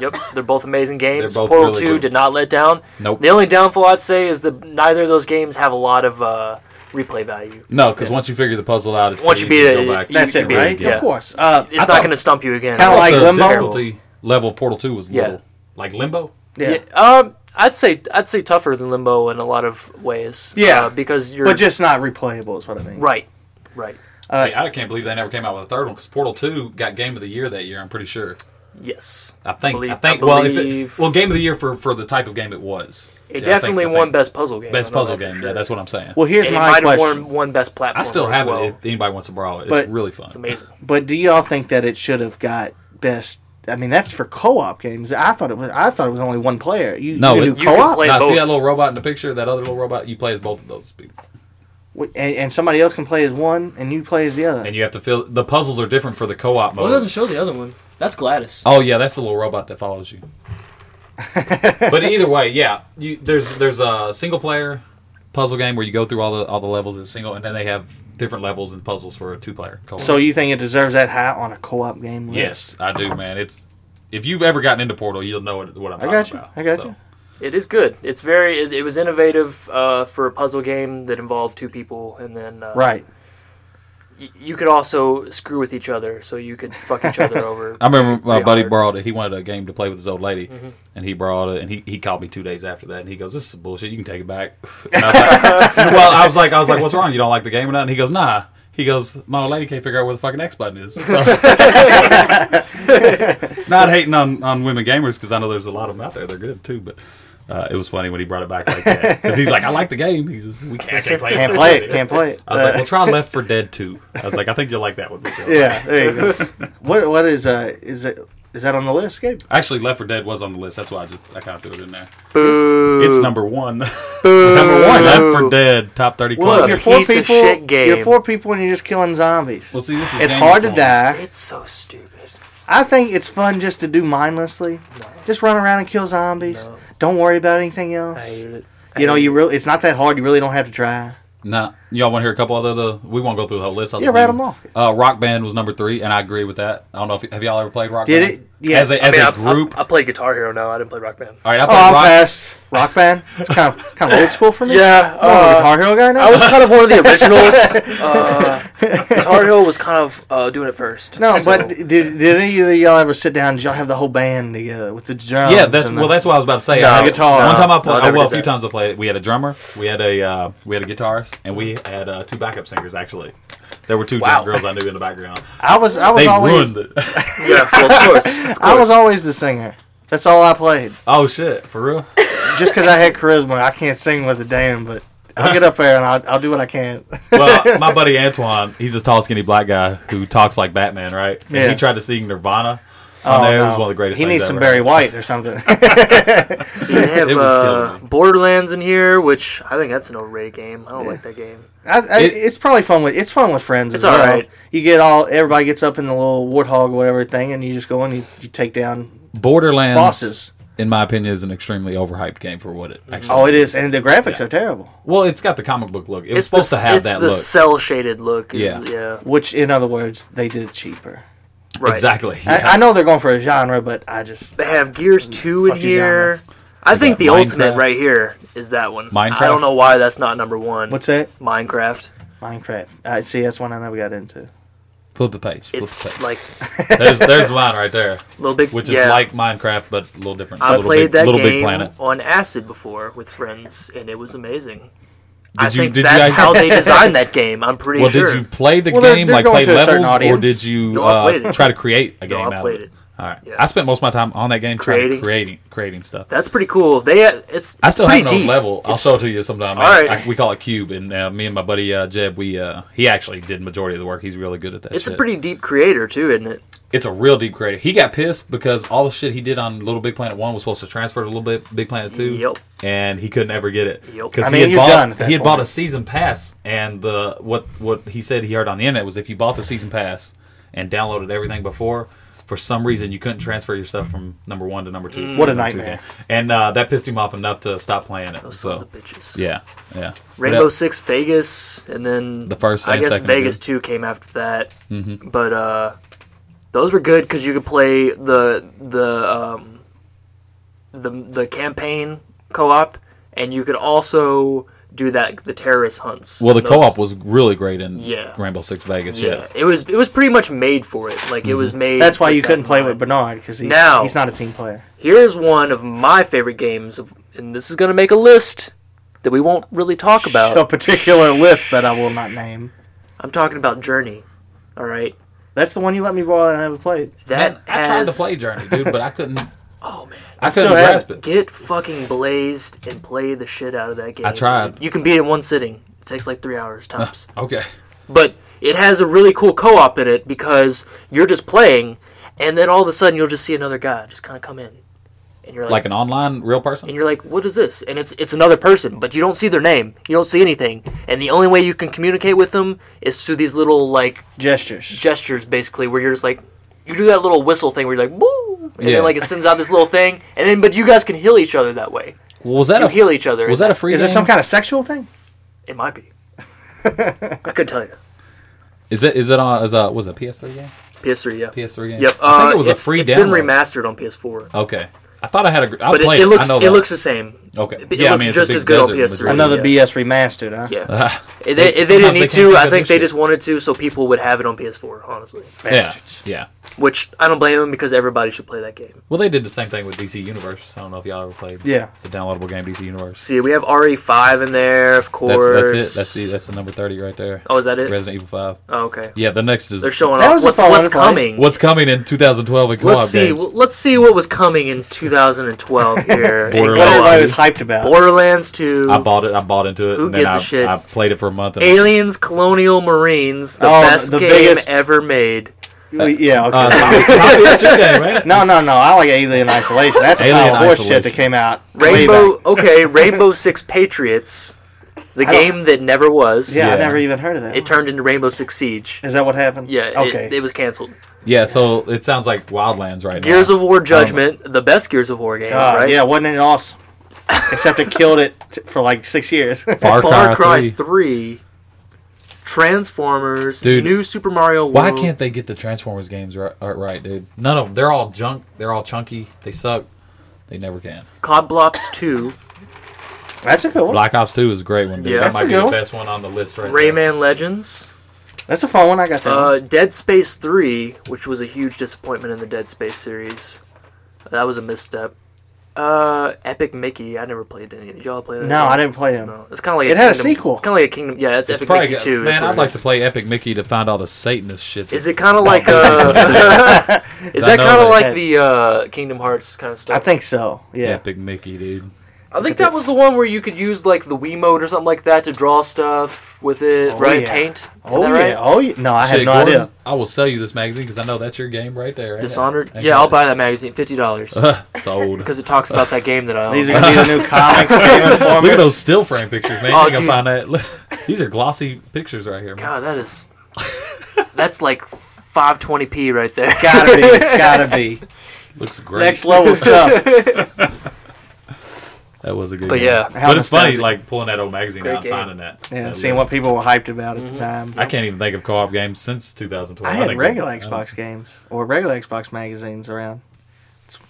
[SPEAKER 5] Yep, they're both amazing games.
[SPEAKER 7] They're both
[SPEAKER 5] Portal
[SPEAKER 7] really
[SPEAKER 5] Two
[SPEAKER 7] good.
[SPEAKER 5] did not let down.
[SPEAKER 7] Nope.
[SPEAKER 5] The only downfall I'd say is that neither of those games have a lot of uh, replay value.
[SPEAKER 7] No, because once you figure the puzzle out, it's
[SPEAKER 5] Once
[SPEAKER 7] pretty
[SPEAKER 5] you
[SPEAKER 7] easy
[SPEAKER 5] beat
[SPEAKER 7] to
[SPEAKER 5] it,
[SPEAKER 7] go back.
[SPEAKER 5] you-
[SPEAKER 6] That's
[SPEAKER 5] you
[SPEAKER 6] it,
[SPEAKER 5] beat it,
[SPEAKER 6] right?
[SPEAKER 5] yeah.
[SPEAKER 6] Of course. Uh,
[SPEAKER 5] It's not
[SPEAKER 7] thought-
[SPEAKER 5] going to stump you again.
[SPEAKER 6] Kinda
[SPEAKER 7] Plus
[SPEAKER 6] like
[SPEAKER 7] the
[SPEAKER 6] Limbo?
[SPEAKER 7] difficulty level of Portal Two was
[SPEAKER 5] Yeah.
[SPEAKER 7] little, like Limbo.
[SPEAKER 6] yeah.
[SPEAKER 5] Yeah, um, I'd say I'd say tougher than Limbo in a lot of ways.
[SPEAKER 6] Yeah.
[SPEAKER 5] uh, because you're
[SPEAKER 6] But just not replayable is what I mean.
[SPEAKER 5] right, right.
[SPEAKER 7] Hey, I can't believe they never came out with a third one because Portal Two got Game of the Year that year. I'm pretty sure.
[SPEAKER 5] Yes,
[SPEAKER 7] I think.
[SPEAKER 5] Believe-
[SPEAKER 7] I think.
[SPEAKER 5] I
[SPEAKER 7] well, if
[SPEAKER 5] believe-
[SPEAKER 7] it, well, Game of the Year for, for the type of game it was.
[SPEAKER 5] it
[SPEAKER 7] Yeah, I
[SPEAKER 5] definitely
[SPEAKER 7] think- I
[SPEAKER 5] won
[SPEAKER 7] think
[SPEAKER 5] best puzzle game. I
[SPEAKER 7] best
[SPEAKER 5] know
[SPEAKER 7] puzzle
[SPEAKER 5] that for
[SPEAKER 7] game.
[SPEAKER 5] sure.
[SPEAKER 7] Yeah, that's what I'm saying.
[SPEAKER 6] Well, here's
[SPEAKER 5] And it
[SPEAKER 6] my
[SPEAKER 5] might have
[SPEAKER 6] question.
[SPEAKER 5] won one best platform.
[SPEAKER 7] I still
[SPEAKER 5] as
[SPEAKER 7] have
[SPEAKER 5] well.
[SPEAKER 7] it. If anybody wants to borrow it, it's
[SPEAKER 6] But-
[SPEAKER 7] really fun.
[SPEAKER 5] It's amazing.
[SPEAKER 6] But do y'all think that it should have got best? I mean, that's for co-op games. I thought it was. I thought it was only one player. You,
[SPEAKER 7] No,
[SPEAKER 6] you
[SPEAKER 7] it-
[SPEAKER 6] can
[SPEAKER 7] you
[SPEAKER 6] do
[SPEAKER 5] can
[SPEAKER 6] co-op,
[SPEAKER 5] play-
[SPEAKER 7] Now,
[SPEAKER 5] both.
[SPEAKER 7] see that little robot in the picture? That other little robot? You play as both of those people.
[SPEAKER 6] and, and somebody else can play as one, and you play as the other.
[SPEAKER 7] And you have to fill. The puzzles are different for the co op
[SPEAKER 9] Well, it
[SPEAKER 7] mode.
[SPEAKER 9] doesn't show the other one. That's Gladys.
[SPEAKER 7] Oh yeah, that's the little robot that follows you. but either way, yeah, you, there's there's a single player puzzle game where you go through all the all the levels in single, and then they have different levels and puzzles for a two player.
[SPEAKER 6] So you think it deserves that high on a co-op game list?
[SPEAKER 7] yes, I do, man. It's if you've ever gotten into Portal, you'll know what, what I'm
[SPEAKER 6] I
[SPEAKER 7] talking
[SPEAKER 6] got you.
[SPEAKER 7] about.
[SPEAKER 6] I got
[SPEAKER 7] So,
[SPEAKER 6] you.
[SPEAKER 5] It is good. It's very. It, it was innovative uh, for a puzzle game that involved two people, and then uh,
[SPEAKER 6] Right.
[SPEAKER 5] y- you could also screw with each other, so you could fuck each other over.
[SPEAKER 7] I remember my
[SPEAKER 5] Pretty
[SPEAKER 7] buddy
[SPEAKER 5] hard.
[SPEAKER 7] borrowed it. He wanted a game to play with his old lady,
[SPEAKER 6] Mm-hmm.
[SPEAKER 7] and he borrowed it. And he, he called me two days after that, and he goes, "This is bullshit. You can take it back." And I was like, well, I was like, I was like, "What's wrong? You don't like the game or not?" And he goes, "Nah." He goes, "My old lady can't figure out where the fucking X button is." So- Not hating on, on women gamers because I know there's a lot of them out there. They're good too, but. Uh, it was funny when he brought it back like that because he's like, "I like the game." He says, "We can't, can't play
[SPEAKER 6] Can't
[SPEAKER 7] it."
[SPEAKER 6] play it. Can't play it.
[SPEAKER 7] I was like,
[SPEAKER 6] Uh,
[SPEAKER 7] "Well, try Left for Dead 2. I was like, "I think you'll like that one." Michelle."
[SPEAKER 6] yeah. There you go. what What is uh is it is that on the list, Gabe?
[SPEAKER 7] Actually, Left 4 Dead was on the list. That's why I just I kind of threw it in there.
[SPEAKER 5] Boo.
[SPEAKER 7] It's number one. it's number one. Left 4 Dead, top thirty.
[SPEAKER 6] Well,
[SPEAKER 5] a
[SPEAKER 7] Well,
[SPEAKER 6] you're four
[SPEAKER 5] piece of
[SPEAKER 6] people.
[SPEAKER 5] shit game.
[SPEAKER 6] You're four people, and you're just killing zombies.
[SPEAKER 7] well, see, this is
[SPEAKER 6] it's
[SPEAKER 7] game
[SPEAKER 6] hard to
[SPEAKER 7] form.
[SPEAKER 6] die.
[SPEAKER 5] It's so stupid.
[SPEAKER 6] I think it's fun just to do mindlessly. Just run around and kill zombies.
[SPEAKER 5] No.
[SPEAKER 6] Don't worry about anything else.
[SPEAKER 5] I hate it. I
[SPEAKER 6] you know,
[SPEAKER 5] hate
[SPEAKER 6] you really it's not that hard. You really don't have to try.
[SPEAKER 7] Nah, y'all want to hear a couple other? The we won't go through the whole list. I'll
[SPEAKER 6] Yeah,
[SPEAKER 7] just
[SPEAKER 6] rattle
[SPEAKER 7] name
[SPEAKER 6] them off.
[SPEAKER 7] Uh, Rock Band was number three, and I agree with that. I don't know if have y'all ever played Rock
[SPEAKER 6] Did
[SPEAKER 7] Band.
[SPEAKER 6] it? Yeah.
[SPEAKER 7] As a,
[SPEAKER 5] I
[SPEAKER 7] as
[SPEAKER 5] mean, I-
[SPEAKER 7] a group.
[SPEAKER 5] I, I played Guitar Hero. No, I didn't play Rock Band.
[SPEAKER 7] all right, I
[SPEAKER 6] Oh,
[SPEAKER 7] played
[SPEAKER 6] I'm
[SPEAKER 7] Rock.
[SPEAKER 6] fast. Rock band. It's kind of kind of old school for me.
[SPEAKER 5] Yeah, uh,
[SPEAKER 6] I'm a Guitar Hero guy now.
[SPEAKER 5] I was kind of one of the originals. Uh, Guitar Hero was kind of uh, doing it first.
[SPEAKER 6] no,
[SPEAKER 5] so-
[SPEAKER 6] but did did any of y'all ever sit down? Did y'all have the whole band together with the drums?
[SPEAKER 7] Yeah, that's
[SPEAKER 6] and
[SPEAKER 7] well.
[SPEAKER 6] the-
[SPEAKER 7] That's what I was about to say.
[SPEAKER 5] No,
[SPEAKER 7] I-
[SPEAKER 6] guitar.
[SPEAKER 7] One time I
[SPEAKER 5] No, I
[SPEAKER 7] played.
[SPEAKER 5] never
[SPEAKER 7] well, a
[SPEAKER 5] did
[SPEAKER 7] few
[SPEAKER 5] that.
[SPEAKER 7] times I played. We had a drummer, we had a uh, we had a guitarist, and we had uh, two backup singers. Actually, there were two
[SPEAKER 5] Wow.
[SPEAKER 7] wow. girls I knew in the background.
[SPEAKER 6] I was I was
[SPEAKER 7] They
[SPEAKER 6] always
[SPEAKER 7] ruined it.
[SPEAKER 5] yeah, well, of course. of
[SPEAKER 6] I was
[SPEAKER 5] course.
[SPEAKER 6] always the singer. That's all I played.
[SPEAKER 7] oh shit, for real.
[SPEAKER 6] Just because I had charisma, I can't sing with a damn. But I'll get up there and I'll, I'll do what I can.
[SPEAKER 7] well, my buddy Antoine, he's a tall, skinny black guy who talks like Batman, right? And
[SPEAKER 6] Yeah.
[SPEAKER 7] he tried to sing Nirvana on there. It was one of the greatest
[SPEAKER 6] Oh, He
[SPEAKER 7] things
[SPEAKER 6] needs some
[SPEAKER 7] ever.
[SPEAKER 6] Barry White or something.
[SPEAKER 5] See, they have
[SPEAKER 7] It was
[SPEAKER 5] uh,
[SPEAKER 7] killing me.
[SPEAKER 5] Borderlands in here, which I think that's an overrated game. I don't like that game.
[SPEAKER 6] I, I,
[SPEAKER 7] It-
[SPEAKER 6] it's probably fun with it's fun with friends.
[SPEAKER 5] It's
[SPEAKER 6] as well.
[SPEAKER 5] alright.
[SPEAKER 6] You get all everybody gets up in the little warthog or whatever thing, and you just go and you, you take down
[SPEAKER 7] Borderlands,
[SPEAKER 6] bosses.
[SPEAKER 7] in my opinion, is an extremely overhyped game for what it actually
[SPEAKER 6] Oh, it is, and the graphics are terrible.
[SPEAKER 7] Well, it's got the comic book look. It was
[SPEAKER 5] It's
[SPEAKER 7] supposed
[SPEAKER 5] the,
[SPEAKER 7] to have
[SPEAKER 5] it's
[SPEAKER 7] that
[SPEAKER 5] the
[SPEAKER 7] look.
[SPEAKER 5] cell shaded look. is-
[SPEAKER 7] Yeah.
[SPEAKER 5] yeah,
[SPEAKER 6] Which, in other words, they did it cheaper.
[SPEAKER 5] right.
[SPEAKER 7] Exactly.
[SPEAKER 6] I, I know they're going for a genre, but I just
[SPEAKER 5] They have Gears
[SPEAKER 7] Mm,
[SPEAKER 5] Two in
[SPEAKER 6] Fuck you, genre.
[SPEAKER 5] here. I think
[SPEAKER 7] got
[SPEAKER 5] the ultimate
[SPEAKER 7] Minecraft.
[SPEAKER 5] right here is that one. I
[SPEAKER 7] Minecraft?
[SPEAKER 5] don't know why that's not number one.
[SPEAKER 6] what's that
[SPEAKER 5] Minecraft?
[SPEAKER 6] Minecraft? I see that's one I never got into.
[SPEAKER 7] Flip the page. Flip
[SPEAKER 5] It's
[SPEAKER 7] the page.
[SPEAKER 5] like
[SPEAKER 7] there's there's mine right there,
[SPEAKER 5] Little Big.
[SPEAKER 7] which is
[SPEAKER 5] yeah.
[SPEAKER 7] like Minecraft but a little different.
[SPEAKER 5] I
[SPEAKER 7] little
[SPEAKER 5] played
[SPEAKER 7] big,
[SPEAKER 5] that
[SPEAKER 7] little
[SPEAKER 5] game
[SPEAKER 7] big planet.
[SPEAKER 5] on acid before with friends, and it was amazing.
[SPEAKER 7] Did
[SPEAKER 5] I
[SPEAKER 7] you-
[SPEAKER 5] think
[SPEAKER 7] did you
[SPEAKER 5] that's
[SPEAKER 7] act-
[SPEAKER 5] how they designed that game. I'm pretty
[SPEAKER 7] Well,
[SPEAKER 5] sure.
[SPEAKER 7] did you play the
[SPEAKER 6] Well, they're-
[SPEAKER 7] game
[SPEAKER 6] they're
[SPEAKER 7] like
[SPEAKER 6] going
[SPEAKER 7] play
[SPEAKER 6] to a certain
[SPEAKER 7] levels, or
[SPEAKER 6] audience.
[SPEAKER 7] did you
[SPEAKER 5] No, I played
[SPEAKER 7] uh,
[SPEAKER 5] it.
[SPEAKER 7] try to create a game
[SPEAKER 5] I
[SPEAKER 7] out
[SPEAKER 5] played
[SPEAKER 7] of it?
[SPEAKER 5] it.
[SPEAKER 7] All right,
[SPEAKER 5] Yeah.
[SPEAKER 7] I spent most of my time on that game
[SPEAKER 5] Creating.
[SPEAKER 7] trying to creating creating stuff.
[SPEAKER 5] That's pretty cool. They uh, it's
[SPEAKER 7] I
[SPEAKER 5] it's
[SPEAKER 7] still
[SPEAKER 5] pretty
[SPEAKER 7] have no
[SPEAKER 5] deep.
[SPEAKER 7] level. I'll show it to you sometime.
[SPEAKER 5] All
[SPEAKER 7] man.
[SPEAKER 5] right.
[SPEAKER 7] I- we call it Cube, and uh, me and my buddy uh, Jeb, we uh, he actually did majority of the work. He's really good at that.
[SPEAKER 5] It's a
[SPEAKER 7] shit.
[SPEAKER 5] pretty deep creator too, isn't it?
[SPEAKER 7] It's a real deep creator. He got pissed because all the shit he did on Little Big Planet One was supposed to transfer to Little Big, Big Planet Two.
[SPEAKER 5] Yep.
[SPEAKER 7] And he couldn't ever get it
[SPEAKER 5] Yep.
[SPEAKER 7] because
[SPEAKER 6] I
[SPEAKER 7] he
[SPEAKER 6] mean,
[SPEAKER 7] had
[SPEAKER 6] you're
[SPEAKER 7] bought
[SPEAKER 6] done at that
[SPEAKER 7] he had
[SPEAKER 6] point.
[SPEAKER 7] bought a season pass, and the what what he said he heard on the internet was if you bought the season pass and downloaded everything before. For some reason, you couldn't transfer your stuff from number one to number two.
[SPEAKER 6] Mm. What a
[SPEAKER 7] Number two
[SPEAKER 6] nightmare.
[SPEAKER 7] game. And uh, that pissed him off enough to stop playing it.
[SPEAKER 5] Those
[SPEAKER 7] so
[SPEAKER 5] sons of bitches.
[SPEAKER 7] yeah, yeah.
[SPEAKER 5] Rainbow
[SPEAKER 7] But, uh,
[SPEAKER 5] Six Vegas, and then
[SPEAKER 7] The first
[SPEAKER 5] I
[SPEAKER 7] and
[SPEAKER 5] guess
[SPEAKER 7] second Mm-hmm.
[SPEAKER 5] Vegas
[SPEAKER 7] would
[SPEAKER 5] Two came after that. But uh, those were good because you could play the the um, the the campaign co-op, and you could also do that the terrorist hunts.
[SPEAKER 7] Well, the
[SPEAKER 5] Those-
[SPEAKER 7] co-op was really great in
[SPEAKER 5] Yeah.
[SPEAKER 7] Rainbow Six Vegas.
[SPEAKER 5] Yeah.
[SPEAKER 7] Yeah.
[SPEAKER 5] it was it was pretty much made for it. Like it was
[SPEAKER 7] Mm-hmm.
[SPEAKER 5] made.
[SPEAKER 6] That's why
[SPEAKER 5] with
[SPEAKER 6] you
[SPEAKER 5] that
[SPEAKER 6] couldn't
[SPEAKER 5] in
[SPEAKER 6] play
[SPEAKER 5] mind.
[SPEAKER 6] with Bernard because he's,
[SPEAKER 5] Now-
[SPEAKER 6] he's not a team player.
[SPEAKER 5] Here's one of my favorite games, of, and this is gonna make a list that we won't really talk about.
[SPEAKER 6] A particular list that I will not name.
[SPEAKER 5] I'm talking about Journey. All right,
[SPEAKER 6] That's the one you let me borrow and I never played.
[SPEAKER 5] that
[SPEAKER 7] Man, I tried to
[SPEAKER 5] has-
[SPEAKER 7] play Journey, dude, but I couldn't.
[SPEAKER 5] Oh man.
[SPEAKER 7] I,
[SPEAKER 6] still
[SPEAKER 7] couldn't
[SPEAKER 6] have
[SPEAKER 7] grasp it.
[SPEAKER 5] Get fucking blazed and play the shit out of that game.
[SPEAKER 7] I tried.
[SPEAKER 5] dude. You can beat it in one sitting. It takes like three hours tops.
[SPEAKER 7] Okay.
[SPEAKER 5] but it has a really cool co-op in it because you're just playing, and then all of a sudden you'll just see another guy just kind of come in, and you're like,
[SPEAKER 7] Like an online real
[SPEAKER 5] and
[SPEAKER 7] person.
[SPEAKER 5] you're like, what is this? And it's it's another person, but you don't see their name, you don't see anything, and the only way you can communicate with them is through these little like
[SPEAKER 6] Gestures.
[SPEAKER 5] gestures, basically, where you're just like, you do that little whistle thing where you're like, woo, and
[SPEAKER 7] Yeah.
[SPEAKER 5] then like it sends out this little thing, and then but you guys can heal each other that way.
[SPEAKER 7] Well, was that
[SPEAKER 5] You
[SPEAKER 7] a
[SPEAKER 5] heal each other.
[SPEAKER 7] Was that a free?
[SPEAKER 6] Is
[SPEAKER 7] game?
[SPEAKER 6] it some kind of sexual thing?
[SPEAKER 5] It might be. I could tell you.
[SPEAKER 7] Is it is it on? Is a was it a PS3 game?
[SPEAKER 5] PS3, yeah.
[SPEAKER 7] PS3 game.
[SPEAKER 5] Yep. Uh,
[SPEAKER 7] I think it was a
[SPEAKER 5] it's-
[SPEAKER 7] free
[SPEAKER 5] It's been
[SPEAKER 7] download.
[SPEAKER 5] remastered on PS4.
[SPEAKER 7] Okay. I thought I had a. gr- I
[SPEAKER 5] but it,
[SPEAKER 7] played
[SPEAKER 5] it looks
[SPEAKER 7] I know
[SPEAKER 5] it
[SPEAKER 7] that.
[SPEAKER 5] looks the same.
[SPEAKER 7] Okay.
[SPEAKER 5] it- it
[SPEAKER 7] yeah, I
[SPEAKER 5] looks
[SPEAKER 7] mean, it's
[SPEAKER 5] just
[SPEAKER 7] a big
[SPEAKER 5] as good on
[SPEAKER 7] desert
[SPEAKER 5] PS3.
[SPEAKER 7] majority.
[SPEAKER 6] Another
[SPEAKER 5] Yeah.
[SPEAKER 6] BS remastered, huh?
[SPEAKER 5] Yeah.
[SPEAKER 7] Ah,
[SPEAKER 5] If they, if they
[SPEAKER 7] sometimes
[SPEAKER 5] didn't need
[SPEAKER 7] they can't
[SPEAKER 5] to. I
[SPEAKER 7] do
[SPEAKER 5] think
[SPEAKER 7] that
[SPEAKER 5] they
[SPEAKER 7] shit.
[SPEAKER 5] just wanted to, so people would have it on PS4. Honestly,
[SPEAKER 7] yeah.
[SPEAKER 6] Bastards.
[SPEAKER 7] Yeah.
[SPEAKER 5] which I don't blame them because everybody should play that game.
[SPEAKER 7] Well, they did the same thing with DC Universe. I don't know if y'all ever played.
[SPEAKER 6] Yeah.
[SPEAKER 7] The downloadable game DC Universe.
[SPEAKER 5] See, we have RE5 in there, of
[SPEAKER 7] That's,
[SPEAKER 5] course.
[SPEAKER 7] that's it. That's the that's the number thirty right there.
[SPEAKER 5] Oh, is that it?
[SPEAKER 7] Resident Evil Five.
[SPEAKER 5] Oh, okay.
[SPEAKER 7] Yeah. The next is
[SPEAKER 5] They're showing
[SPEAKER 6] That
[SPEAKER 5] off
[SPEAKER 6] was a
[SPEAKER 5] what's
[SPEAKER 6] fun
[SPEAKER 5] what's
[SPEAKER 6] one to play.
[SPEAKER 5] coming.
[SPEAKER 7] what's coming in 2012 in co-op
[SPEAKER 5] Let's see.
[SPEAKER 7] games.
[SPEAKER 5] well, Let's see what was coming in 2012 here. in
[SPEAKER 7] Borderlands.
[SPEAKER 6] What
[SPEAKER 5] co-op.
[SPEAKER 6] everybody was hyped about.
[SPEAKER 5] Borderlands 2.
[SPEAKER 7] I bought it. I bought into it.
[SPEAKER 5] Who
[SPEAKER 7] and then
[SPEAKER 5] gives a
[SPEAKER 7] I,
[SPEAKER 5] shit?
[SPEAKER 7] I played it for a month. And
[SPEAKER 5] Aliens Colonial Marines, the
[SPEAKER 6] Oh,
[SPEAKER 5] best
[SPEAKER 6] the
[SPEAKER 5] game
[SPEAKER 6] biggest-
[SPEAKER 5] ever made.
[SPEAKER 6] We- yeah, okay.
[SPEAKER 7] Uh, Tommy, Tommy, that's your game, right?
[SPEAKER 6] no, no, no. I like Alien Isolation. That's a
[SPEAKER 7] Alien
[SPEAKER 6] pile of horse
[SPEAKER 7] Isolation.
[SPEAKER 6] shit that came out. way back.
[SPEAKER 5] Rainbow, okay, Rainbow Six Patriots, the
[SPEAKER 6] I don't-
[SPEAKER 5] game that never was.
[SPEAKER 6] Yeah,
[SPEAKER 7] Yeah.
[SPEAKER 6] I never even heard of that.
[SPEAKER 5] It turned into Rainbow Six Siege.
[SPEAKER 6] Is that what happened?
[SPEAKER 5] Yeah, okay.
[SPEAKER 6] Okay.
[SPEAKER 5] it, was canceled.
[SPEAKER 7] Yeah. So it sounds like Wildlands right now.
[SPEAKER 5] Gears of War Judgment, the best Gears of War game,
[SPEAKER 6] Oh God,
[SPEAKER 5] right?
[SPEAKER 6] Yeah, wasn't it awesome? Except it killed it t- for like six years.
[SPEAKER 7] Far,
[SPEAKER 5] Far Cry 3.
[SPEAKER 7] 3.
[SPEAKER 5] Transformers,
[SPEAKER 7] Dude,
[SPEAKER 5] New Super Mario World.
[SPEAKER 7] Why can't they get the Transformers games right, right, dude? None of them. They're all junk. They're all chunky. They suck. They never can.
[SPEAKER 5] Cod Blops 2,
[SPEAKER 6] That's a cool one.
[SPEAKER 7] Black Ops 2 is a great one, dude.
[SPEAKER 5] Yeah,
[SPEAKER 7] that
[SPEAKER 5] that's
[SPEAKER 7] might
[SPEAKER 6] a
[SPEAKER 7] be
[SPEAKER 6] good
[SPEAKER 7] the
[SPEAKER 6] one.
[SPEAKER 7] best one on the list right now.
[SPEAKER 5] Rayman Legends,
[SPEAKER 6] That's a fun one. I got that. one.
[SPEAKER 5] uh, Dead Space 3, which was a huge disappointment in the Dead Space series. That was a misstep. Uh, Epic Mickey. I never played any. Did y'all play that?
[SPEAKER 6] no,
[SPEAKER 5] game?
[SPEAKER 6] I didn't play him.
[SPEAKER 5] Uh, No, it's kind of like
[SPEAKER 6] It had a
[SPEAKER 5] Kingdom-
[SPEAKER 6] sequel.
[SPEAKER 5] It's kind of like a Kingdom. Yeah, it's,
[SPEAKER 7] It's
[SPEAKER 5] Epic
[SPEAKER 7] probably
[SPEAKER 5] Mickey
[SPEAKER 7] got-
[SPEAKER 5] Two.
[SPEAKER 7] Man, I'd like to
[SPEAKER 5] play.
[SPEAKER 7] play Epic Mickey to find all the Satanist shit.
[SPEAKER 5] Is it kind of like uh? is
[SPEAKER 7] I
[SPEAKER 5] that kind
[SPEAKER 7] know
[SPEAKER 5] of
[SPEAKER 7] that-
[SPEAKER 5] like the uh, Kingdom Hearts kind of stuff?
[SPEAKER 6] I think so. Yeah.
[SPEAKER 7] Epic Mickey, dude.
[SPEAKER 5] I think that was the one where you could use like the Wii mode or something like that to draw stuff with it,
[SPEAKER 6] Oh,
[SPEAKER 5] right?
[SPEAKER 6] yeah.
[SPEAKER 5] Taint. Is
[SPEAKER 6] Oh
[SPEAKER 5] that
[SPEAKER 6] yeah.
[SPEAKER 5] right?
[SPEAKER 6] Oh yeah. No, I had
[SPEAKER 7] Shit,
[SPEAKER 6] no
[SPEAKER 7] Gordon,
[SPEAKER 6] idea.
[SPEAKER 7] I will sell you this magazine because I know that's your game right there. ain't it?
[SPEAKER 5] Dishonored.
[SPEAKER 7] Ain't
[SPEAKER 5] Yeah, I'll
[SPEAKER 7] it?
[SPEAKER 5] buy that magazine, fifty dollars,
[SPEAKER 7] Sold.
[SPEAKER 5] because it talks about that game that I own.
[SPEAKER 6] These are gonna be the new comics. Game Informers.
[SPEAKER 7] Look at those still frame pictures, man.
[SPEAKER 5] Oh,
[SPEAKER 7] you can
[SPEAKER 5] dude.
[SPEAKER 7] find that. Look, These are glossy pictures right here, man.
[SPEAKER 5] God, that is. That's like 520p right there.
[SPEAKER 6] Gotta be. Gotta be.
[SPEAKER 7] Looks great.
[SPEAKER 6] Next level stuff.
[SPEAKER 7] That was a good.
[SPEAKER 5] But
[SPEAKER 7] one.
[SPEAKER 5] yeah.
[SPEAKER 6] How
[SPEAKER 7] but it's funny,
[SPEAKER 6] nostalgic.
[SPEAKER 7] like pulling that old magazine
[SPEAKER 5] Great
[SPEAKER 7] out, and
[SPEAKER 5] game.
[SPEAKER 7] finding that.
[SPEAKER 6] Yeah.
[SPEAKER 7] that
[SPEAKER 6] Seeing
[SPEAKER 7] list.
[SPEAKER 6] what people were hyped about at the
[SPEAKER 5] Mm-hmm.
[SPEAKER 6] time.
[SPEAKER 7] I can't even think of co-op games since 2012.
[SPEAKER 6] I had
[SPEAKER 7] think
[SPEAKER 6] regular
[SPEAKER 7] I don't-
[SPEAKER 6] Xbox games or regular Xbox magazines around.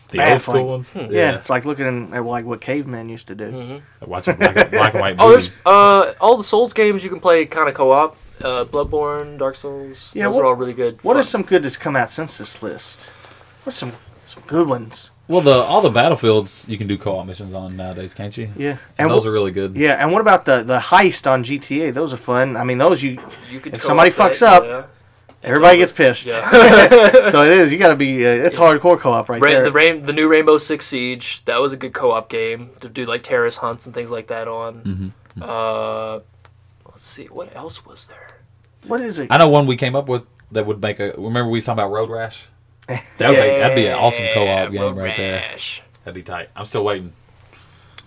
[SPEAKER 7] the old
[SPEAKER 6] baffling. Hmm.
[SPEAKER 7] school ones.
[SPEAKER 6] Yeah, it's like looking at like what cavemen used to do.
[SPEAKER 5] Mm-hmm.
[SPEAKER 7] watching black, black and white
[SPEAKER 5] Oh, there's
[SPEAKER 7] movies.
[SPEAKER 5] uh, all the Souls games you can play kind of co-op. Uh, Bloodborne, Dark Souls.
[SPEAKER 6] Yeah,
[SPEAKER 5] those
[SPEAKER 6] what-
[SPEAKER 5] are all really good.
[SPEAKER 6] What
[SPEAKER 5] fun.
[SPEAKER 6] are some good that's come out since this list? What's some some good ones?
[SPEAKER 7] well, the all the battlefields you can do co-op missions on nowadays, can't you?
[SPEAKER 6] Yeah,
[SPEAKER 7] and
[SPEAKER 6] and
[SPEAKER 7] those
[SPEAKER 6] wh-
[SPEAKER 7] are really good.
[SPEAKER 6] yeah, and what about the the heist on GTA? Those are fun. I mean, those you
[SPEAKER 5] You could
[SPEAKER 6] if somebody
[SPEAKER 5] co-op
[SPEAKER 6] fucks
[SPEAKER 5] that,
[SPEAKER 6] up,
[SPEAKER 5] yeah.
[SPEAKER 6] everybody gets pissed.
[SPEAKER 5] Yeah.
[SPEAKER 6] so it is. You got to be. Uh, it's hardcore co-op right
[SPEAKER 5] Ra-
[SPEAKER 6] there.
[SPEAKER 5] the rain, the new Rainbow Six Siege. That was a good co-op game to do like terrorist hunts and things like that on.
[SPEAKER 7] Mm-hmm,
[SPEAKER 5] Uh, let's see, what else was there?
[SPEAKER 6] what is it?
[SPEAKER 7] I know one we came up with that would make a. Remember we was talking about Road Rash? That would make, that'd be an awesome co-op game
[SPEAKER 5] Road
[SPEAKER 7] right there.
[SPEAKER 5] Rash.
[SPEAKER 7] That'd be tight. I'm still waiting.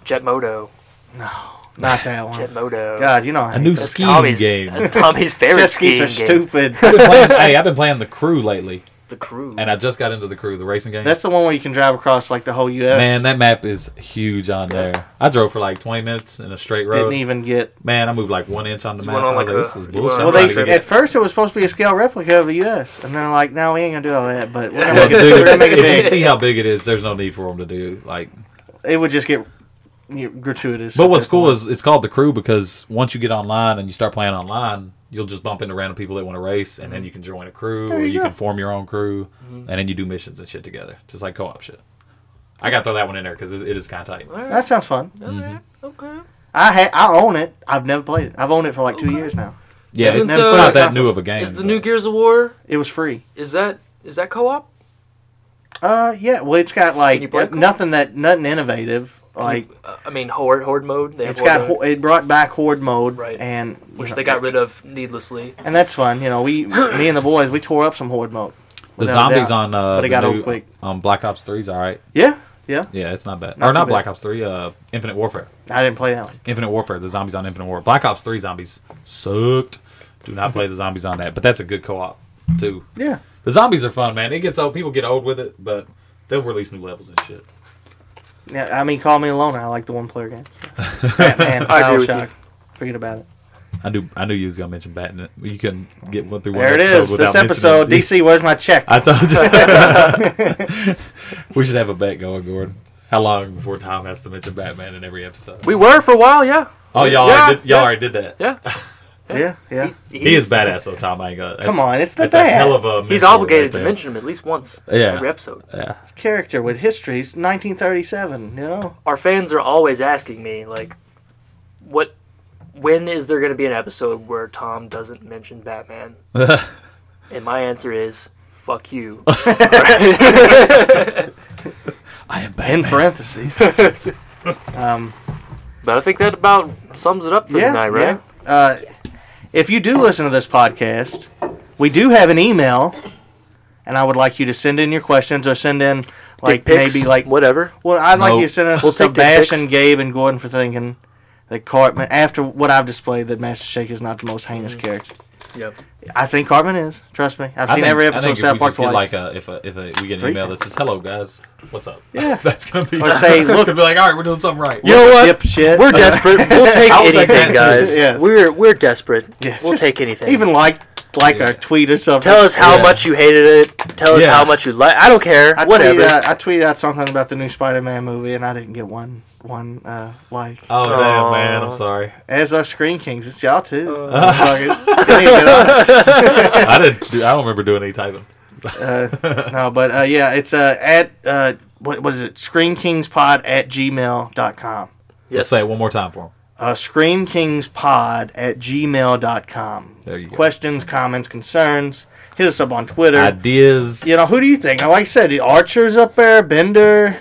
[SPEAKER 5] Jet Moto.
[SPEAKER 6] Not that one.
[SPEAKER 5] Jet Moto.
[SPEAKER 6] God, you know I
[SPEAKER 7] A
[SPEAKER 6] hate
[SPEAKER 7] new
[SPEAKER 6] those.
[SPEAKER 7] skiing
[SPEAKER 5] Tommy's-
[SPEAKER 7] game.
[SPEAKER 5] That's Tommy's favorite
[SPEAKER 6] jet skis
[SPEAKER 5] skiing
[SPEAKER 6] are
[SPEAKER 5] game.
[SPEAKER 6] stupid.
[SPEAKER 7] I've been playing- hey, I've been playing the crew lately,
[SPEAKER 5] The crew.
[SPEAKER 7] and I just got into the crew, the racing game.
[SPEAKER 6] That's the one where you can drive across like the whole U.S.
[SPEAKER 7] Man, that map is huge on there. I drove for like 20 minutes in a straight road.
[SPEAKER 6] didn't even get.
[SPEAKER 7] Man, I moved like one inch on the map.
[SPEAKER 5] went on
[SPEAKER 7] I was
[SPEAKER 5] like
[SPEAKER 7] like,
[SPEAKER 5] a-
[SPEAKER 7] this is
[SPEAKER 5] you went
[SPEAKER 7] bullshit.
[SPEAKER 5] on
[SPEAKER 6] Well,
[SPEAKER 7] I'm
[SPEAKER 5] like
[SPEAKER 6] they
[SPEAKER 7] trying
[SPEAKER 5] a-
[SPEAKER 7] to
[SPEAKER 6] at
[SPEAKER 7] get
[SPEAKER 6] first it was supposed to be a scale replica of the U.S. and then like, no, we ain't gonna do all that, but we're gonna
[SPEAKER 7] Well,
[SPEAKER 6] make it,
[SPEAKER 7] dude,
[SPEAKER 6] we're gonna make it
[SPEAKER 7] if you
[SPEAKER 6] big.
[SPEAKER 7] see how big it is, there's no need for them to do like
[SPEAKER 6] it would just get you know, gratuitous.
[SPEAKER 7] But
[SPEAKER 6] at
[SPEAKER 7] what's
[SPEAKER 6] that
[SPEAKER 7] cool
[SPEAKER 6] point.
[SPEAKER 7] is it's called the crew because once you get online and you start playing online, you'll just bump into random people that want to race, and
[SPEAKER 6] Mm-hmm.
[SPEAKER 7] then you can join a crew or you can form your own crew, and then you do missions and shit together, just like co-op shit. I got to throw that one in there because it it is kind of tight.
[SPEAKER 6] that sounds fun.
[SPEAKER 7] Mm-hmm.
[SPEAKER 9] Okay.
[SPEAKER 6] I ha- I own it. I've never played it. I've owned it for like two years now.
[SPEAKER 7] Yeah,
[SPEAKER 9] Isn't
[SPEAKER 7] it's,
[SPEAKER 9] the-
[SPEAKER 7] it's not that new of a game.
[SPEAKER 9] Is the
[SPEAKER 7] but-
[SPEAKER 9] new Gears of War
[SPEAKER 6] It was free.
[SPEAKER 9] is that is that co-op?
[SPEAKER 6] Uh, yeah. Well, it's got like
[SPEAKER 9] you play it?
[SPEAKER 6] nothing that nothing innovative. Like
[SPEAKER 9] Uh, I mean, horde horde mode. They have
[SPEAKER 6] it's
[SPEAKER 9] horde
[SPEAKER 6] got
[SPEAKER 9] mode,
[SPEAKER 6] ho- it brought back horde mode,
[SPEAKER 9] Right.
[SPEAKER 6] And you
[SPEAKER 9] which
[SPEAKER 6] know,
[SPEAKER 9] they got rid of needlessly.
[SPEAKER 6] and that's fun. You know, we me and the boys we tore up some horde mode.
[SPEAKER 7] the
[SPEAKER 6] without a
[SPEAKER 7] zombies
[SPEAKER 6] doubt.
[SPEAKER 7] on uh,
[SPEAKER 6] But it
[SPEAKER 7] the
[SPEAKER 6] got old
[SPEAKER 7] new,
[SPEAKER 6] quick.
[SPEAKER 7] um, Black Ops 3 is all right.
[SPEAKER 6] Yeah, yeah.
[SPEAKER 7] Yeah, it's not bad.
[SPEAKER 6] Not
[SPEAKER 7] or
[SPEAKER 6] too
[SPEAKER 7] not
[SPEAKER 6] bad.
[SPEAKER 7] Black Ops 3, uh, Infinite Warfare.
[SPEAKER 6] I didn't play that one.
[SPEAKER 7] Infinite Warfare, the zombies on Infinite War. Black Ops 3 zombies sucked. Do not play the zombies on that, but that's a good co-op too.
[SPEAKER 6] Yeah.
[SPEAKER 7] The zombies are fun, man. It gets old. People get old with it, but they'll release new levels and shit.
[SPEAKER 6] Yeah, I mean, call me a loner. I like the one player game. Batman,
[SPEAKER 5] I agree with
[SPEAKER 6] Bioshock. Forget about it.
[SPEAKER 7] I knew I knew you was gonna mention Batman. You couldn't get one through one
[SPEAKER 6] There it
[SPEAKER 7] episode
[SPEAKER 6] is.
[SPEAKER 7] without
[SPEAKER 6] This episode,
[SPEAKER 7] mentioning-
[SPEAKER 6] DC. Where's my check?
[SPEAKER 7] I told you. we should have a bet going, Gordon. How long before Tom has to mention Batman in every episode?
[SPEAKER 5] We were for a while, yeah.
[SPEAKER 7] oh, y'all
[SPEAKER 5] Yeah,
[SPEAKER 7] already did, y'all
[SPEAKER 5] yeah.
[SPEAKER 7] already did that.
[SPEAKER 5] Yeah.
[SPEAKER 6] yeah, yeah.
[SPEAKER 7] He is badass, though, Tom. I ain't gonna,
[SPEAKER 6] Come
[SPEAKER 7] that's-
[SPEAKER 6] on, it's the
[SPEAKER 7] That's a
[SPEAKER 6] dad.
[SPEAKER 7] hell of a.
[SPEAKER 5] He's
[SPEAKER 7] mentor
[SPEAKER 5] obligated
[SPEAKER 7] right
[SPEAKER 5] to
[SPEAKER 7] there.
[SPEAKER 5] mention him at least once
[SPEAKER 7] Yeah.
[SPEAKER 5] every episode.
[SPEAKER 7] Yeah.
[SPEAKER 6] character with history. He's 1937. You know.
[SPEAKER 5] Our fans are always asking me, like, what, when is there going to be an episode where Tom doesn't mention Batman? and my answer is, fuck you.
[SPEAKER 7] I am
[SPEAKER 6] In
[SPEAKER 7] Batman.
[SPEAKER 6] parentheses. um,
[SPEAKER 5] But I think that about sums it up for
[SPEAKER 6] yeah,
[SPEAKER 5] the night, right?
[SPEAKER 6] yeah. Uh, if you do listen to this podcast, we do have an email, and I would like you to send in your questions or send in like
[SPEAKER 5] Dick pics,
[SPEAKER 6] maybe like
[SPEAKER 5] whatever.
[SPEAKER 6] Well, I'd like you to
[SPEAKER 7] Nope.
[SPEAKER 6] send us
[SPEAKER 5] We'll
[SPEAKER 6] some
[SPEAKER 5] take dick pics.
[SPEAKER 6] Bash and Gabe and Gordon for thinking that Cartman, after what I've displayed, that Master Shake is not the most heinous character.
[SPEAKER 5] Mm. Yep.
[SPEAKER 6] I think Cartman is. Trust me. I've
[SPEAKER 7] I
[SPEAKER 6] seen
[SPEAKER 7] think-
[SPEAKER 6] every
[SPEAKER 7] I
[SPEAKER 6] episode
[SPEAKER 7] think
[SPEAKER 6] of
[SPEAKER 7] if
[SPEAKER 6] South
[SPEAKER 7] we
[SPEAKER 6] Park
[SPEAKER 7] just get
[SPEAKER 6] twice.
[SPEAKER 7] Like a, if a, if a, we get an
[SPEAKER 6] Three
[SPEAKER 7] email
[SPEAKER 6] times.
[SPEAKER 7] that says "Hello guys, what's up?"
[SPEAKER 6] Yeah.
[SPEAKER 7] that's gonna be.
[SPEAKER 6] Or say,
[SPEAKER 7] that's
[SPEAKER 6] "Look-
[SPEAKER 7] gonna be like, all right, we're doing something right.
[SPEAKER 5] You know what?
[SPEAKER 6] Dipshit.
[SPEAKER 5] We're desperate. We'll take
[SPEAKER 7] I was like that,
[SPEAKER 5] anything,
[SPEAKER 7] too.
[SPEAKER 5] guys.
[SPEAKER 6] Yes.
[SPEAKER 5] We're we're desperate.
[SPEAKER 6] Yeah,
[SPEAKER 5] we'll
[SPEAKER 6] just
[SPEAKER 5] take anything.
[SPEAKER 6] Even like like our tweet or something.
[SPEAKER 5] tell us how
[SPEAKER 7] Yeah.
[SPEAKER 5] much you hated it. Tell us
[SPEAKER 7] Yeah.
[SPEAKER 5] how much you like. I don't care.
[SPEAKER 6] I
[SPEAKER 5] Whatever.
[SPEAKER 6] Tweeted out, I tweeted out something about the new Spider-Man movie, and I didn't get one one uh, like.
[SPEAKER 7] Oh
[SPEAKER 5] Aw.
[SPEAKER 7] damn, man, I'm sorry.
[SPEAKER 6] As our Screen Kings, it's y'all too.
[SPEAKER 5] Uh.
[SPEAKER 6] motherfuckers. Didn't even get on it.
[SPEAKER 7] I didn't. do- I don't remember doing any typing.
[SPEAKER 6] Uh, no, but uh, yeah, it's uh, at uh, what was it? ScreenKingsPod at gmail.com.
[SPEAKER 7] Let's
[SPEAKER 5] yes.
[SPEAKER 7] say it one more time for him.
[SPEAKER 6] uh, screenkingspod at gmail.com.
[SPEAKER 7] There you go.
[SPEAKER 6] Questions, comments, concerns. Hit us up on Twitter.
[SPEAKER 7] Ideas.
[SPEAKER 6] you know, who do you think? Like I said, Archer's up there, Bender,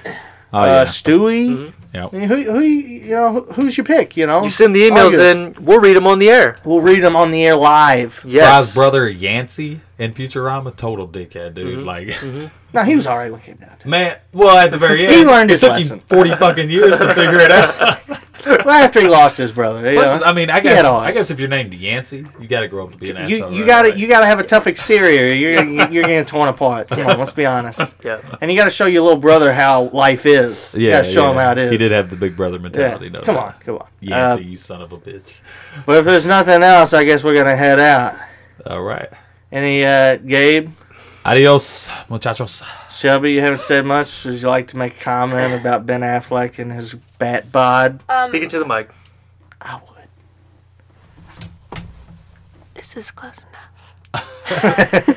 [SPEAKER 7] Oh,
[SPEAKER 6] uh,
[SPEAKER 7] yeah.
[SPEAKER 6] Stewie.
[SPEAKER 7] Yeah.
[SPEAKER 6] I mean, who, who, you know, who, who's your pick? You know,
[SPEAKER 5] Mm-hmm. You send the emails
[SPEAKER 6] Argus.
[SPEAKER 5] in. We'll read them on the air.
[SPEAKER 6] We'll read them on the air live.
[SPEAKER 5] Yes.
[SPEAKER 7] Fry's brother Yancey in Futurama, total dickhead, dude.
[SPEAKER 6] Mm-hmm.
[SPEAKER 7] Like,
[SPEAKER 6] No, he was all right when he came down.
[SPEAKER 7] man, well, at the very end,
[SPEAKER 6] He learned
[SPEAKER 7] it
[SPEAKER 6] his
[SPEAKER 7] took
[SPEAKER 6] lesson.
[SPEAKER 7] you forty fucking years to figure it out.
[SPEAKER 6] well, after he lost his brother, you,
[SPEAKER 7] Plus,
[SPEAKER 6] know,
[SPEAKER 7] I mean, I
[SPEAKER 6] He
[SPEAKER 7] guess,
[SPEAKER 6] had all-
[SPEAKER 7] I guess if you're named Yancey, you got to grow up to be an
[SPEAKER 6] you,
[SPEAKER 7] asshole.
[SPEAKER 6] you
[SPEAKER 7] right
[SPEAKER 6] got to
[SPEAKER 7] away.
[SPEAKER 6] you got to have a tough exterior. You're gonna- you're getting torn apart. Come on, let's be honest.
[SPEAKER 5] Yeah.
[SPEAKER 6] And you got to show your little brother how life is. you got to show him how it is.
[SPEAKER 7] He did have the big brother
[SPEAKER 6] Yeah.
[SPEAKER 7] mentality. No
[SPEAKER 6] Come
[SPEAKER 7] doubt.
[SPEAKER 6] on, come on. Uh,
[SPEAKER 7] Yancey, you son of a bitch.
[SPEAKER 6] But if there's nothing else, I guess we're gonna head out.
[SPEAKER 7] All right.
[SPEAKER 6] Any uh, Gabe,
[SPEAKER 7] Adios, muchachos.
[SPEAKER 6] Shelby, you haven't said much. Would you like to make a comment about Ben Affleck and his bat bod?
[SPEAKER 8] Um,
[SPEAKER 5] Speaking to the mic.
[SPEAKER 6] I would.
[SPEAKER 8] this is close enough.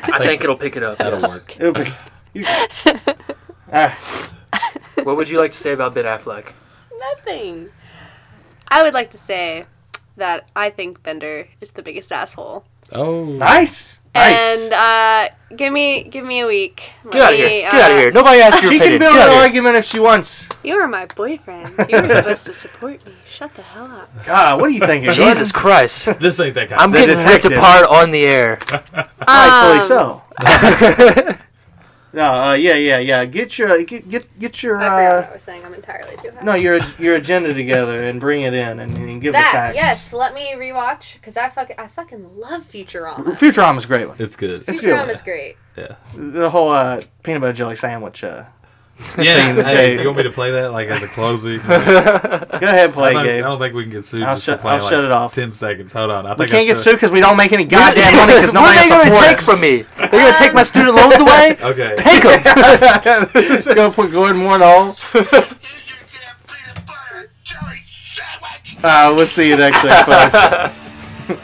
[SPEAKER 5] I think it'll pick it up.
[SPEAKER 7] That'll
[SPEAKER 5] yes.
[SPEAKER 7] work.
[SPEAKER 6] Oop. You- Ah,
[SPEAKER 5] What would you like to say about Ben Affleck?
[SPEAKER 8] Nothing. I would like to say that I think Bender is the biggest asshole.
[SPEAKER 7] Oh,
[SPEAKER 6] nice, nice.
[SPEAKER 8] And uh, give me give me uh, a week.
[SPEAKER 5] Get out of here. Get out of here. Nobody asked your
[SPEAKER 6] she can
[SPEAKER 5] opinion.
[SPEAKER 6] build
[SPEAKER 5] Get
[SPEAKER 6] an
[SPEAKER 5] out of here.
[SPEAKER 6] argument if she wants.
[SPEAKER 8] You are my boyfriend. You were supposed to support me. Shut the hell up.
[SPEAKER 6] God, what are you thinking?
[SPEAKER 5] Jesus Christ.
[SPEAKER 7] this ain't that kind.
[SPEAKER 5] I'm
[SPEAKER 7] of
[SPEAKER 5] getting ripped
[SPEAKER 6] detective.
[SPEAKER 5] apart on the air.
[SPEAKER 6] Gordon? rightfully
[SPEAKER 8] Um,
[SPEAKER 6] so. no, uh, yeah, yeah, yeah. Get your get get, get your
[SPEAKER 8] I forgot what
[SPEAKER 6] uh,
[SPEAKER 8] I was saying. I'm entirely too high.
[SPEAKER 6] no your your agenda together and bring it in and, and give the
[SPEAKER 8] that
[SPEAKER 6] facts.
[SPEAKER 8] yes. Let me rewatch because I fucking I fucking love Futurama.
[SPEAKER 6] Futurama's a great one.
[SPEAKER 7] It's good.
[SPEAKER 6] It's a good. one.
[SPEAKER 8] Futurama's great.
[SPEAKER 6] the whole uh, peanut butter jelly sandwich. Uh,
[SPEAKER 7] Yeah,
[SPEAKER 6] Hey,
[SPEAKER 7] hey, you want me to play that like as a closing?
[SPEAKER 6] go ahead, and
[SPEAKER 7] I,
[SPEAKER 6] play
[SPEAKER 7] don't, I
[SPEAKER 6] Gabe.
[SPEAKER 7] don't think we can get sued.
[SPEAKER 6] I'll
[SPEAKER 7] just
[SPEAKER 6] shut-
[SPEAKER 7] for playing,
[SPEAKER 6] I'll
[SPEAKER 7] like,
[SPEAKER 6] shut it off.
[SPEAKER 7] Ten seconds. Hold on. I
[SPEAKER 6] We
[SPEAKER 7] think I
[SPEAKER 6] can't get
[SPEAKER 7] still-
[SPEAKER 6] sued because we don't make any goddamn money
[SPEAKER 5] what are
[SPEAKER 6] because nobody
[SPEAKER 5] they going to
[SPEAKER 6] supports
[SPEAKER 5] take from me? They're going to take my student loans away?
[SPEAKER 7] Okay.
[SPEAKER 5] Take them.
[SPEAKER 6] us. Go put Gordon Moore in the hole.
[SPEAKER 2] Here's your tip.
[SPEAKER 6] Uh, we'll see you next week, folks.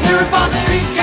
[SPEAKER 10] Syrup on the creek